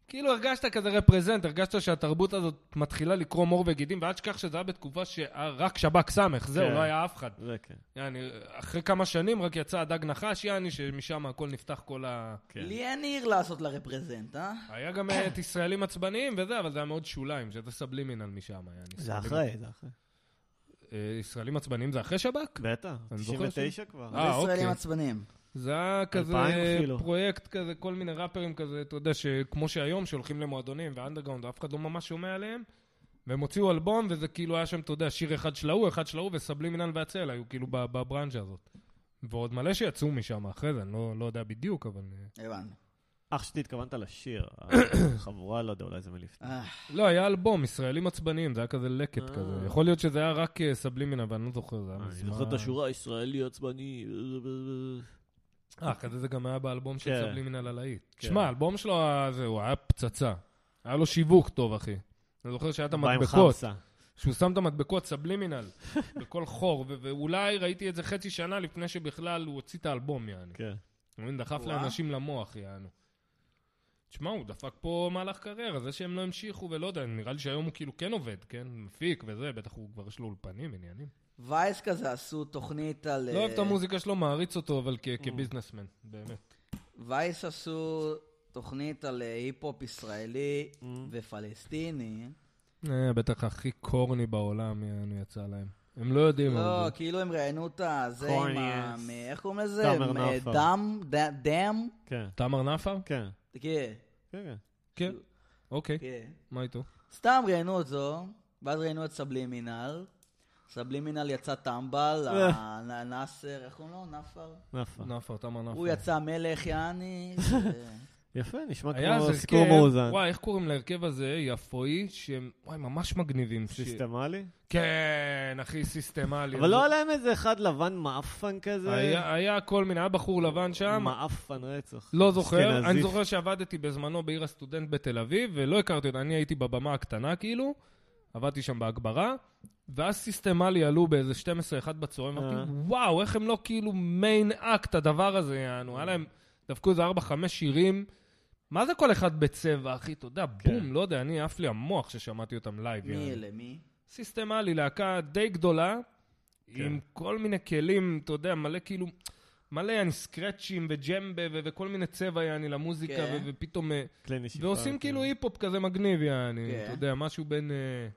[SPEAKER 1] כאילו הרגשת כזה רפרזנט, הרגשת שהתרבות הזאת מתחילה לקרום עור וגידים, ואל תשכח שזה היה בתקופה שרק שב"כ סמך, זהו,
[SPEAKER 3] כן.
[SPEAKER 1] לא היה אף אחד.
[SPEAKER 3] זה כן.
[SPEAKER 1] יעני, אחרי כמה שנים רק יצא הדג נחש, יעני, שמשם הכל נפתח כל ה...
[SPEAKER 2] לי אין עיר לעשות לרפרזנט, אה?
[SPEAKER 1] היה גם אה, את ישראלים עצבניים וזה, אבל זה היה מאוד שוליים, שזה סבלימינל משם, יעני.
[SPEAKER 3] זה
[SPEAKER 1] סבלימינל.
[SPEAKER 3] אחרי, זה אחרי.
[SPEAKER 1] אה, ישראלים עצבניים זה אחרי שב"כ?
[SPEAKER 3] בטח,
[SPEAKER 1] אני זוכר
[SPEAKER 3] 99 כבר.
[SPEAKER 1] אה,
[SPEAKER 2] זה ישראלים
[SPEAKER 1] אוקיי.
[SPEAKER 2] עצבניים.
[SPEAKER 1] זה היה כזה
[SPEAKER 3] אלפיים אפילו.
[SPEAKER 1] פרויקט כזה, כל מיני ראפרים כזה, אתה יודע, שכמו שהיום, שהולכים למועדונים ואנדרגאונד, ואף אחד לא ממש שומע עליהם, והם הוציאו אלבום, וזה כאילו היה שם, אתה יודע, שיר אחד של ההוא, אחד של ההוא, וסבלימינל והצל היו כאילו בב- בברנז'ה הזאת. ועוד מלא שיצאו משם אחרי זה, אני לא, לא יודע בדיוק, אבל... אה,
[SPEAKER 2] הבנו.
[SPEAKER 3] אח שלי, התכוונת לשיר. החבורה, לא יודע, אולי זה מלפני.
[SPEAKER 2] אה,
[SPEAKER 1] לא, היה אלבום, ישראלים עצבניים, זה היה כזה לקט
[SPEAKER 3] אה.
[SPEAKER 1] כזה. יכול להיות שזה היה רק אה, סבלימינל, אבל אני לא זוכר, זה היה
[SPEAKER 3] אני
[SPEAKER 1] מזמן.
[SPEAKER 3] זוכר אה, את השורה, ישראלי עצבני.
[SPEAKER 1] אה, אחרי זה זה גם היה באלבום של
[SPEAKER 3] כן.
[SPEAKER 1] סבלימינל הלהיט.
[SPEAKER 3] כן.
[SPEAKER 1] שמע, האלבום שלו, היה- זה, הוא היה פצצה. היה לו שיווק טוב, אחי. אני זוכר שהיה את
[SPEAKER 3] בא עם
[SPEAKER 1] המדבקות,
[SPEAKER 3] חמסה.
[SPEAKER 1] שהוא שם את המדבקות סבלימינל בכל חור, ו- ואולי ראיתי את זה חצי שנה לפני שבכלל הוא הוציא את האלבום, יעני.
[SPEAKER 3] כן.
[SPEAKER 1] הוא מבין, דחף
[SPEAKER 2] וואו.
[SPEAKER 1] לאנשים למוח, יענו. תשמע, הוא דפק פה מהלך קריירה, זה שהם לא המשיכו ולא יודע, נראה לי שהיום הוא כאילו כן עובד, כן? מפיק וזה, בטח הוא כבר יש לו אולפנים, עניינים.
[SPEAKER 2] וייס כזה עשו תוכנית על...
[SPEAKER 1] לא אוהב את
[SPEAKER 2] אה,
[SPEAKER 1] המוזיקה שלו, מעריץ אותו, אבל
[SPEAKER 3] Mm.
[SPEAKER 1] כ- כביזנסמן, באמת.
[SPEAKER 2] וייס עשו תוכנית על אה, היפ-הופ ישראלי ופלסטיני.
[SPEAKER 1] אה, בטח הכי קורני בעולם, יענו, יצא להם. הם לא יודעים
[SPEAKER 2] לא,
[SPEAKER 1] על זה.
[SPEAKER 2] כאילו הם ראיינו את הזה עם ה...
[SPEAKER 3] Corny ass.
[SPEAKER 2] מ- איך קוראים לזה?
[SPEAKER 3] תאמר
[SPEAKER 2] מ-
[SPEAKER 3] נפאר.
[SPEAKER 2] דם? ד- דם?
[SPEAKER 3] כן.
[SPEAKER 1] תמר נפאר?
[SPEAKER 3] כן.
[SPEAKER 2] כן,
[SPEAKER 3] כן, כן.
[SPEAKER 1] כן. אוקיי,
[SPEAKER 2] כן.
[SPEAKER 1] מה איתו?
[SPEAKER 2] סתם ראיינו אותו, ואז ראיינו את סבלימינל. סבלימינל יצא טמבל,
[SPEAKER 3] אה.
[SPEAKER 2] ה- נאסר, איך קוראים לו? נפאר?
[SPEAKER 3] נפה.
[SPEAKER 1] נפאר, תמר נפאר.
[SPEAKER 2] הוא יצא מלך יעני.
[SPEAKER 1] כן.
[SPEAKER 2] ו-
[SPEAKER 3] יפה, נשמע
[SPEAKER 1] היה
[SPEAKER 3] כמו
[SPEAKER 1] איזה
[SPEAKER 3] סיקור
[SPEAKER 1] הרכב-
[SPEAKER 3] מאוזן.
[SPEAKER 1] וואי, איך קוראים להרכב הזה? יפואי, שהם, וואי, ממש מגניבים. ש-
[SPEAKER 3] סיסטמלי?
[SPEAKER 1] כן, אחי, סיסטמלי.
[SPEAKER 3] אבל לא היה להם איזה אחד לבן מעפן כזה?
[SPEAKER 1] היה, היה כל מיני, היה בחור לבן שם,
[SPEAKER 3] מעפן רצח.
[SPEAKER 1] לא זוכר,
[SPEAKER 3] אשכנזי.
[SPEAKER 1] אני זוכר שעבדתי בזמנו בעיר הסטודנט בתל אביב, ולא הכרתי אותה, אני הייתי בבמה הקטנה כאילו, עבדתי שם בהגברה, ואז סיסטמלי עלו באיזה 12-1 בצהריים,
[SPEAKER 3] אה.
[SPEAKER 1] אמרתי, וואו, איך הם לא כאילו מיין אקט הדבר הזה, יענו, היה להם, דפקו איזה 4-5 שירים, מה זה כל אחד בצבע, אחי, אתה יודע,
[SPEAKER 3] כן.
[SPEAKER 1] בום, לא יודע, אני עף לי המוח ששמעתי אותם לייב,
[SPEAKER 2] מי
[SPEAKER 1] יענו.
[SPEAKER 2] אלה? מי?
[SPEAKER 1] סיסטמלי, להקה די גדולה,
[SPEAKER 3] כן.
[SPEAKER 1] כן. עם כל מיני כלים, אתה יודע, מלא כאילו, מלא יעני סקרצ'ים וג'מבה ו- וכל מיני צבע יעני למוזיקה,
[SPEAKER 2] כן.
[SPEAKER 1] ו- ופתאום... אה,
[SPEAKER 3] כלי נשיפה. כן.
[SPEAKER 1] ועושים כאילו היפ-הופ כזה מגניב יעני,
[SPEAKER 2] כן.
[SPEAKER 1] אתה יודע, משהו בין... אה,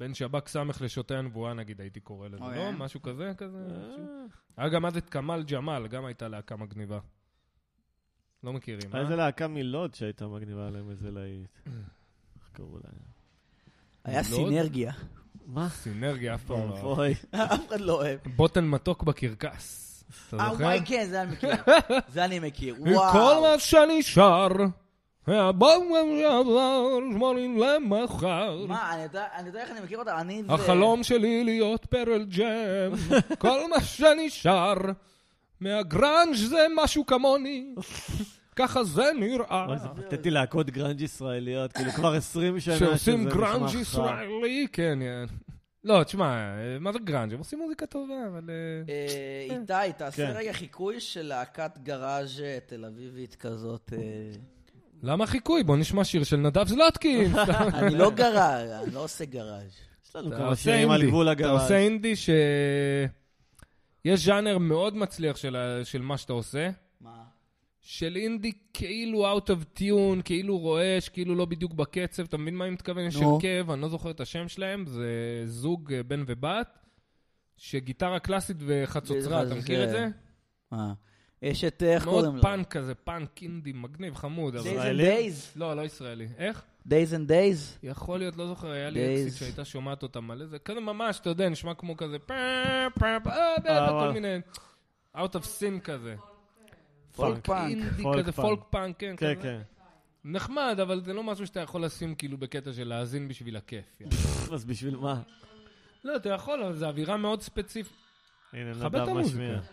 [SPEAKER 1] בין שב"כ סמך לשוטה הנבואה נגיד, הייתי קורא לזה,
[SPEAKER 2] אוי,
[SPEAKER 1] לא?
[SPEAKER 2] אה?
[SPEAKER 1] משהו כזה, כזה.
[SPEAKER 3] אה,
[SPEAKER 1] משהו. היה גם אז את כמאל ג'מאל, גם הייתה להקה מגניבה. לא מכירים, אה?
[SPEAKER 3] היה איזה להקה מלוד שהייתה מגניבה להם איזה להיט. איך קראו להם?
[SPEAKER 2] היה
[SPEAKER 1] לוד?
[SPEAKER 2] סינרגיה.
[SPEAKER 3] מה?
[SPEAKER 1] סינרגיה אף פעם לא.
[SPEAKER 3] אוי.
[SPEAKER 2] אף אחד לא אוהב.
[SPEAKER 1] בוטן מתוק בקרקס. אתה
[SPEAKER 2] אה,
[SPEAKER 1] לא זוכר?
[SPEAKER 2] וואי, כן, זה אני מכיר. זה אני מכיר.
[SPEAKER 1] כל
[SPEAKER 2] וואו.
[SPEAKER 1] מה שנשאר, הבום שעבר, שמונים למחר.
[SPEAKER 2] מה, אני יודע- אני יודע איך אני מכיר אותה, אני זה...
[SPEAKER 1] החלום שלי להיות פרל ג'ם, כל מה שנשאר, מהגראנג' זה משהו כמוני, ככה זה נראה.
[SPEAKER 3] אוי, זה פתטי להקות גראנג' ישראליות, כאילו כבר 20 שנה שזה
[SPEAKER 1] שעושים
[SPEAKER 3] נשמע
[SPEAKER 1] גראנג'
[SPEAKER 3] חרא.
[SPEAKER 1] ישראלי, כן. יא. לא, תשמע, מה זה גראנג'? הם עושים מוזיקה טובה, אבל... אה,
[SPEAKER 2] אה, איתי, תעשה
[SPEAKER 3] כן.
[SPEAKER 2] רגע חיקוי של להקת גראז' אה, תל אביבית כזאת. אה.
[SPEAKER 1] למה חיקוי? בוא נשמע שיר של נדב זלוטקין. סתם.
[SPEAKER 2] אני לא גראז', אני לא עושה גראז'.
[SPEAKER 3] יש לנו
[SPEAKER 1] אתה
[SPEAKER 3] כמה
[SPEAKER 1] עושה
[SPEAKER 3] שירים על
[SPEAKER 1] אינדי.
[SPEAKER 3] גבול
[SPEAKER 1] אתה
[SPEAKER 3] הגראז'.
[SPEAKER 1] עושה אינדי ש... יש ז'אנר מאוד מצליח של, ה- של מה שאתה עושה,
[SPEAKER 2] מה?
[SPEAKER 1] של אינדי כאילו out of tune, כאילו רועש, כאילו לא בדיוק בקצב, אתה מבין מה אני מתכוון? יש
[SPEAKER 2] נו.
[SPEAKER 1] הרכב, אני לא זוכר את השם שלהם, זה זוג אה, בן ובת, שגיטרה קלאסית וחצוצרה, אתה
[SPEAKER 2] זה-
[SPEAKER 1] מכיר את זה?
[SPEAKER 2] מה? יש את, איך קוראים
[SPEAKER 1] מאוד
[SPEAKER 2] לו?
[SPEAKER 1] פאנק כזה, פאנק אינדי, מגניב, חמוד, אבל...
[SPEAKER 2] Days and
[SPEAKER 3] ישראלי?
[SPEAKER 2] Days.
[SPEAKER 1] לא, לא ישראלי. איך?
[SPEAKER 2] Days and Days.
[SPEAKER 1] יכול להיות, לא זוכר, היה לי
[SPEAKER 2] Days.
[SPEAKER 1] אקסיט שהייתה שומעת אותה מלא, זה כזה ממש, אתה יודע, נשמע כמו כזה פאם, פאם, פאם,
[SPEAKER 3] אה,
[SPEAKER 1] כל
[SPEAKER 3] וואו.
[SPEAKER 1] מיני out of sin כזה.
[SPEAKER 2] פולק פאנק.
[SPEAKER 1] אינדי
[SPEAKER 3] פולק
[SPEAKER 1] כזה,
[SPEAKER 3] פאנק.
[SPEAKER 1] פולק פאנק, כן,
[SPEAKER 3] כן,
[SPEAKER 1] כזה.
[SPEAKER 3] כן.
[SPEAKER 1] נחמד, אבל זה לא משהו שאתה יכול לשים כאילו בקטע של להאזין בשביל הכיף. יעני.
[SPEAKER 3] כן. אז בשביל מה?
[SPEAKER 1] לא, אתה יכול, אבל זו אווירה מאוד ספציפית.
[SPEAKER 3] הנה,
[SPEAKER 1] כבד את
[SPEAKER 3] נדב משמיע.
[SPEAKER 1] המוזיקה.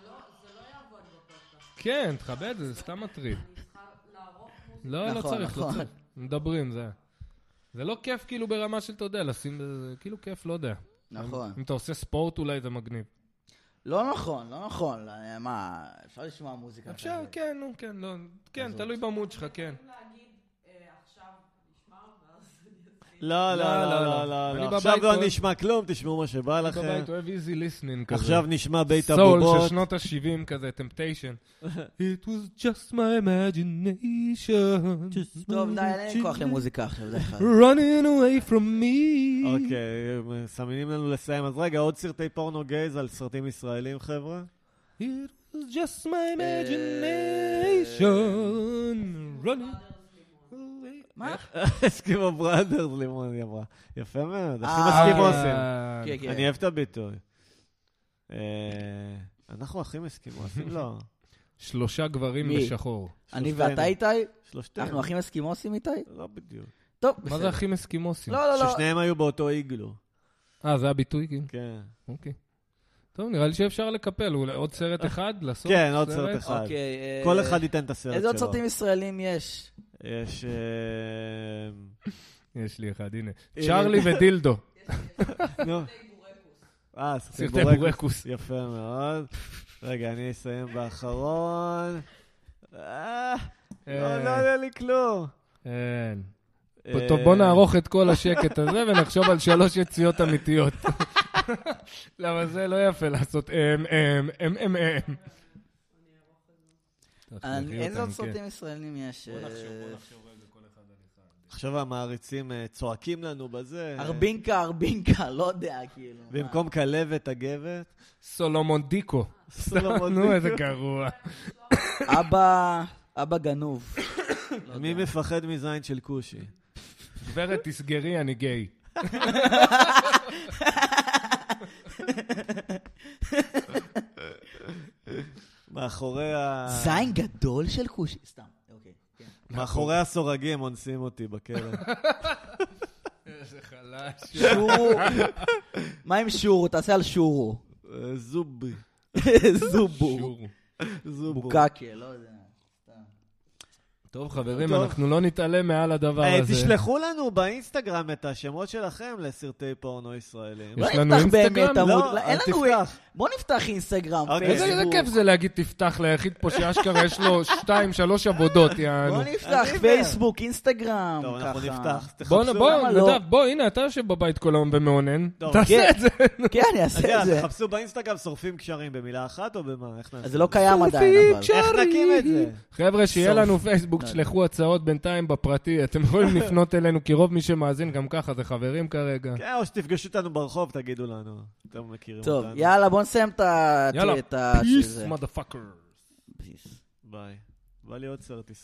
[SPEAKER 1] כן, תכבד, זה סתם מטריד.
[SPEAKER 4] אני צריכה לערוך מוזיקה.
[SPEAKER 1] לא, לא
[SPEAKER 2] נכון,
[SPEAKER 1] צריך, לא
[SPEAKER 2] נכון.
[SPEAKER 1] צריך. מדברים, זה... זה לא כיף כאילו ברמה של, אתה יודע, לשים... זה כאילו כיף, לא יודע.
[SPEAKER 2] נכון.
[SPEAKER 1] אם אתה עושה ספורט אולי זה מגניב.
[SPEAKER 2] לא נכון, לא נכון. אה, מה, אפשר לשמוע מוזיקה.
[SPEAKER 1] אפשר,
[SPEAKER 2] כזאת.
[SPEAKER 1] כן, נו, כן, לא... כן, תלוי
[SPEAKER 2] אה,
[SPEAKER 1] במוד שלך, כן.
[SPEAKER 4] להגיד אה, עכשיו נשמע, ואז אני אסביר.
[SPEAKER 3] לא, לא, לא, לא, לא,
[SPEAKER 1] אני
[SPEAKER 3] לא.
[SPEAKER 1] בבית
[SPEAKER 3] עכשיו לא
[SPEAKER 1] אוהב-
[SPEAKER 3] נשמע כלום, תשמעו מה שבא לכם.
[SPEAKER 2] כן.
[SPEAKER 1] בבית אוהב איזי ליסנינג כזה.
[SPEAKER 3] עכשיו נשמע בית
[SPEAKER 1] סול של
[SPEAKER 3] הבובות.
[SPEAKER 1] שנות ה-70 כזה, טמפטיישן. It was just my imagination.
[SPEAKER 2] טוב, די, אין לי כוח למוזיקה עכשיו, די חד.
[SPEAKER 1] running away from me.
[SPEAKER 3] אוקיי, הם מסמנים לנו לסיים. אז רגע, עוד סרטי פורנו גייז על סרטים ישראלים, חבר'ה?
[SPEAKER 1] It was just
[SPEAKER 2] אה,
[SPEAKER 1] my imagination. running away.
[SPEAKER 2] מה?
[SPEAKER 3] הסכימו בראדרס לימון, היא אמרה. יפה מאוד, הכי
[SPEAKER 2] אה,
[SPEAKER 3] מסכים עושים.
[SPEAKER 1] אה,
[SPEAKER 2] כן, כן.
[SPEAKER 3] אני אוהב את הביטוי. אה, אנחנו הכי מסכימו עושים, לא.
[SPEAKER 1] שלושה גברים
[SPEAKER 2] מי?
[SPEAKER 1] בשחור.
[SPEAKER 2] אני
[SPEAKER 3] שלושתנו. כן.
[SPEAKER 2] ואתה איתי?
[SPEAKER 3] שלושתנו.
[SPEAKER 2] אנחנו הכי מסכימוסים איתי?
[SPEAKER 3] לא בדיוק.
[SPEAKER 2] טוב,
[SPEAKER 1] מה
[SPEAKER 2] בסדר.
[SPEAKER 1] זה אחים אסקימוסים?
[SPEAKER 2] לא, לא, לא.
[SPEAKER 3] ששניהם היו באותו איגלו.
[SPEAKER 1] אה, זה הביטוי? כאילו?
[SPEAKER 3] כן.
[SPEAKER 1] אוקיי. טוב, נראה לי שאפשר לקפל. אולי עוד סרט אחד לעשות?
[SPEAKER 3] כן, עוד סרט אחד.
[SPEAKER 2] אוקיי. אה,
[SPEAKER 3] כל אחד ייתן את הסרט שלו.
[SPEAKER 2] איזה עוד סרטים ישראלים יש?
[SPEAKER 3] יש... אה,
[SPEAKER 1] יש לי אחד, הנה.
[SPEAKER 3] אה,
[SPEAKER 1] צ'ארלי ודילדו.
[SPEAKER 3] נו. אה,
[SPEAKER 1] סרטי בורקוס.
[SPEAKER 3] יפה מאוד. רגע, אני אסיים באחרון. אה, לא
[SPEAKER 1] אה.
[SPEAKER 3] לא עולה לי כלום.
[SPEAKER 1] אין.
[SPEAKER 3] אה,
[SPEAKER 1] טוב, בוא נערוך את כל השקט הזה ונחשוב על שלוש יציאות אמיתיות. למה זה לא יפה לעשות אמ, אמ, אמ, אמ, אמ.
[SPEAKER 2] אני- אמ. איזה
[SPEAKER 1] כן.
[SPEAKER 2] עוד סרטים ישראלים יש? אה,
[SPEAKER 3] עכשיו המעריצים אה, צועקים לנו בזה.
[SPEAKER 2] אה, ארבינקה, ארבינקה, לא יודע, כאילו. מה.
[SPEAKER 3] במקום כלבת, אגבת.
[SPEAKER 1] סולומון דיקו.
[SPEAKER 3] סולומון
[SPEAKER 1] נו, איזה
[SPEAKER 3] דיקו.
[SPEAKER 1] גרוע.
[SPEAKER 2] אבא, אבא גנוב.
[SPEAKER 1] אה.
[SPEAKER 2] לא
[SPEAKER 3] מי
[SPEAKER 2] יודע.
[SPEAKER 3] מפחד מזין של כושי?
[SPEAKER 1] גברת, תסגרי, אני גיי.
[SPEAKER 3] מאחורי ה...
[SPEAKER 2] זין גדול של כושי. סתם, אוקיי. כן.
[SPEAKER 3] מאחורי הסורגים אונסים אותי בכלא.
[SPEAKER 1] איזה חלש.
[SPEAKER 2] שורו. מה עם שורו? תעשה על שורו.
[SPEAKER 3] אה, זובי.
[SPEAKER 2] זובו.
[SPEAKER 1] שור.
[SPEAKER 3] זובו.
[SPEAKER 2] בוקקה, לא יודע. סתם.
[SPEAKER 1] טוב, חברים,
[SPEAKER 3] טוב.
[SPEAKER 1] אנחנו לא נתעלם מעל הדבר
[SPEAKER 3] אה,
[SPEAKER 1] הזה.
[SPEAKER 3] תשלחו לנו באינסטגרם את השמות שלכם לסרטי פורנו ישראלים.
[SPEAKER 1] יש
[SPEAKER 2] לא
[SPEAKER 1] לנו
[SPEAKER 2] נפתח באמת
[SPEAKER 1] אינסטגרם?
[SPEAKER 2] עמוד.
[SPEAKER 3] לא,
[SPEAKER 2] לא, אין
[SPEAKER 3] אל
[SPEAKER 2] לנו...
[SPEAKER 3] תפתח.
[SPEAKER 2] בוא נפתח אינסטגרם,
[SPEAKER 3] אוקיי.
[SPEAKER 1] איזה איזה
[SPEAKER 2] פייסבוק.
[SPEAKER 1] כיף זה להגיד תפתח ליחיד פה שאשכרה יש לו שתיים, שלוש עבודות, יענו.
[SPEAKER 2] בוא נפתח
[SPEAKER 3] אני
[SPEAKER 2] פייסבוק, אינסטגרם,
[SPEAKER 3] טוב,
[SPEAKER 2] ככה.
[SPEAKER 3] אנחנו נפתח. תחפשו.
[SPEAKER 1] בוא, בוא,
[SPEAKER 2] למה לא?
[SPEAKER 1] נדב, בוא, הנה, אתה יושב בבית כל היום ומאונן.
[SPEAKER 3] טוב,
[SPEAKER 1] תעשה
[SPEAKER 2] כן.
[SPEAKER 1] את זה.
[SPEAKER 2] כן, אני
[SPEAKER 3] אז
[SPEAKER 2] אעשה
[SPEAKER 3] יאללה,
[SPEAKER 2] את זה.
[SPEAKER 3] תחפשו באינסטגרם שורפים קשרים במילה אחת או במה? איך נעשה?
[SPEAKER 2] אז זה לא קיים עדיין, אבל.
[SPEAKER 3] איך נקים את זה?
[SPEAKER 1] חבר'ה, שיהיה
[SPEAKER 2] סוף.
[SPEAKER 1] לנו פייסבוק,
[SPEAKER 2] לא.
[SPEAKER 1] תשלחו הצעות בינתיים בפרטי, אתם יכולים לפנות אלינו, כי רוב מי שמאזין גם ככה זה חברים כרגע.
[SPEAKER 3] כן, או שתפגשו אותנו ברחוב, תגידו לנו. אתם מכירים
[SPEAKER 2] טוב,
[SPEAKER 3] אותנו.
[SPEAKER 2] יאללה, בוא נסיים את ה...
[SPEAKER 1] יאללה,
[SPEAKER 2] את ה-
[SPEAKER 1] פיס,
[SPEAKER 2] שזה.
[SPEAKER 1] מודה פאקר.
[SPEAKER 2] Peace.
[SPEAKER 3] ביי. בא לי עוד סרט ישראלי.